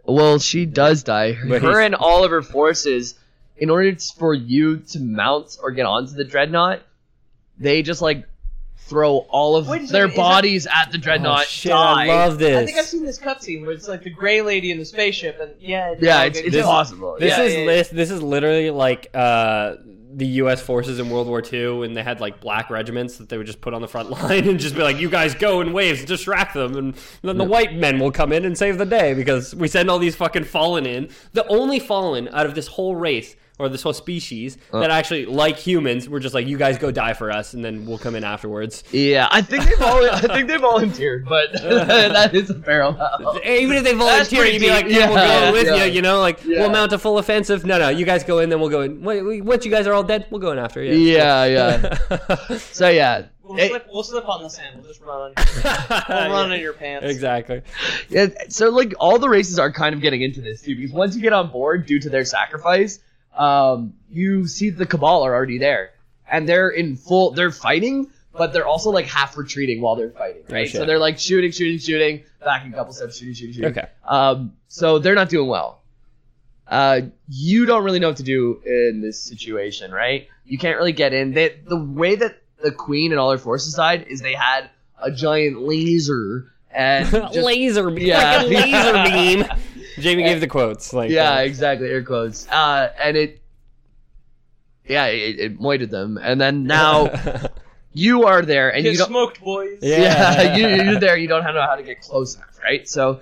well, she does die. Her,
But he's-
and all of her forces, in order t- for you to mount or get onto the dreadnought, they just like throw all of
Wait a second,
their
is that-
bodies at the
Oh,
dreadnought.
shit!
die.
I love this.
I think I've seen this cutscene where it's like the gray lady in the spaceship, and yeah,
yeah, it's, it's
This-
impossible.
This
yeah,
is
yeah, yeah.
lis- this is literally like uh, the U.S. forces in World War II when they had like black regiments that they would just put on the front *laughs* line and just be like, "You guys go in waves, and distract them, and then the white men will come in and save the day because we send all these fucking fallen in. The only fallen out of this whole race or this whole species
Uh.
that actually like humans, we're just like, "You guys go die for us, and then we'll come in afterwards."
Yeah, I think they vol- I think they volunteered, but *laughs* that is a parallel.
*laughs* Even if they volunteer,
pretty
you'd be
deep.
like, yeah, we'll
Yeah,
go with
yeah.
you, you know? Like,
Yeah.
we'll mount a full offensive. No, no, you guys go in, then we'll go in. Wait, wait, Once you guys are all dead, we'll go in after you.
Yeah,
*laughs*
yeah. So yeah,
We'll,
it-
slip, we'll slip on the sand. We'll just *laughs* run. We'll run in your pants.
Exactly.
Yeah, so like all the races are kind of getting into this too, because once you get on board due to their sacrifice, um, you see the Cabal are already there, and they're in full. They're fighting, but they're also like half retreating while they're fighting, right?
shit.
so they're like shooting, shooting, shooting, backing a couple steps, shooting, shooting, shooting.
Okay.
Um, so they're not doing well. Uh, you don't really know what to do in this situation, right? You can't really get in. They, the way that the queen and all her forces died is they had a giant laser and just-
laser beam.
Yeah. *laughs*
Like a laser beam. Jamie gave the quotes. Like,
yeah,
uh,
exactly. Air quotes. Uh, and it, yeah, it, it moited them, and then
uh, *laughs*
now *laughs* you are there, and
Get
you don't.
smoked, boys.
*laughs* Yeah,
yeah. *laughs*
you, you're there. You don't know how to get close enough, right? So,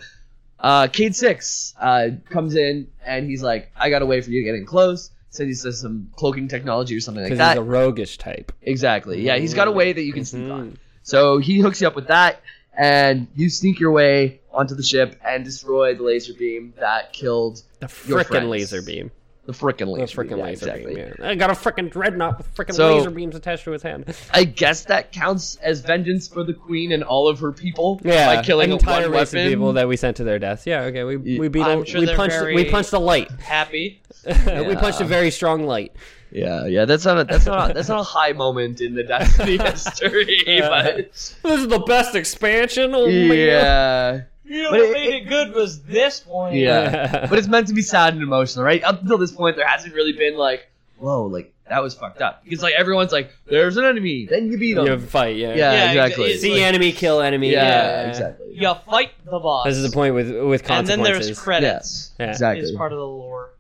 uh, Cade Six uh, comes in, and he's like, "I got a way for you getting close." So he says some cloaking technology or something like
Because he's
that.
a Mm-hmm. roguish type.
Exactly. Yeah, he's got a way that you can sneak on. So he hooks you up with that, and you sneak your way onto the ship and destroy the laser beam that killed
The
Your
frickin'
friends.
laser beam.
the frickin'
The
laser.
frickin'
beam. Yeah,
laser
exactly.
beam. Yeah. I got a frickin' dreadnought with frickin'
So-
laser beams attached to
*laughs*
his hand.
I guess that counts as vengeance for the queen and all of her people
Yeah.
by killing
entire
one
race
weapon.
of people that we sent to their deaths. Yeah. Okay. We we beat.
I'm
a,
sure
we
they're
punched.
very-
We punched
*laughs*
a light.
Happy.
We punched a very strong light.
yeah, yeah. That's not a, that's not a, that's not a high moment in the *laughs* Destiny
*laughs*
history, but
This is the best expansion. Oh
yeah,
You know
But
what
it-
made it good was this point.
yeah. But it's meant to be sad and emotional, right? Up until this point, there hasn't really been like, whoa, like that was fucked up because like everyone's like, there's an enemy, then you beat him.
*laughs* You have a fight. Yeah.
yeah,
Yeah,
exactly.
it's
See enemy, kill enemy.
yeah,
Yeah.
exactly.
You fight the boss.
This is the point with with
And
consequences.
then there's credits.
Yeah.
Exactly.
It's part of the lore.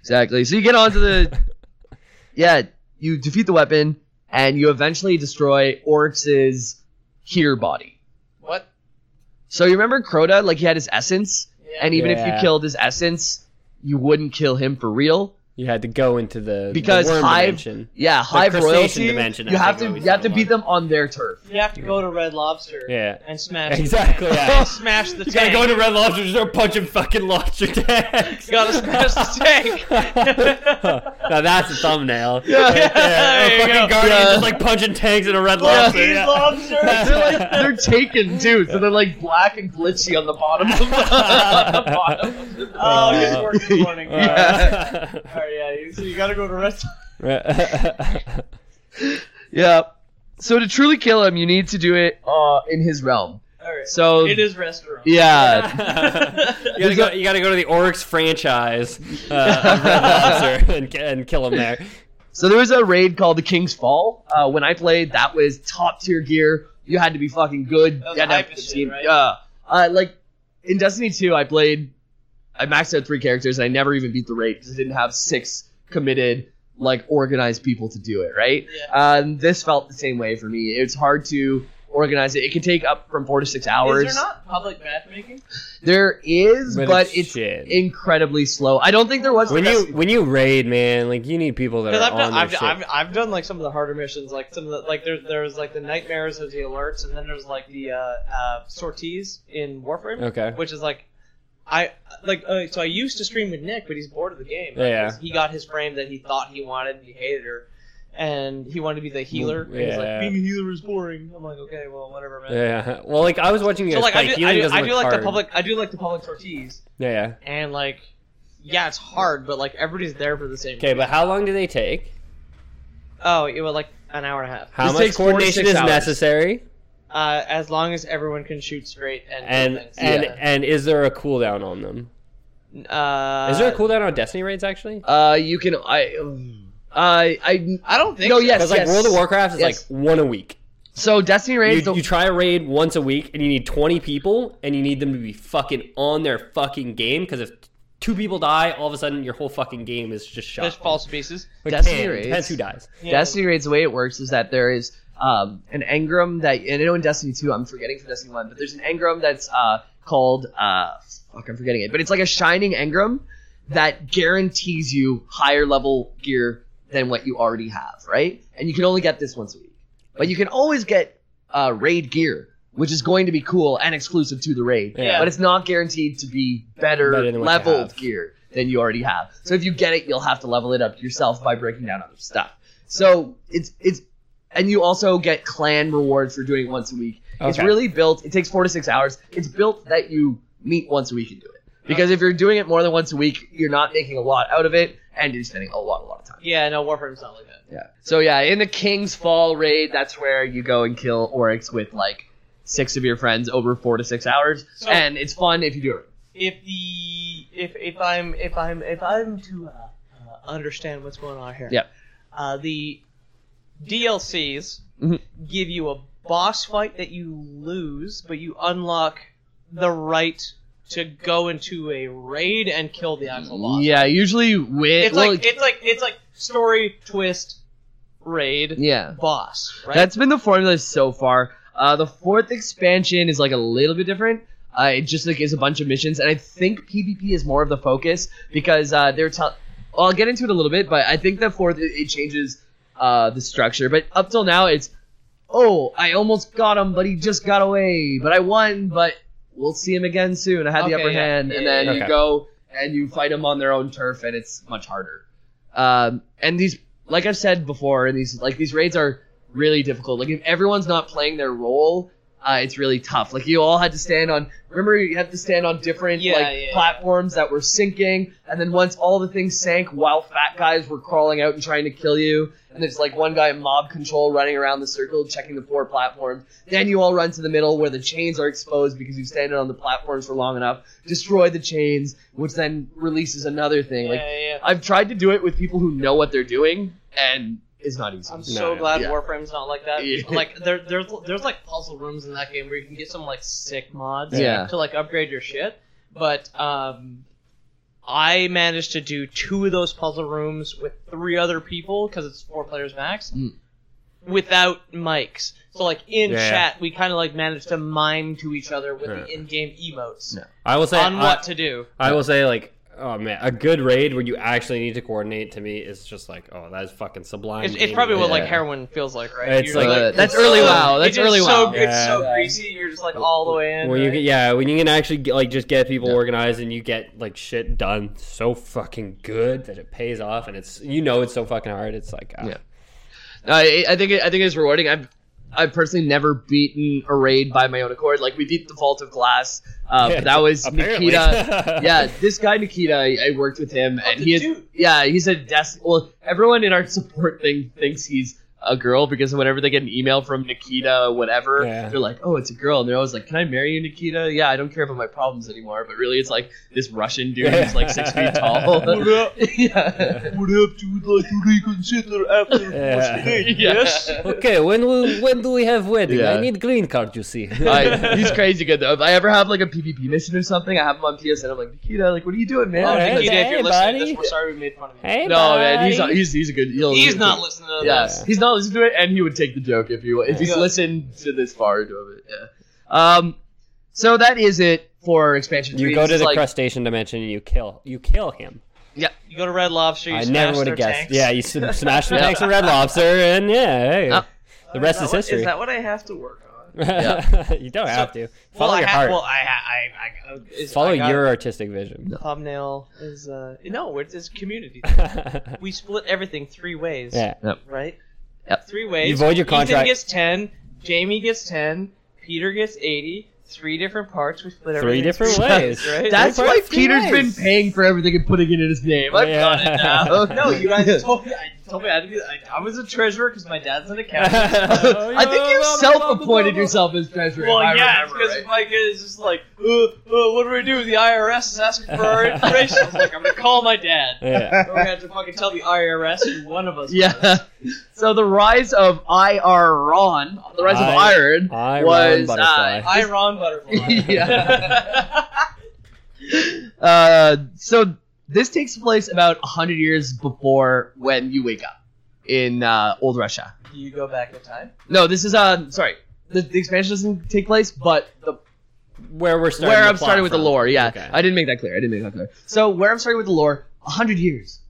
Exactly. So you get onto *laughs* the Yeah, you defeat the weapon and you eventually destroy Oryx's here body.
What?
So you remember Crota, like he had his essence, and even if
Yeah.
you killed his essence, you wouldn't kill him for real.
You had to go into the
Because
the worm
Hive-
dimension.
Yeah, Hive
crustacean
royalty.
dimension, I
you have
think,
to
we
you have to
said
beat them on their
*laughs*
turf.
You have to go to Red Lobster.
Yeah.
And smash.
*laughs* Exactly. Yeah.
The, smash the
you gotta
tank.
go into Red Lobster and start punching fucking lobster tags.
You gotta smash the
*laughs*
tank.
now that's a thumbnail.
Yeah.
Yeah,
There you
fucking
go.
Guardian
Yeah.
just like punching tanks in a red
Fuck
lobster.
these
yeah. *laughs*
lobsters.
they're like they're taken too, so they're like black and glitchy on the bottom of the, *laughs* on the bottom of the
Uh,
Oh, good work
*laughs*
this morning.
Yeah.
All right, yeah. you- So you gotta go to *laughs* Red
*laughs*
Yeah. So to truly kill him, you need to do it uh, in his realm.
Alright.
So
It is restaurant.
yeah,
you, gotta go, you gotta go to the Oryx franchise uh, of *laughs* Red Lobster and, and kill him
*laughs*
there.
so there was a raid called the King's Fall. Uh, when I played, that was top tier gear. You had to be fucking good.
That was
You had to
hype
have
as shit,
team-
right?
Yeah. Uh, like in Destiny 2, I played. I maxed out three characters and I never even beat the raid because I didn't have six committed, like organized people to do it. Right. Yeah. Um, this felt the same way for me. It's hard to organize it. It can take up from four to six hours.
Is there not public matchmaking?
There is,
But
but it's
it's shit.
incredibly slow. I don't think there was.
When
the
you
best-
when you raid, man, like you need people that are
Because I've
on
done,
their
I've,
shit.
I've, I've done like some of the harder missions, like some of the like there there was like the nightmares of the alerts, and then there's like the uh, uh, sorties in Warframe,
Okay.
which is like I like uh, so I used to stream with Nick, but he's bored of the game.
Yeah, yeah.
'cause He got his frame that he thought he wanted, and he hated her, and he wanted to be the healer. And he's like,
Yeah.
being a healer is boring. I'm like, okay, well, whatever, man.
yeah. *laughs* Well, like I was watching you
So
guys
like
play.
I do, I
Healing
do,
doesn't
I do
look
like the
hard.
public I do like the public sorties
Yeah, yeah.
and like yeah it's hard but like everybody's there for the same
Okay, but how long do they take?
oh it was like an hour and a half
How
This
much
takes four to
coordination
six
is
hours.
necessary?
uh, as long as everyone can shoot straight and
And
do
and
things.
and is there a cooldown on them?
uh,
Is there a cooldown on Destiny raids actually?
Uh, you can. I. um, I. I.
I don't think
No.
so.
Yes.
Because like
yes.
World of Warcraft is
Yes.
like one a week.
So Destiny
You,
Raids. the-
you try a raid once a week, and you need twenty people, and you need them to be fucking on their fucking game. Because if two people die, all of a sudden your whole fucking game is just shot.
there's false pieces
Like,
Destiny
pan,
raids.
depends who dies.
Destiny Raids, the way it works is that there is um, an engram that, and I know in Destiny 2, I'm forgetting for Destiny 1, but there's an engram that's uh, called, uh, fuck, I'm forgetting it, but it's like a shining engram that guarantees you higher level gear than what you already have, right? And you can only get this once a week. But you can always get uh, raid gear, which is going to be cool and exclusive to the raid,
Yeah.
but it's not guaranteed to be better,
Better than what you
leveled
have.
gear than you already have. So if you get it, you'll have to level it up yourself by breaking down other stuff. So it's it's and you also get clan rewards for doing it once a week. It's
Okay.
really built. It takes four to six hours. It's built that you meet once a week and do it. Because if you're doing it more than once a week, you're not making a lot out of it, and you're spending a lot, a lot of time.
yeah no warframe's not like that
Yeah. So yeah, in the King's Fall raid, that's where you go and kill Oryx with like six of your friends over four to six hours,
So-
and it's fun if you do it.
if the if if I'm if I'm if I'm to uh, uh, understand what's going on here.
Yep.
Uh, the DLCs
Mhm.
give you a boss fight that you lose, but you unlock the right to go into a raid and kill the actual boss.
Yeah, usually with
It's
well,
like it's like it's like story twist raid
yeah.
boss. Right.
That's been the formula so far. Uh, the fourth expansion is like a little bit different. Uh, it just like is a bunch of missions, and I think PvP is more of the focus because uh, they're. T- well, I'll get into it a little bit, but I think the fourth it, it changes uh, the structure. But up till now, it's oh, I almost got him, but he just got away. But I won, but we'll see him again soon. I had
Okay,
the upper
yeah.
hand, and
Yeah,
then
yeah,
you
yeah.
go and you fight him on their own turf, and it's much harder. Um, and these, like I've said before, and these like these raids are really difficult. Like if everyone's not playing their role, uh, it's really tough. Like you all had to stand on. Remember, you had to stand on different
Yeah,
like
yeah.
platforms that were sinking, and then once all the things sank, while fat guys were crawling out and trying to kill you, and there's like one guy in mob control running around the circle checking the four platforms. Then you all run to the middle where the chains are exposed because you've standed on the platforms for long enough. Destroy the chains, which then releases another thing.
yeah,
Like
yeah, yeah.
I've tried to do it with people who know what they're doing, and it's not easy.
I'm so
no.
glad
Yeah.
Warframe's not like that.
Yeah.
Like there, there's there's like puzzle rooms in that game where you can get some like sick mods
Yeah.
to like upgrade your shit. But um, I managed to do two of those puzzle rooms with three other people because it's four players max,
Mm.
without mics. So like in
Yeah.
chat, we kind of like managed to mime to each other with the
Yeah.
in-game emotes
No.
I will say
on
I-
what to do.
I will say, like, oh man, a good raid where you actually need to coordinate to me is just like, oh, that is fucking sublime.
It's, it's
gaming.
probably what like
Yeah.
heroin feels like, right?
It's
You're
like-
Uh, that's
it's
early
so-
WoW. That's
it's just
early
so,
WoW.
It's so
Yeah.
greasy. You're just like all the way in.
When you
right?
get, yeah, when you can actually get, like just get people organized and you get like shit done so fucking good that it pays off and it's you know it's so fucking hard. It's like ah.
Yeah. No, I, I think it, I think it's rewarding. I've I've personally never beaten a raid by my own accord. Like we beat the Vault of Glass. Uh, but that was
apparently. *laughs*
Nikita. yeah, this guy Nikita, I, I *laughs* worked with him, and he is yeah, he's a desk. Well, everyone in our support thing thinks he's. a girl because whenever they get an email from Nikita, whatever,
Yeah.
they're like, "Oh, it's a girl," and they're always like, "Can I marry you, Nikita?" Yeah, I don't care about my problems anymore, but really, it's like this Russian dude who's like six
*laughs*
feet tall.
What up?
*laughs* yeah.
What up? Do you would like to reconsider after
Yeah.
what's today? Yes.
*laughs* Okay, when will, when do we have wedding?
Yeah.
I need green card, you see.
*laughs* I,
*laughs*
he's crazy good though. If I ever have like a PvP mission or something, I have him on PSN. I'm like, Nikita, like, what are you doing, man?
Oh,
Hey,
Nikita, if
hey,
you're listening to
buddy.
this, we're sorry we made fun of you.
*laughs* hey,
no, man, he's, he's he's a good. He'll,
He's
he'll-
not listening to
Yes, he's not listening to it, and he would take the joke if he if he's
Yeah.
listened to this far into it. Yeah. Um, so that is it for expansion.
You
three.
go
This
to
is
the
like,
crustacean dimension and you kill you kill him.
this. You go to Red Lobster, you
I
smash
never would
their
have guessed.
tanks.
Yeah, you
*laughs*
s- smash the tanks of Red Lobster, and yeah, hey,
Uh,
the rest
Is that
is
what-
history.
Is that what I have to work on?
*laughs* you don't have to
Well,
follow
I
your
ha-
heart.
well, I, ha- I, I, I is-
follow
I got-
your artistic vision. *laughs*
thumbnail is uh no, it's, it's community.
yeah,
we split everything three ways. Right.
Yep.
Three ways.
You void your
Ethan
contract.
gets ten. Jamie gets ten. Peter gets eighty. Three different parts. We split
three
everything.
different
three
ways.
*laughs* right?
That's
Three
why
parts, three
Peter's been
ways.
paying for everything and putting it in his name. I've done it
Yeah. *laughs*
now.
*laughs* No, you guys told me. I told me I had to be. I, I was a treasurer because my dad's
*laughs*
an accountant.
*laughs* I think you
Oh,
self-appointed yourself as treasurer.
Well,
if I
yeah,
remember
because
right.
Mike is just like, uh, uh, what do we do? The IRS is asking for our information. I was like, I'm gonna call my dad.
Yeah.
*laughs* We're gonna have to fucking tell the IRS who one of
*laughs*
us.
Yeah. So the rise of Iron, the rise of
I-
Iron,
I
was
Ron
uh,
Butterfly.
I
*laughs*
Ron Butterfly.
yeah. uh, so this takes place about 100 years before when you wake up in uh, old Russia.
Do *laughs* you go back in time?
No, this is uh, sorry. The, the expansion doesn't take place, but the,
Where we're starting.
where
the
I'm
plot
starting with the
from.
lore. Yeah,
Okay.
I didn't make that clear. I didn't make that clear. So where I'm starting with the lore, 100 years.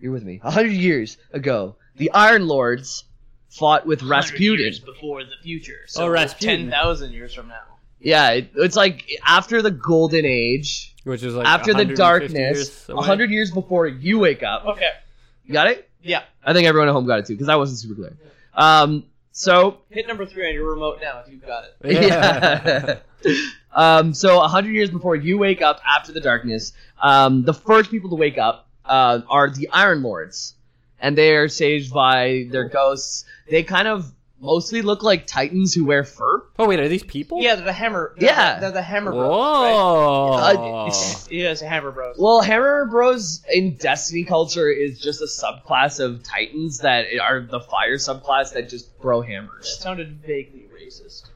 You're with me. 100 years ago, the Iron Lords fought with Rasputin.
years before the future. So
Oh, Rasputin.
ten thousand years from now.
Yeah, it, it's like after the Golden Age.
Which is like
after the
150
darkness,
years away.
a hundred years before you wake up.
Okay.
You got it?
Yeah.
I think everyone at home got it too because I wasn't super clear. Um, so *laughs*
Hit number three on your remote now if you've got it.
yeah. *laughs* um, so a hundred years before you wake up after the darkness, um, the first people to wake up uh, are the Iron Lords, and they are saved by their ghosts. They kind of mostly look like titans who wear fur.
Oh wait, are these people?
Yeah, they're the hammer. They're
Yeah.
the, they're the hammer. Bros, right?
Whoa.
*laughs* Uh,
Yeah, it's a hammer bros.
Well, Hammer Bros in Destiny culture is just a subclass of Titans that are the fire subclass that just throw
That
hammers.
sounded vaguely *laughs* racist.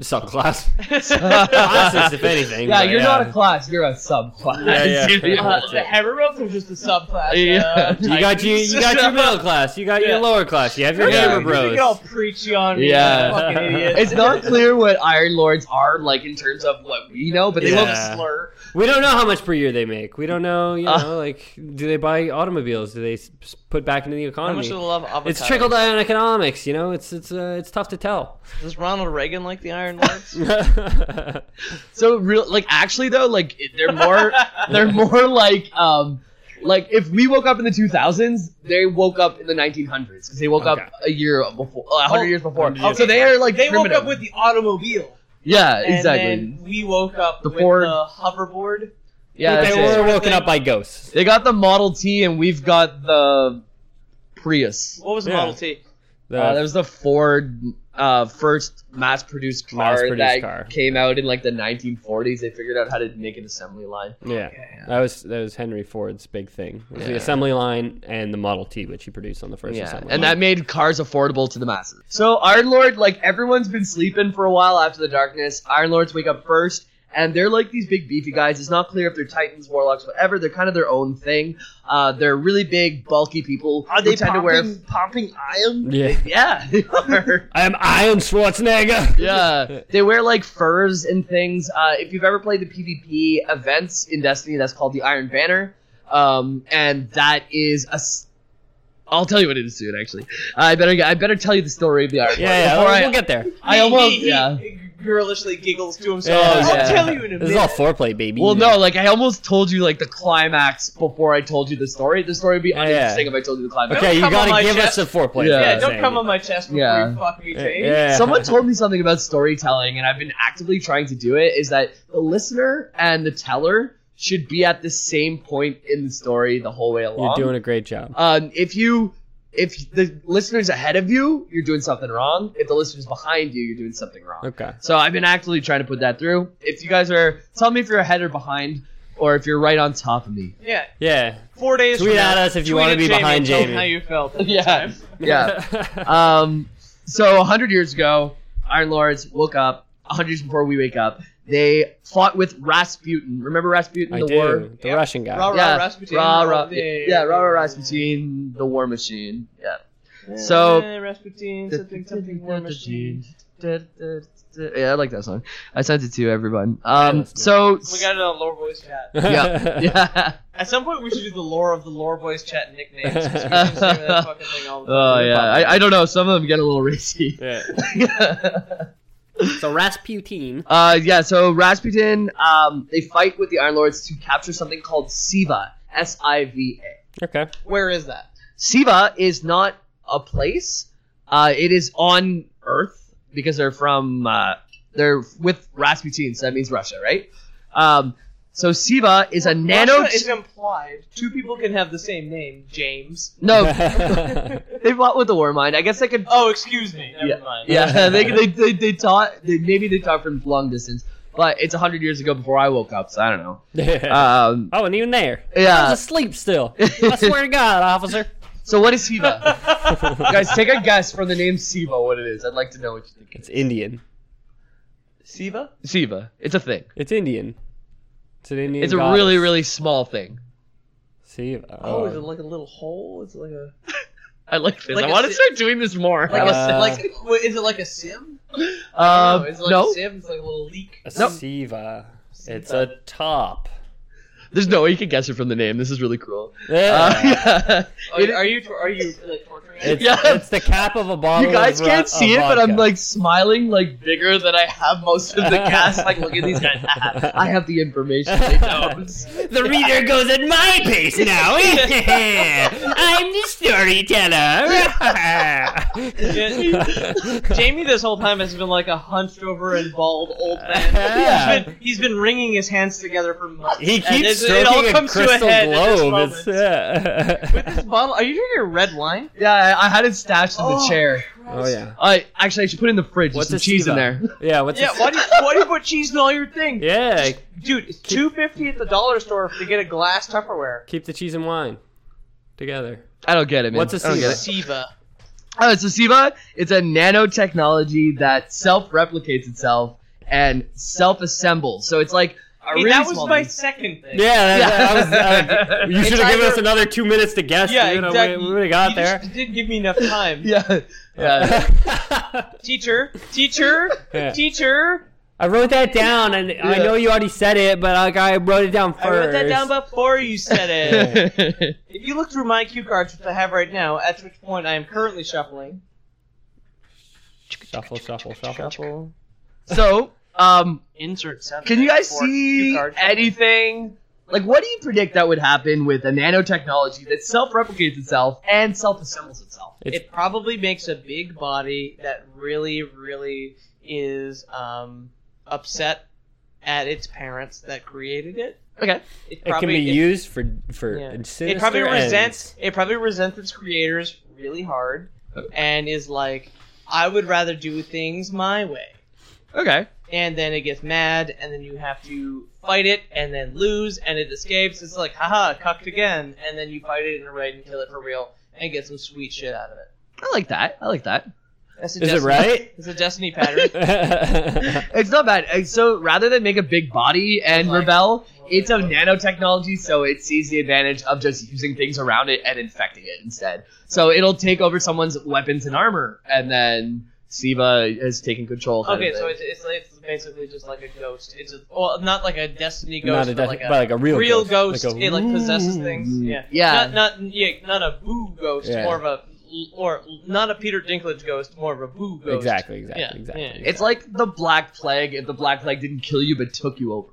subclass.
yeah,
Classes,
*laughs*
if anything. but
you're not a class, you're a subclass.
Yeah, yeah.
You know?
Uh, the hammer bros are just a subclass. uh,
Yeah.
Yeah.
You got you. You got
*laughs*
your middle class. You got
Yeah.
your lower class. You have your
Yeah.
hammer
You get all
bros.
preachy on me,
Yeah.
yeah. fucking
*laughs*
idiot.
It's
*laughs*
not clear what Iron Lords are like in terms of what we know, but they
Yeah.
look
a slur.
We don't know how much per year they make. We don't know. You
Uh.
know, like, do they buy automobiles? Do they s- s- put back into the
How
economy?
much do they love avocados?
It's trickle down economics. You know, it's it's uh, it's tough
*laughs*
to tell. *laughs*
Does Ronald Reagan like the Iron *laughs* Lords?
so real. Like actually though, like it- they're
*laughs*
more they're more like um like if we woke up in the 2000s, they woke up in the 1900s because they woke up
Okay.
a year before, a hundred
Oh,
years before.
100 years
So they are like
they woke
primitive.
up with the automobile.
yeah,
And
exactly.
then we woke up
The
with
Ford.
the hoverboard.
Yeah,
they
that's it. Uh,
were woken up by ghosts.
They got the Model T, and we've got the Prius.
What was the
Yeah.
Model T?
The-
Uh, that was the Ford uh, first mass-produced car
Mass-produced
that
car.
came out in like the 1940s. They figured out how to make an assembly line.
yeah. that was that was Henry Ford's big thing. It was The assembly line and the Model T, which he produced on the first
Yeah,
assembly.
and
line.
that made cars affordable to the masses. So Iron Lord, like everyone's been sleeping for a while after the darkness. Iron Lords wake up first, and they're like these big beefy guys. It's not clear if they're Titans, Warlocks, whatever. They're kind of their own thing. Uh, they're really big, bulky people. who tend to wear
pumping iron?
yeah.
*laughs* yeah, they are.
I am Iron Schwarzenegger.
yeah, they wear like furs and things. Uh, if you've ever played the PvP events in Destiny, that's called the Iron Banner, um, and that is a. S- I'll tell you what it is soon. Actually, Uh, I better I better tell you the story of the Iron. Banner
Yeah, yeah.
before
We'll,
I-
we'll get there.
I almost
he,
yeah.
He girlishly giggles to himself.
Yeah.
I'll
Yeah.
tell you in a
This is
minute.
all foreplay, baby.
Well, no, like I almost told you like the climax before I told you the story. The story would be
Yeah, yeah.
uninteresting if I told you the climax.
Okay, you
come on
gotta
my
give
chest.
us the foreplay.
Yeah.
yeah,
first,
don't
Andy.
come on my chest before
Yeah.
you fuck me, James.
Yeah.
Someone
*laughs*
told me something about storytelling, and I've been actively trying to do it. Is that the listener and the teller should be at the same point in the story the whole way along?
You're doing a great job.
Um, if you if the listener's ahead of you, you're doing something wrong. If the listener's behind you, you're doing something wrong.
Okay.
So I've been actively trying to put that through. If you guys are, tell me if you're ahead or behind, or if you're right on top of me.
Yeah,
Yeah.
four days.
Tweet
from now,
at us if you
tweet
wanna
at
be behind
Jamie. and
Jamie.
Tell him how you felt.
Yeah.
*laughs*
Yeah. um, so 100 years ago, Iron Lords woke up, 100 years before we wake up. They fought with Rasputin. Remember Rasputin,
I
the
do.
war?
The
Yeah.
Russian guy. *laughs*
Rah, rah,
Yeah,
Rasputin.
Ra,
all
ra,
day.
yeah, Ra Ra Rasputin, the war machine. Yeah. So-
Eh, Rasputin, something, something, war machine.
Yeah, I like that song. I sent it to everyone. Um, so
We got it on Lore Boys chat.
yeah, *laughs* yeah.
At some point, we should do the lore of the Lore Boys chat nicknames. 'cause we keep saying that fucking thing all the
Oh
time.
yeah, I, I don't know. Some of them get a little racy.
Yeah.
So Rasputin.
Uh, yeah. So Rasputin, um, they fight with the Iron Lords to capture something called Siva. S I V A.
Okay. *laughs*
Where is that?
Siva is not a place. Uh, it is on Earth because they're from uh, they're with Rasputin, so that means Russia, right? Um, so Siva is a nano.
Russia is implied. Two people can have the same name, James.
no,
*laughs*
they fought with the war mind. I guess they could.
Oh, excuse me. Never
Yeah.
mind.
Yeah, they they they, they taught. They, maybe they taught from long distance, but it's hundred years ago before I woke up, so I don't know. Um,
oh, and even there. I
yeah.
was asleep still. I swear to God, officer.
So what is Siva? Guys, take a guess from the name Siva what it is. I'd like to know what you think.
It's Indian.
Siva?
Siva. It's a thing.
It's Indian. It's an Indian.
It's a
goddess.
really really small thing.
See.
Oh, is it
uh,
like a little hole? It's like a
I like this.
Like
I
a
want to
si-
start doing this more.
like
Uh,
a like. Wait, is it like a sim?
um,
no, is it like
no,
a sim? It's like a little leak.
a
Nope.
Siva. It's a top.
there's no way you can guess it from the name. This is really cruel. *laughs*
*laughs*
Uh, yeah.
Yeah.
Are, you- are you tor- are you like torturing? us?
it's,
yeah.
it's the cap of a bottle.
You guys
of ro-
can't
of
see it, but I'm
vodka. *laughs*
like smiling like bigger than I have most *laughs* of the cast. Like, look at these guys. *laughs*
*laughs*
I have the
*laughs*
information. They don't.
The reader goes at my pace
*laughs*
now. I'm the
*laughs*
storyteller.
Yeah. *laughs* Jamie, this whole time has been like a hunched over and bald old man.
*laughs* Yeah.
He's been, he's been wringing his hands together for months.
He
And
keeps
it- it all
stroking a
comes to a
crystal
head at this
globe.
moment.
It's, uh, yeah.
This bottle. Are you drinking a red wine?
Yeah, I, I had it stashed in the
Oh,
chair.
oh yeah.
I actually I should put it in the fridge. There's
What's
some
a
cheese in
Siva?
there.
Yeah. What's
Yeah.
a-
Why do you, why do you put cheese in all your things?
Yeah.
Dude, it's two fifty at the dollar store to get a glass Tupperware.
Keep the cheese and wine together.
I don't get it, man.
What's a
I don't get
Siva?
it.
Siva.
Oh, so SIVA, it's a nanotechnology that self-replicates itself and self-assembles. So it's like a
Hey,
really
that was
small
my
piece.
second thing.
Yeah. That,
*laughs*
that was, uh, you
It's
should have given
either-
us another two minutes to guess.
Yeah,
dude.
exactly.
We, would have got
you
there.
Just didn't give me enough time.
Yeah, *laughs* yeah.
*laughs* Teacher,
*laughs*
teacher,
Yeah.
teacher.
I wrote that down, and I know you already said it, but like I wrote it down first.
I wrote that down before you said
*laughs*
it. *laughs* If you look through my cue cards, which I have right now, at which point I am currently shuffling.
Shuffle, shuffle, shuffle.
so, um,
Insert seven.
can you guys
four
see
cue card shuffling.
anything? Like, what do you predict that would happen with a nanotechnology that self-replicates itself and self-assembles itself?
It probably makes a big body that really, really is um, upset at its parents that created it.
Okay.
It,
It can
probably,
be used for for
yeah.
sinister
It probably
ends.
resents. It probably resents its creators really hard, and is like, "I would rather do things my way."
Okay.
and then it gets mad, and then you have to fight it, and then lose, and it escapes. It's like, haha, cucked again, and then you fight it in a raid and kill it for real, and get some sweet shit out of it.
I like that. I like that.
That's a
Is it
Destiny-
right?
*laughs* It's a destiny pattern.
*laughs*
It's not bad. Uh, So rather than make a big body and
Like-
rebel, it's of nanotechnology, so it sees the advantage of just using things around it and infecting it instead. So it'll take over someone's weapons and armor, and then Siva is taking control. of
okay,
it.
so it's, it's, like- it's basically just like a ghost. It's a, well, not like a destiny
Not
ghost,
a
but
death,
like a
but like a real,
real
ghost.
ghost. it like possesses things. Yeah,
Yeah.
Not not yeah, not a boo ghost,
Yeah.
more of a or not a Peter Dinklage ghost, more of a boo ghost.
Exactly, exactly,
Yeah,
exactly.
yeah.
It's like the Black Plague if the Black Plague didn't kill you but took you over.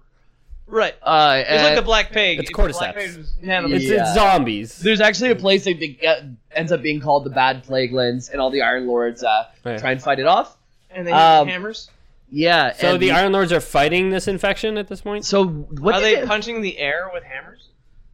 Right.
Uh,
It's like
and-
the black pig.
It's
If the
cordyceps.
Black Pig was an animal.
It's,
Yeah.
it's zombies.
There's actually a place that they get, ends up being called the Bad Plague Lands, and all the Iron Lords uh,
Right.
try and fight it off.
And they
Um,
use hammers.
Yeah.
So
and-
the Iron Lords are fighting this infection at this point.
So what
Are
did
they
it-
punching the air with hammers?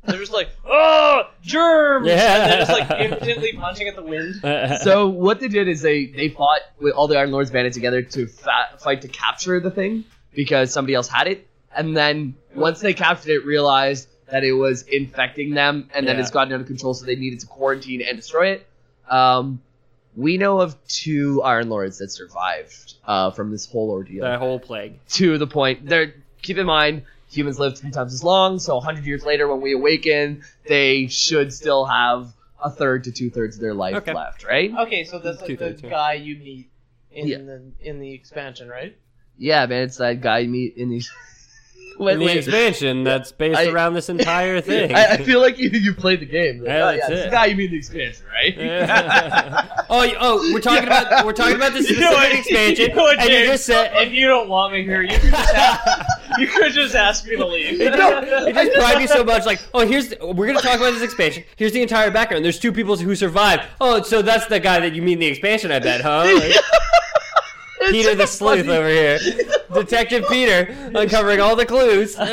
They're
*laughs*
just like, oh, germs! And they're just like impotently punching at the wind.
*laughs*
*laughs*
So what they did is they they fought with all the Iron Lords banded together to fa- fight to capture the thing because somebody else had it, and then once they captured it, realized that it was infecting them, and then
Yeah.
it's gotten out of control, so they needed to quarantine and destroy it. Um, we know of two Iron Lords that survived uh, from this whole ordeal
That whole plague.
to the point. They're keep in mind humans live ten times as long, so hundred years later, when we awaken, they should still have a third to two thirds of their life
Okay. Oh.
left, right?
Okay, so that's like the
Two-thirds, yeah.
guy you meet in
Yeah.
the in the expansion, right?
Yeah, man, it's that guy you meet in these.
In the expansion that's based
I-
around this *laughs*
*laughs*
entire thing.
I, I feel like you you played the game. Like,
Yeah,
oh,
that's
this
it.
guy you meet in the expansion, right?
oh, you- oh, we're talking about we're talking about this specific expansion,
You know what,
and you
James?
just said
if you don't want me here, you could just ask,
*laughs*
you could just ask me to leave.
It just bribed you so much. Like, oh, here's the, we're gonna talk about this expansion. Here's the entire background. There's two people who survived. Oh, so that's the guy that you mean in the expansion, I bet, huh? Like, Peter the sleuth over here, Detective Peter, uncovering all the clues. *laughs*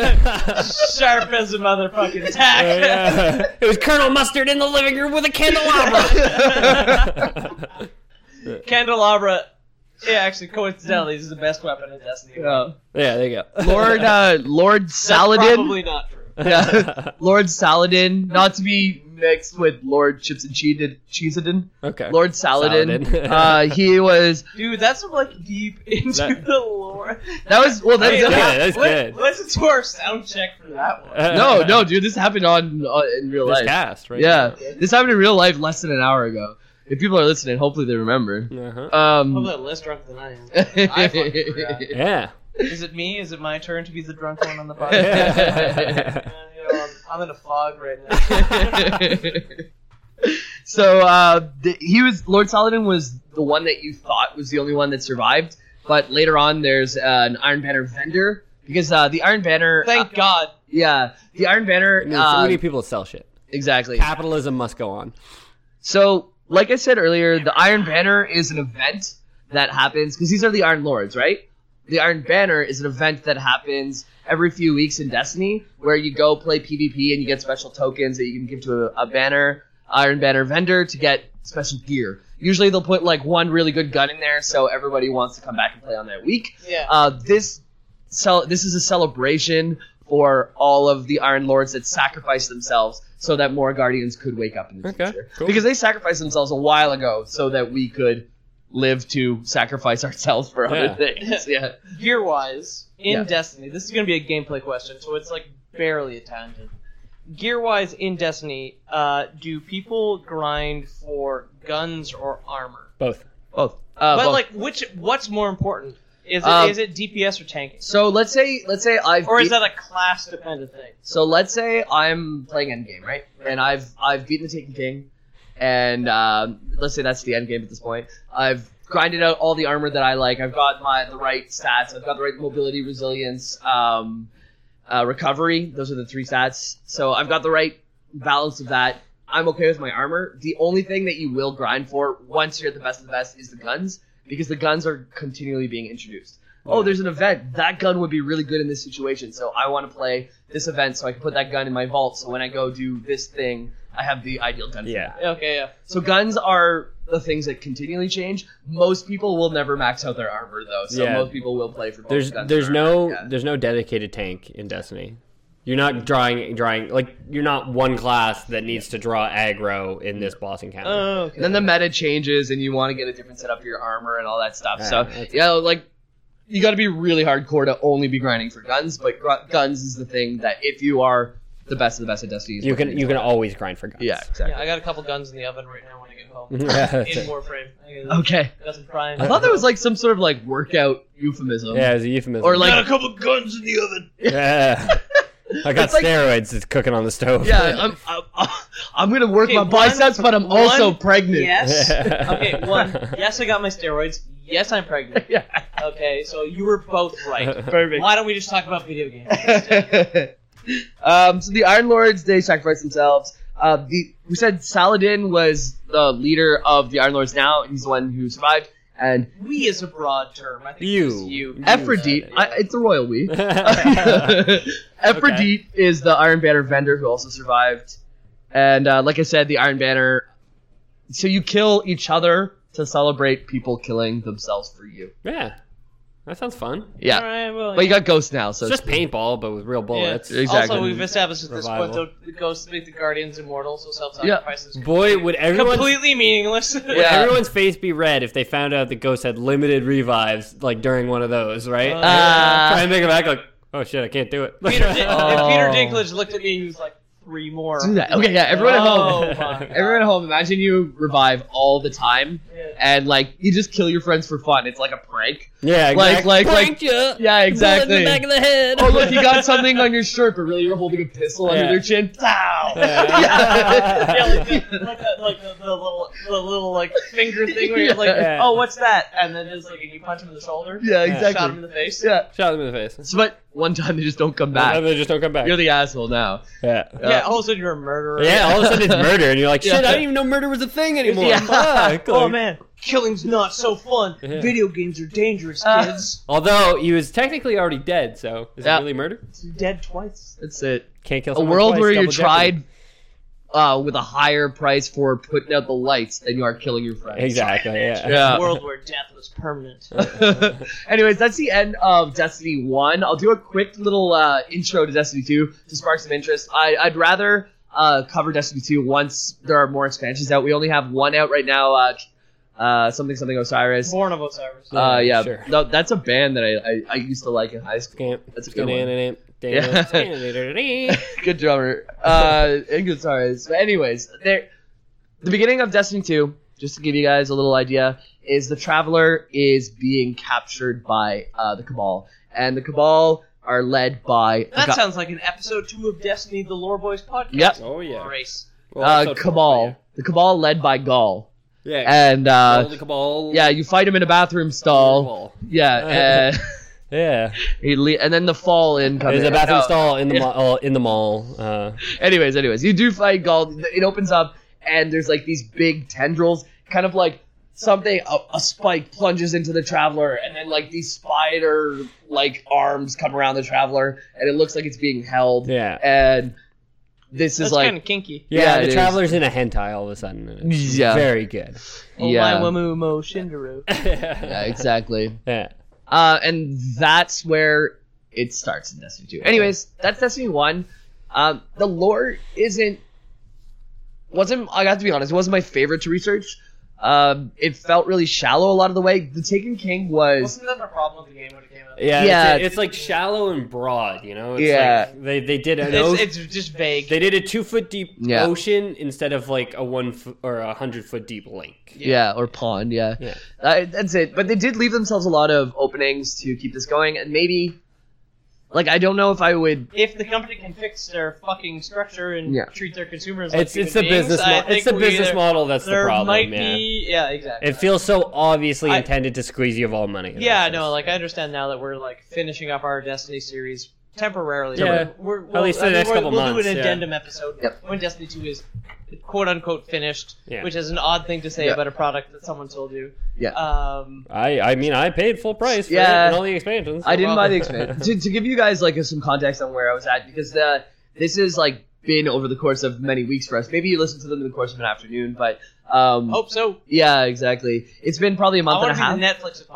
Oh,
Sharp as a motherfucking tack.
Yeah. It was Colonel Mustard in the living room with a candelabra. *laughs*
*laughs* Candelabra. Yeah, actually, coincidentally, this is the best weapon in Destiny.
*laughs* Yeah.
yeah, there you go.
Lord uh, Lord Saladin. *laughs*
Probably not true.
Yeah. Lord Saladin, not to be mixed with Lord Chips and Cheese- Cheesedin.
*laughs* Okay.
Lord Saladin.
Saladin.
uh, he was.
Dude, that's some, like deep *laughs* into
That-
the lore.
That was well. That was
Hey,
Yeah, that's
li-
good.
Listen to our sound check for that one.
no,
*laughs*
no, dude. This happened on uh, in real
This
life.
cast, right?
Yeah, this happened in real life less than an hour ago. If people are listening, hopefully they remember.
Uh-huh.
I'm
Um,
less drunk than I am. I fucking forgot.
Yeah.
*laughs*
*laughs*
Is it me? Is it my turn to be the drunk one on the
*laughs*
podcast?
yeah.
Man, you know, I'm, I'm in a fog right now.
*laughs*
*laughs*
so uh, th- he was Lord Saladin was the one that you thought was the only one that survived, but later on there's uh, an Iron Banner vendor because uh, the Iron Banner,
Thank
uh,
God.
yeah, the Iron Banner,
I mean, so
uh,
many people sell shit.
exactly.
Capitalism must go on.
So, like I said earlier, the Iron Banner is an event that happens because these are the Iron Lords, right? The Iron Banner is an event that happens every few weeks in Destiny where you go play PvP and you get special tokens that you can give to a, a banner, Iron Banner vendor to get special gear. Usually they'll put like one really good gun in there so everybody wants to come back and play on that week.
Yeah.
Uh, this cel- this is a celebration for all of the Iron Lords that sacrificed themselves so that more Guardians could wake up in the
Okay,
future.
cool.
Because they sacrificed themselves a while ago so that we could live to sacrifice *laughs* ourselves for
Yeah.
other things. *laughs* Yeah.
Gear wise, in
Yeah.
Destiny, this is going to be a gameplay question, so it's like barely a tangent. Gear wise, in Destiny, uh, do people grind for guns or armor?
Both.
Both. Uh,
but
both.
like, which what's more important? Is it
Um,
is it DPS or tanking,
so let's say let's say I've
or is
beat-
that a class dependent thing?
So let's say I'm playing endgame, right? And I've I've beaten the Taken King, and um, let's say that's the endgame at this point. I've grinded out all the armor that I like. I've got my the right stats. I've got the right mobility, resilience, um, uh, recovery. Those are the three stats. So I've got the right balance of that. I'm okay with my armor. The only thing that you will grind for once you're at the best of the best is the guns because the guns are continually being introduced. Oh, there's an event. That gun would be really good in this situation. So I want to play this event so I can put that gun in my vault. So when I go do this thing, I have the ideal gun. for
Yeah.
that.
Okay, yeah.
So guns are the things that continually change. Most people will never max out their armor though. So
Yeah.
most people will play for both
There's
guns and
there's
armor,
no
yeah.
there's no dedicated tank in Destiny. You're not drawing drawing like you're not one class that needs to draw aggro in this boss encounter.
Oh,
And then the meta changes, and you want to get a different setup for your armor and all that stuff.
Yeah,
so
that's-
yeah, like you got to be really hardcore to only be grinding for guns. But gr- guns is the thing that if you are the best of the best at Destiny, is
you
what
can you can always grind for guns.
yeah
Yeah,
exactly.
I got a couple guns in the oven right now when I get home. in
*laughs* yeah,
Warframe. I *laughs* got-
Okay,
Got some prime.
Mm-hmm. I thought that was like some sort of like workout *laughs* euphemism.
it's a euphemism.
Or like
couple guns in the oven.
*laughs*
*laughs*
yeah. I got
It's like-
steroids. It's cooking on the stove. *laughs*
yeah, I'm I'm, I'm gonna work
Okay,
my
one-
biceps, but I'm also
one-
pregnant. *laughs*
Yes. Okay,
*laughs*
one. Yes, I got my steroids. Yes, I'm pregnant.
Yeah.
Okay, so you were both
*laughs*
right.
Perfect.
Why don't we just talk about video games?
*laughs* um, so the Iron Lords they sacrificed themselves. Uh, the we said Saladin was the leader of the Iron Lords now. He's the one who survived, and
We is a broad term. I think
You.
it's you.
You.
*laughs* Aphrodite. I, it's the royal we. Ephrodite is the Iron Banner vendor who also survived. And uh, like I said, the Iron Banner. So you kill each other to celebrate people killing themselves for you.
Yeah. That sounds fun.
Yeah.
All right, well,
But you got ghosts now, so
It's just paintball, but with real bullets.
Yeah. exactly.
Also, we've established at this point
Revival.
the, the ghosts make the guardians immortal, so
Yeah.
self-sacrifice is
Boy, would everyone
completely meaningless.
would
Yeah.
everyone's face be red if they found out the ghost had limited revives like during one of those, right?
Ah.
Try and make them act like, oh shit, I can't do it.
Peter
*laughs*
Din-
Oh.
If Peter Dinklage looked at me, he was like, three more.
do that. Okay, yeah, everyone at
Oh,
*laughs* home.
my God.
Everyone at home, imagine you revive all the time and like you just kill your friends for fun. It's like a prank.
yeah,
Like
exactly.
like like
Yeah.
yeah, exactly.
Back of the head.
Oh look, you got something on your shirt, but really you're holding a pistol under
*laughs* Yeah.
their chin. Pow!
Yeah, like, the, like, the, like the, the little, the little like finger thing where you're like,
Yeah.
oh, what's that? And then it's like, and you punch him in the shoulder.
Yeah,
Shot him in
exactly.
the face.
Yeah.
Shot them in the face.
So, but one time they just don't come back.
They just don't come back.
You're the asshole now.
yeah.
Yeah, all of a sudden you're a murderer.
Yeah, all of a sudden it's murder, and you're like, shit,
Yeah.
I didn't even know murder was a thing anymore.
Yeah. *laughs*
Fuck.
*laughs* Oh
Like-
man, killing's not so fun. Video games are dangerous,
Uh.
kids.
Although he was technically already dead, so is
Yeah.
it really murder?
You're dead twice.
That's it.
Can't kill
A
someone
world
twice,
where you're
double jeopardy.
tried uh, with a higher price for putting out the lights than you are killing your friends.
Exactly. Yeah.
Yeah.
A world where death was
*laughs*
permanent.
Anyways, that's the end of Destiny 1. I'll do a quick little uh, intro to Destiny 2 to spark some interest. I, I'd rather uh, cover Destiny 2 once there are more expansions out. We only have one out right now uh, uh, something, something Osiris.
Born of Osiris.
Uh, yeah,
Sure.
no, that's a band that I, I, I used to like in high school. That's a good one. Good drummer. Uh, and good Osiris. But anyways, there, the beginning of Destiny 2, just to give you guys a little idea, is the Traveler is being captured by uh, the Cabal. And the Cabal are led by a
That
guy-
sounds like an episode two of Destiny, the Lore Boys podcast.
Yep.
Oh yeah.
Grace.
uh, Cabal. The Cabal led by Gaul.
Yeah.
And uh,
the cabal.
yeah, you fight him in a bathroom stall.
Cabal.
Yeah, uh, *laughs*
Yeah.
he le- and then the Fallen comes.
There's a
in.
bathroom
No.
stall in the mall. oh, in the mall. Uh,
anyways, anyways, you do fight Gaul. It opens up, and there's like these big tendrils, kind of like something. A, a spike plunges into the traveler, and then like these spider like arms come around the traveler, and it looks like it's being held.
yeah.
And this
That's
is like
kind of kinky.
Yeah.
yeah, it
the
is.
traveler's in a hentai all of a sudden. and it's
Yeah.
Very *laughs* good.
yeah,
Oh, my Wamu Mo Shindaru.
yeah, exactly.
Yeah.
Uh, and that's where it starts in Destiny 2. Anyways, that's Destiny 1. Um, the lore isn't wasn't I got to be honest, it wasn't my favorite to research. Um, it felt really shallow a lot of the way. The Taken King was
Wasn't that the problem with the game when it came out?
Yeah.
Yeah.
It's, it's like shallow and broad. You know. It's
Yeah.
Like they they did an ocean-
It's, it's just vague.
They did a two foot deep
Yeah.
ocean instead of like a one foot or a hundred foot deep lake.
yeah, or Pond, yeah.
Yeah.
Uh, that's it. But they did leave themselves a lot of openings to keep this going, and maybe like I don't know if I would.
if the company can fix their fucking structure and
Yeah.
treat their consumers like
It's
human
it's the
beings,
business
I
model.
think
It's the
we
business
either-
model that's the
There
problem.
might
yeah.
be, yeah, exactly.
It feels so obviously
I-
intended to squeeze you of all money.
yeah,
That's
no,
just-
like I understand now that we're like finishing up our Destiny series temporarily.
Yeah.
but we're, we'll,
least for the
I mean,
next
we're-
couple
we'll
months,
do an
yeah.
addendum episode
Yep.
when Destiny Two is quote unquote finished,
Yeah.
which is an odd thing to say
Yeah.
about a product that someone told you.
Yeah.
Um,
I I mean I paid full price for
Yeah.
it and all the expansions.
I didn't
Well-
buy the
*laughs*
*laughs*
expansion. to, to give you guys like some context on where I was at, because the this has like been over the course of many weeks for us. Maybe you listened to them in the course of an afternoon, but um,
hope so.
yeah, exactly. It's been probably a
I
month and
want
a
to
half.
be Oh. the Netflix of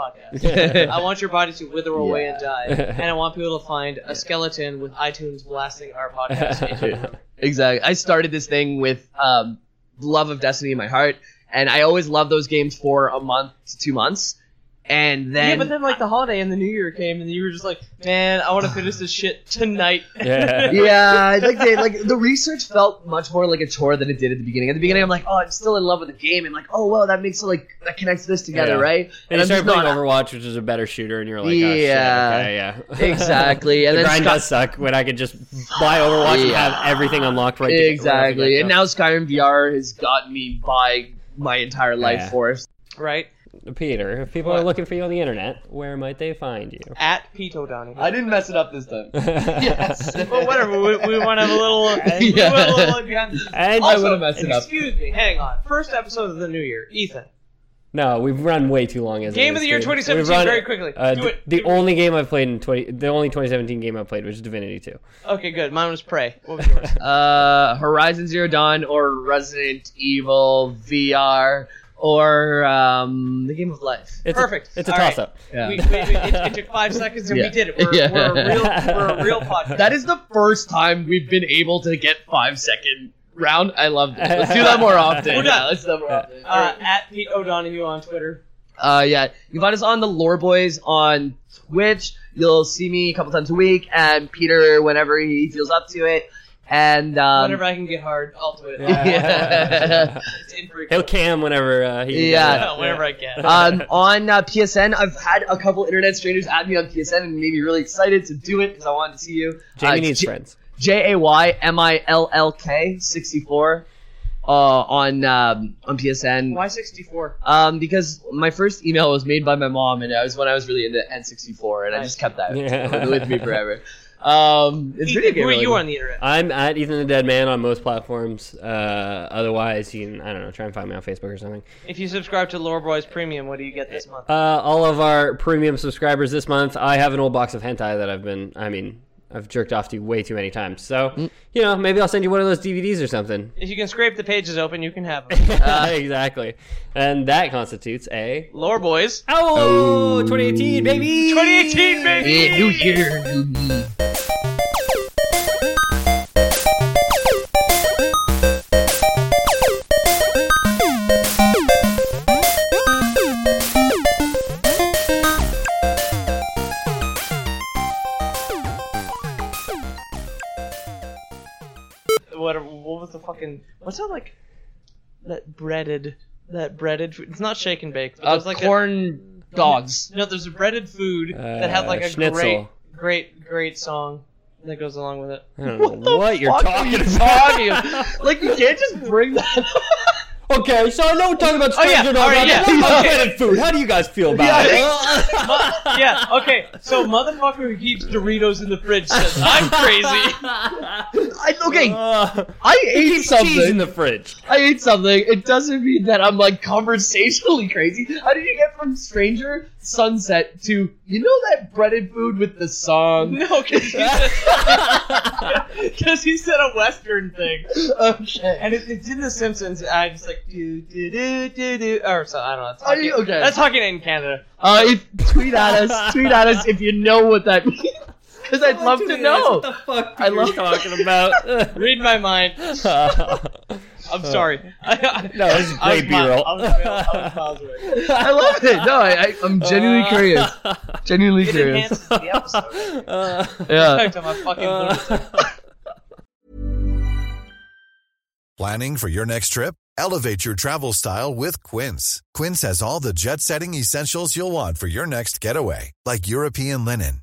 podcasts.
*laughs*
I want your body to wither away and die, and I want people to find a skeleton with iTunes blasting our
*laughs*
podcast. into your room.
exactly. I started this thing with um, love of Destiny in my heart, and I always love those games for a month to two months, and then
yeah, but then like the holiday and the New Year came, and you were just like, "Man, I want to finish this shit tonight."
*laughs*
*laughs*
Yeah.
yeah, I think they like the research felt much more like a chore than it did at the beginning. At the beginning, I'm like, oh, I'm still in love with the game, and like, oh, well, that makes it like that connects this together,
Yeah.
right?
and you
I'm
start
just
playing
not-
Overwatch, which is a better shooter, and you're like, oh,
Yeah.
shit, okay,
*laughs*
yeah,
exactly, and
the
then
grind
Sky-
does suck when I could just buy Overwatch and
Yeah.
have everything unlocked right. to- right
exactly,
to
and
go.
now Skyrim VR has gotten me by my entire life
Yeah.
force.
*laughs* right
Peter, if people are looking for you on the internet, where might they
*laughs*
find you?
at Pete O'Donnell.
I didn't mess it up this time.
*laughs*
yes,
*laughs* but whatever, we, we want to have a little. we
Yeah.
want a little look behind the scenes.
*laughs* And
I would have messed it up.
Excuse me, hang on. First episode of the New Year, Ethan.
No, we've run way too long as it
Game of
is,
the year
dude.
2017,
We've run-
very quickly.
Uh,
Do
th-
it.
The only game I've played in 20, the only 2017 game I played was Divinity 2.
Okay, good. Mine was Prey. What was yours?
Uh, Horizon Zero Dawn or Resident Evil VR or um, the Game of Life.
*laughs* It's
Perfect.
A, it's a
All right.
toss up.
Yeah.
we, we, we, it, it took
*laughs*
five seconds and
Yeah.
we did it. We're,
Yeah.
we're, a real, we're
*laughs*
a real podcast.
That is the first time we've been able to get five second round. I love this. Let's do that more often.
*laughs*
We're done.
Yeah, let's do that more often.
uh, at Pete O'Donohue on Twitter.
Uh, yeah, you find us on the Lore Boys on Twitch. You'll see me a couple times a week, and Peter whenever he feels up to it. And um,
Whenever I can get hard, I'll tweet
*laughs*
it.
yeah.
It's infrequent.
He'll cam whenever uh, he.
Yeah.
Yeah, whenever I can.
um, on uh, PSN, I've had a couple internet strangers add me on PSN and it made me really excited to do it because I wanted to see you.
Jamie
Uh,
needs
J-
friends.
J A Y M I L L K sixty four uh, on um, on PSN.
Why 64?
Um, because my first email was made by my mom, and that was when I was really into N64, and I just kept that
Yeah.
with me forever. Um, it's
Ethan,
video game
who are you
related.
on the internet?
I'm at Ethan the Dead Man on most platforms. Uh, otherwise, you can I don't know. Try and find me on Facebook or something.
If you subscribe to Lore Boys Premium, what do you get this month?
Uh, all of our premium subscribers this month. I have an old box of hentai that I've been. I mean, I've jerked off to way too many times. So
Mm.
you know, maybe I'll send you one of those DVDs or something.
If you can scrape the pages open, you
*laughs*
can have them.
*laughs* exactly, and that constitutes a
Lore Boys.
oh, 2018 baby.
2018, baby!
Yeah, New Year, new me.
What, what was the fucking. What's that like? That breaded. That breaded. food- It's not shake and bake. But
Uh,
there's like a-
corn dogs.
No, there's a breaded food that had like
Uh,
a
schnitzel.
great, great, great song that goes along with it.
I don't know what, you're talking about.
Talking
*laughs*
like you can't just bring that. Up. *laughs*
Okay, so I know we're talking about
Oh, yeah.
strangers
All right, yeah.
food. How do you guys feel about
Yeah,
it?
yeah, okay. So motherfucker who keeps Doritos in the fridge says I'm
*laughs*
crazy.
I, *laughs* okay,
Uh,
I ate
cheese in
something.
the fridge.
I ate something. It doesn't mean that I'm like conversationally crazy. How did you get from stranger sunset to you know that breaded food with the song?
No, because he said because he said a *laughs* Western thing,
okay.
and it, it's in The Simpsons. and I just like do do do do do, or so I don't know. That's
Are you-
hockey-
okay.
That's talking in Canada.
Uh, if, tweet at us. Tweet at us if you know what that means. Because I'd love to know.
the fuck
I love
talking *laughs* about?
Read my mind.
*laughs*
I'm sorry.
no,
*laughs*
this is
I was
great
mi-
B-roll.
I was mi- I was miles away.
I love it. No, I, I, I'm genuinely
*laughs*
curious. Genuinely
Uh, It
curious.
enhances the episode.
Yeah.
I'm a fucking lunatic.
Planning for your next trip? Elevate your travel style with Quince. Quince has all the jet setting essentials you'll want for your next getaway, like European linen,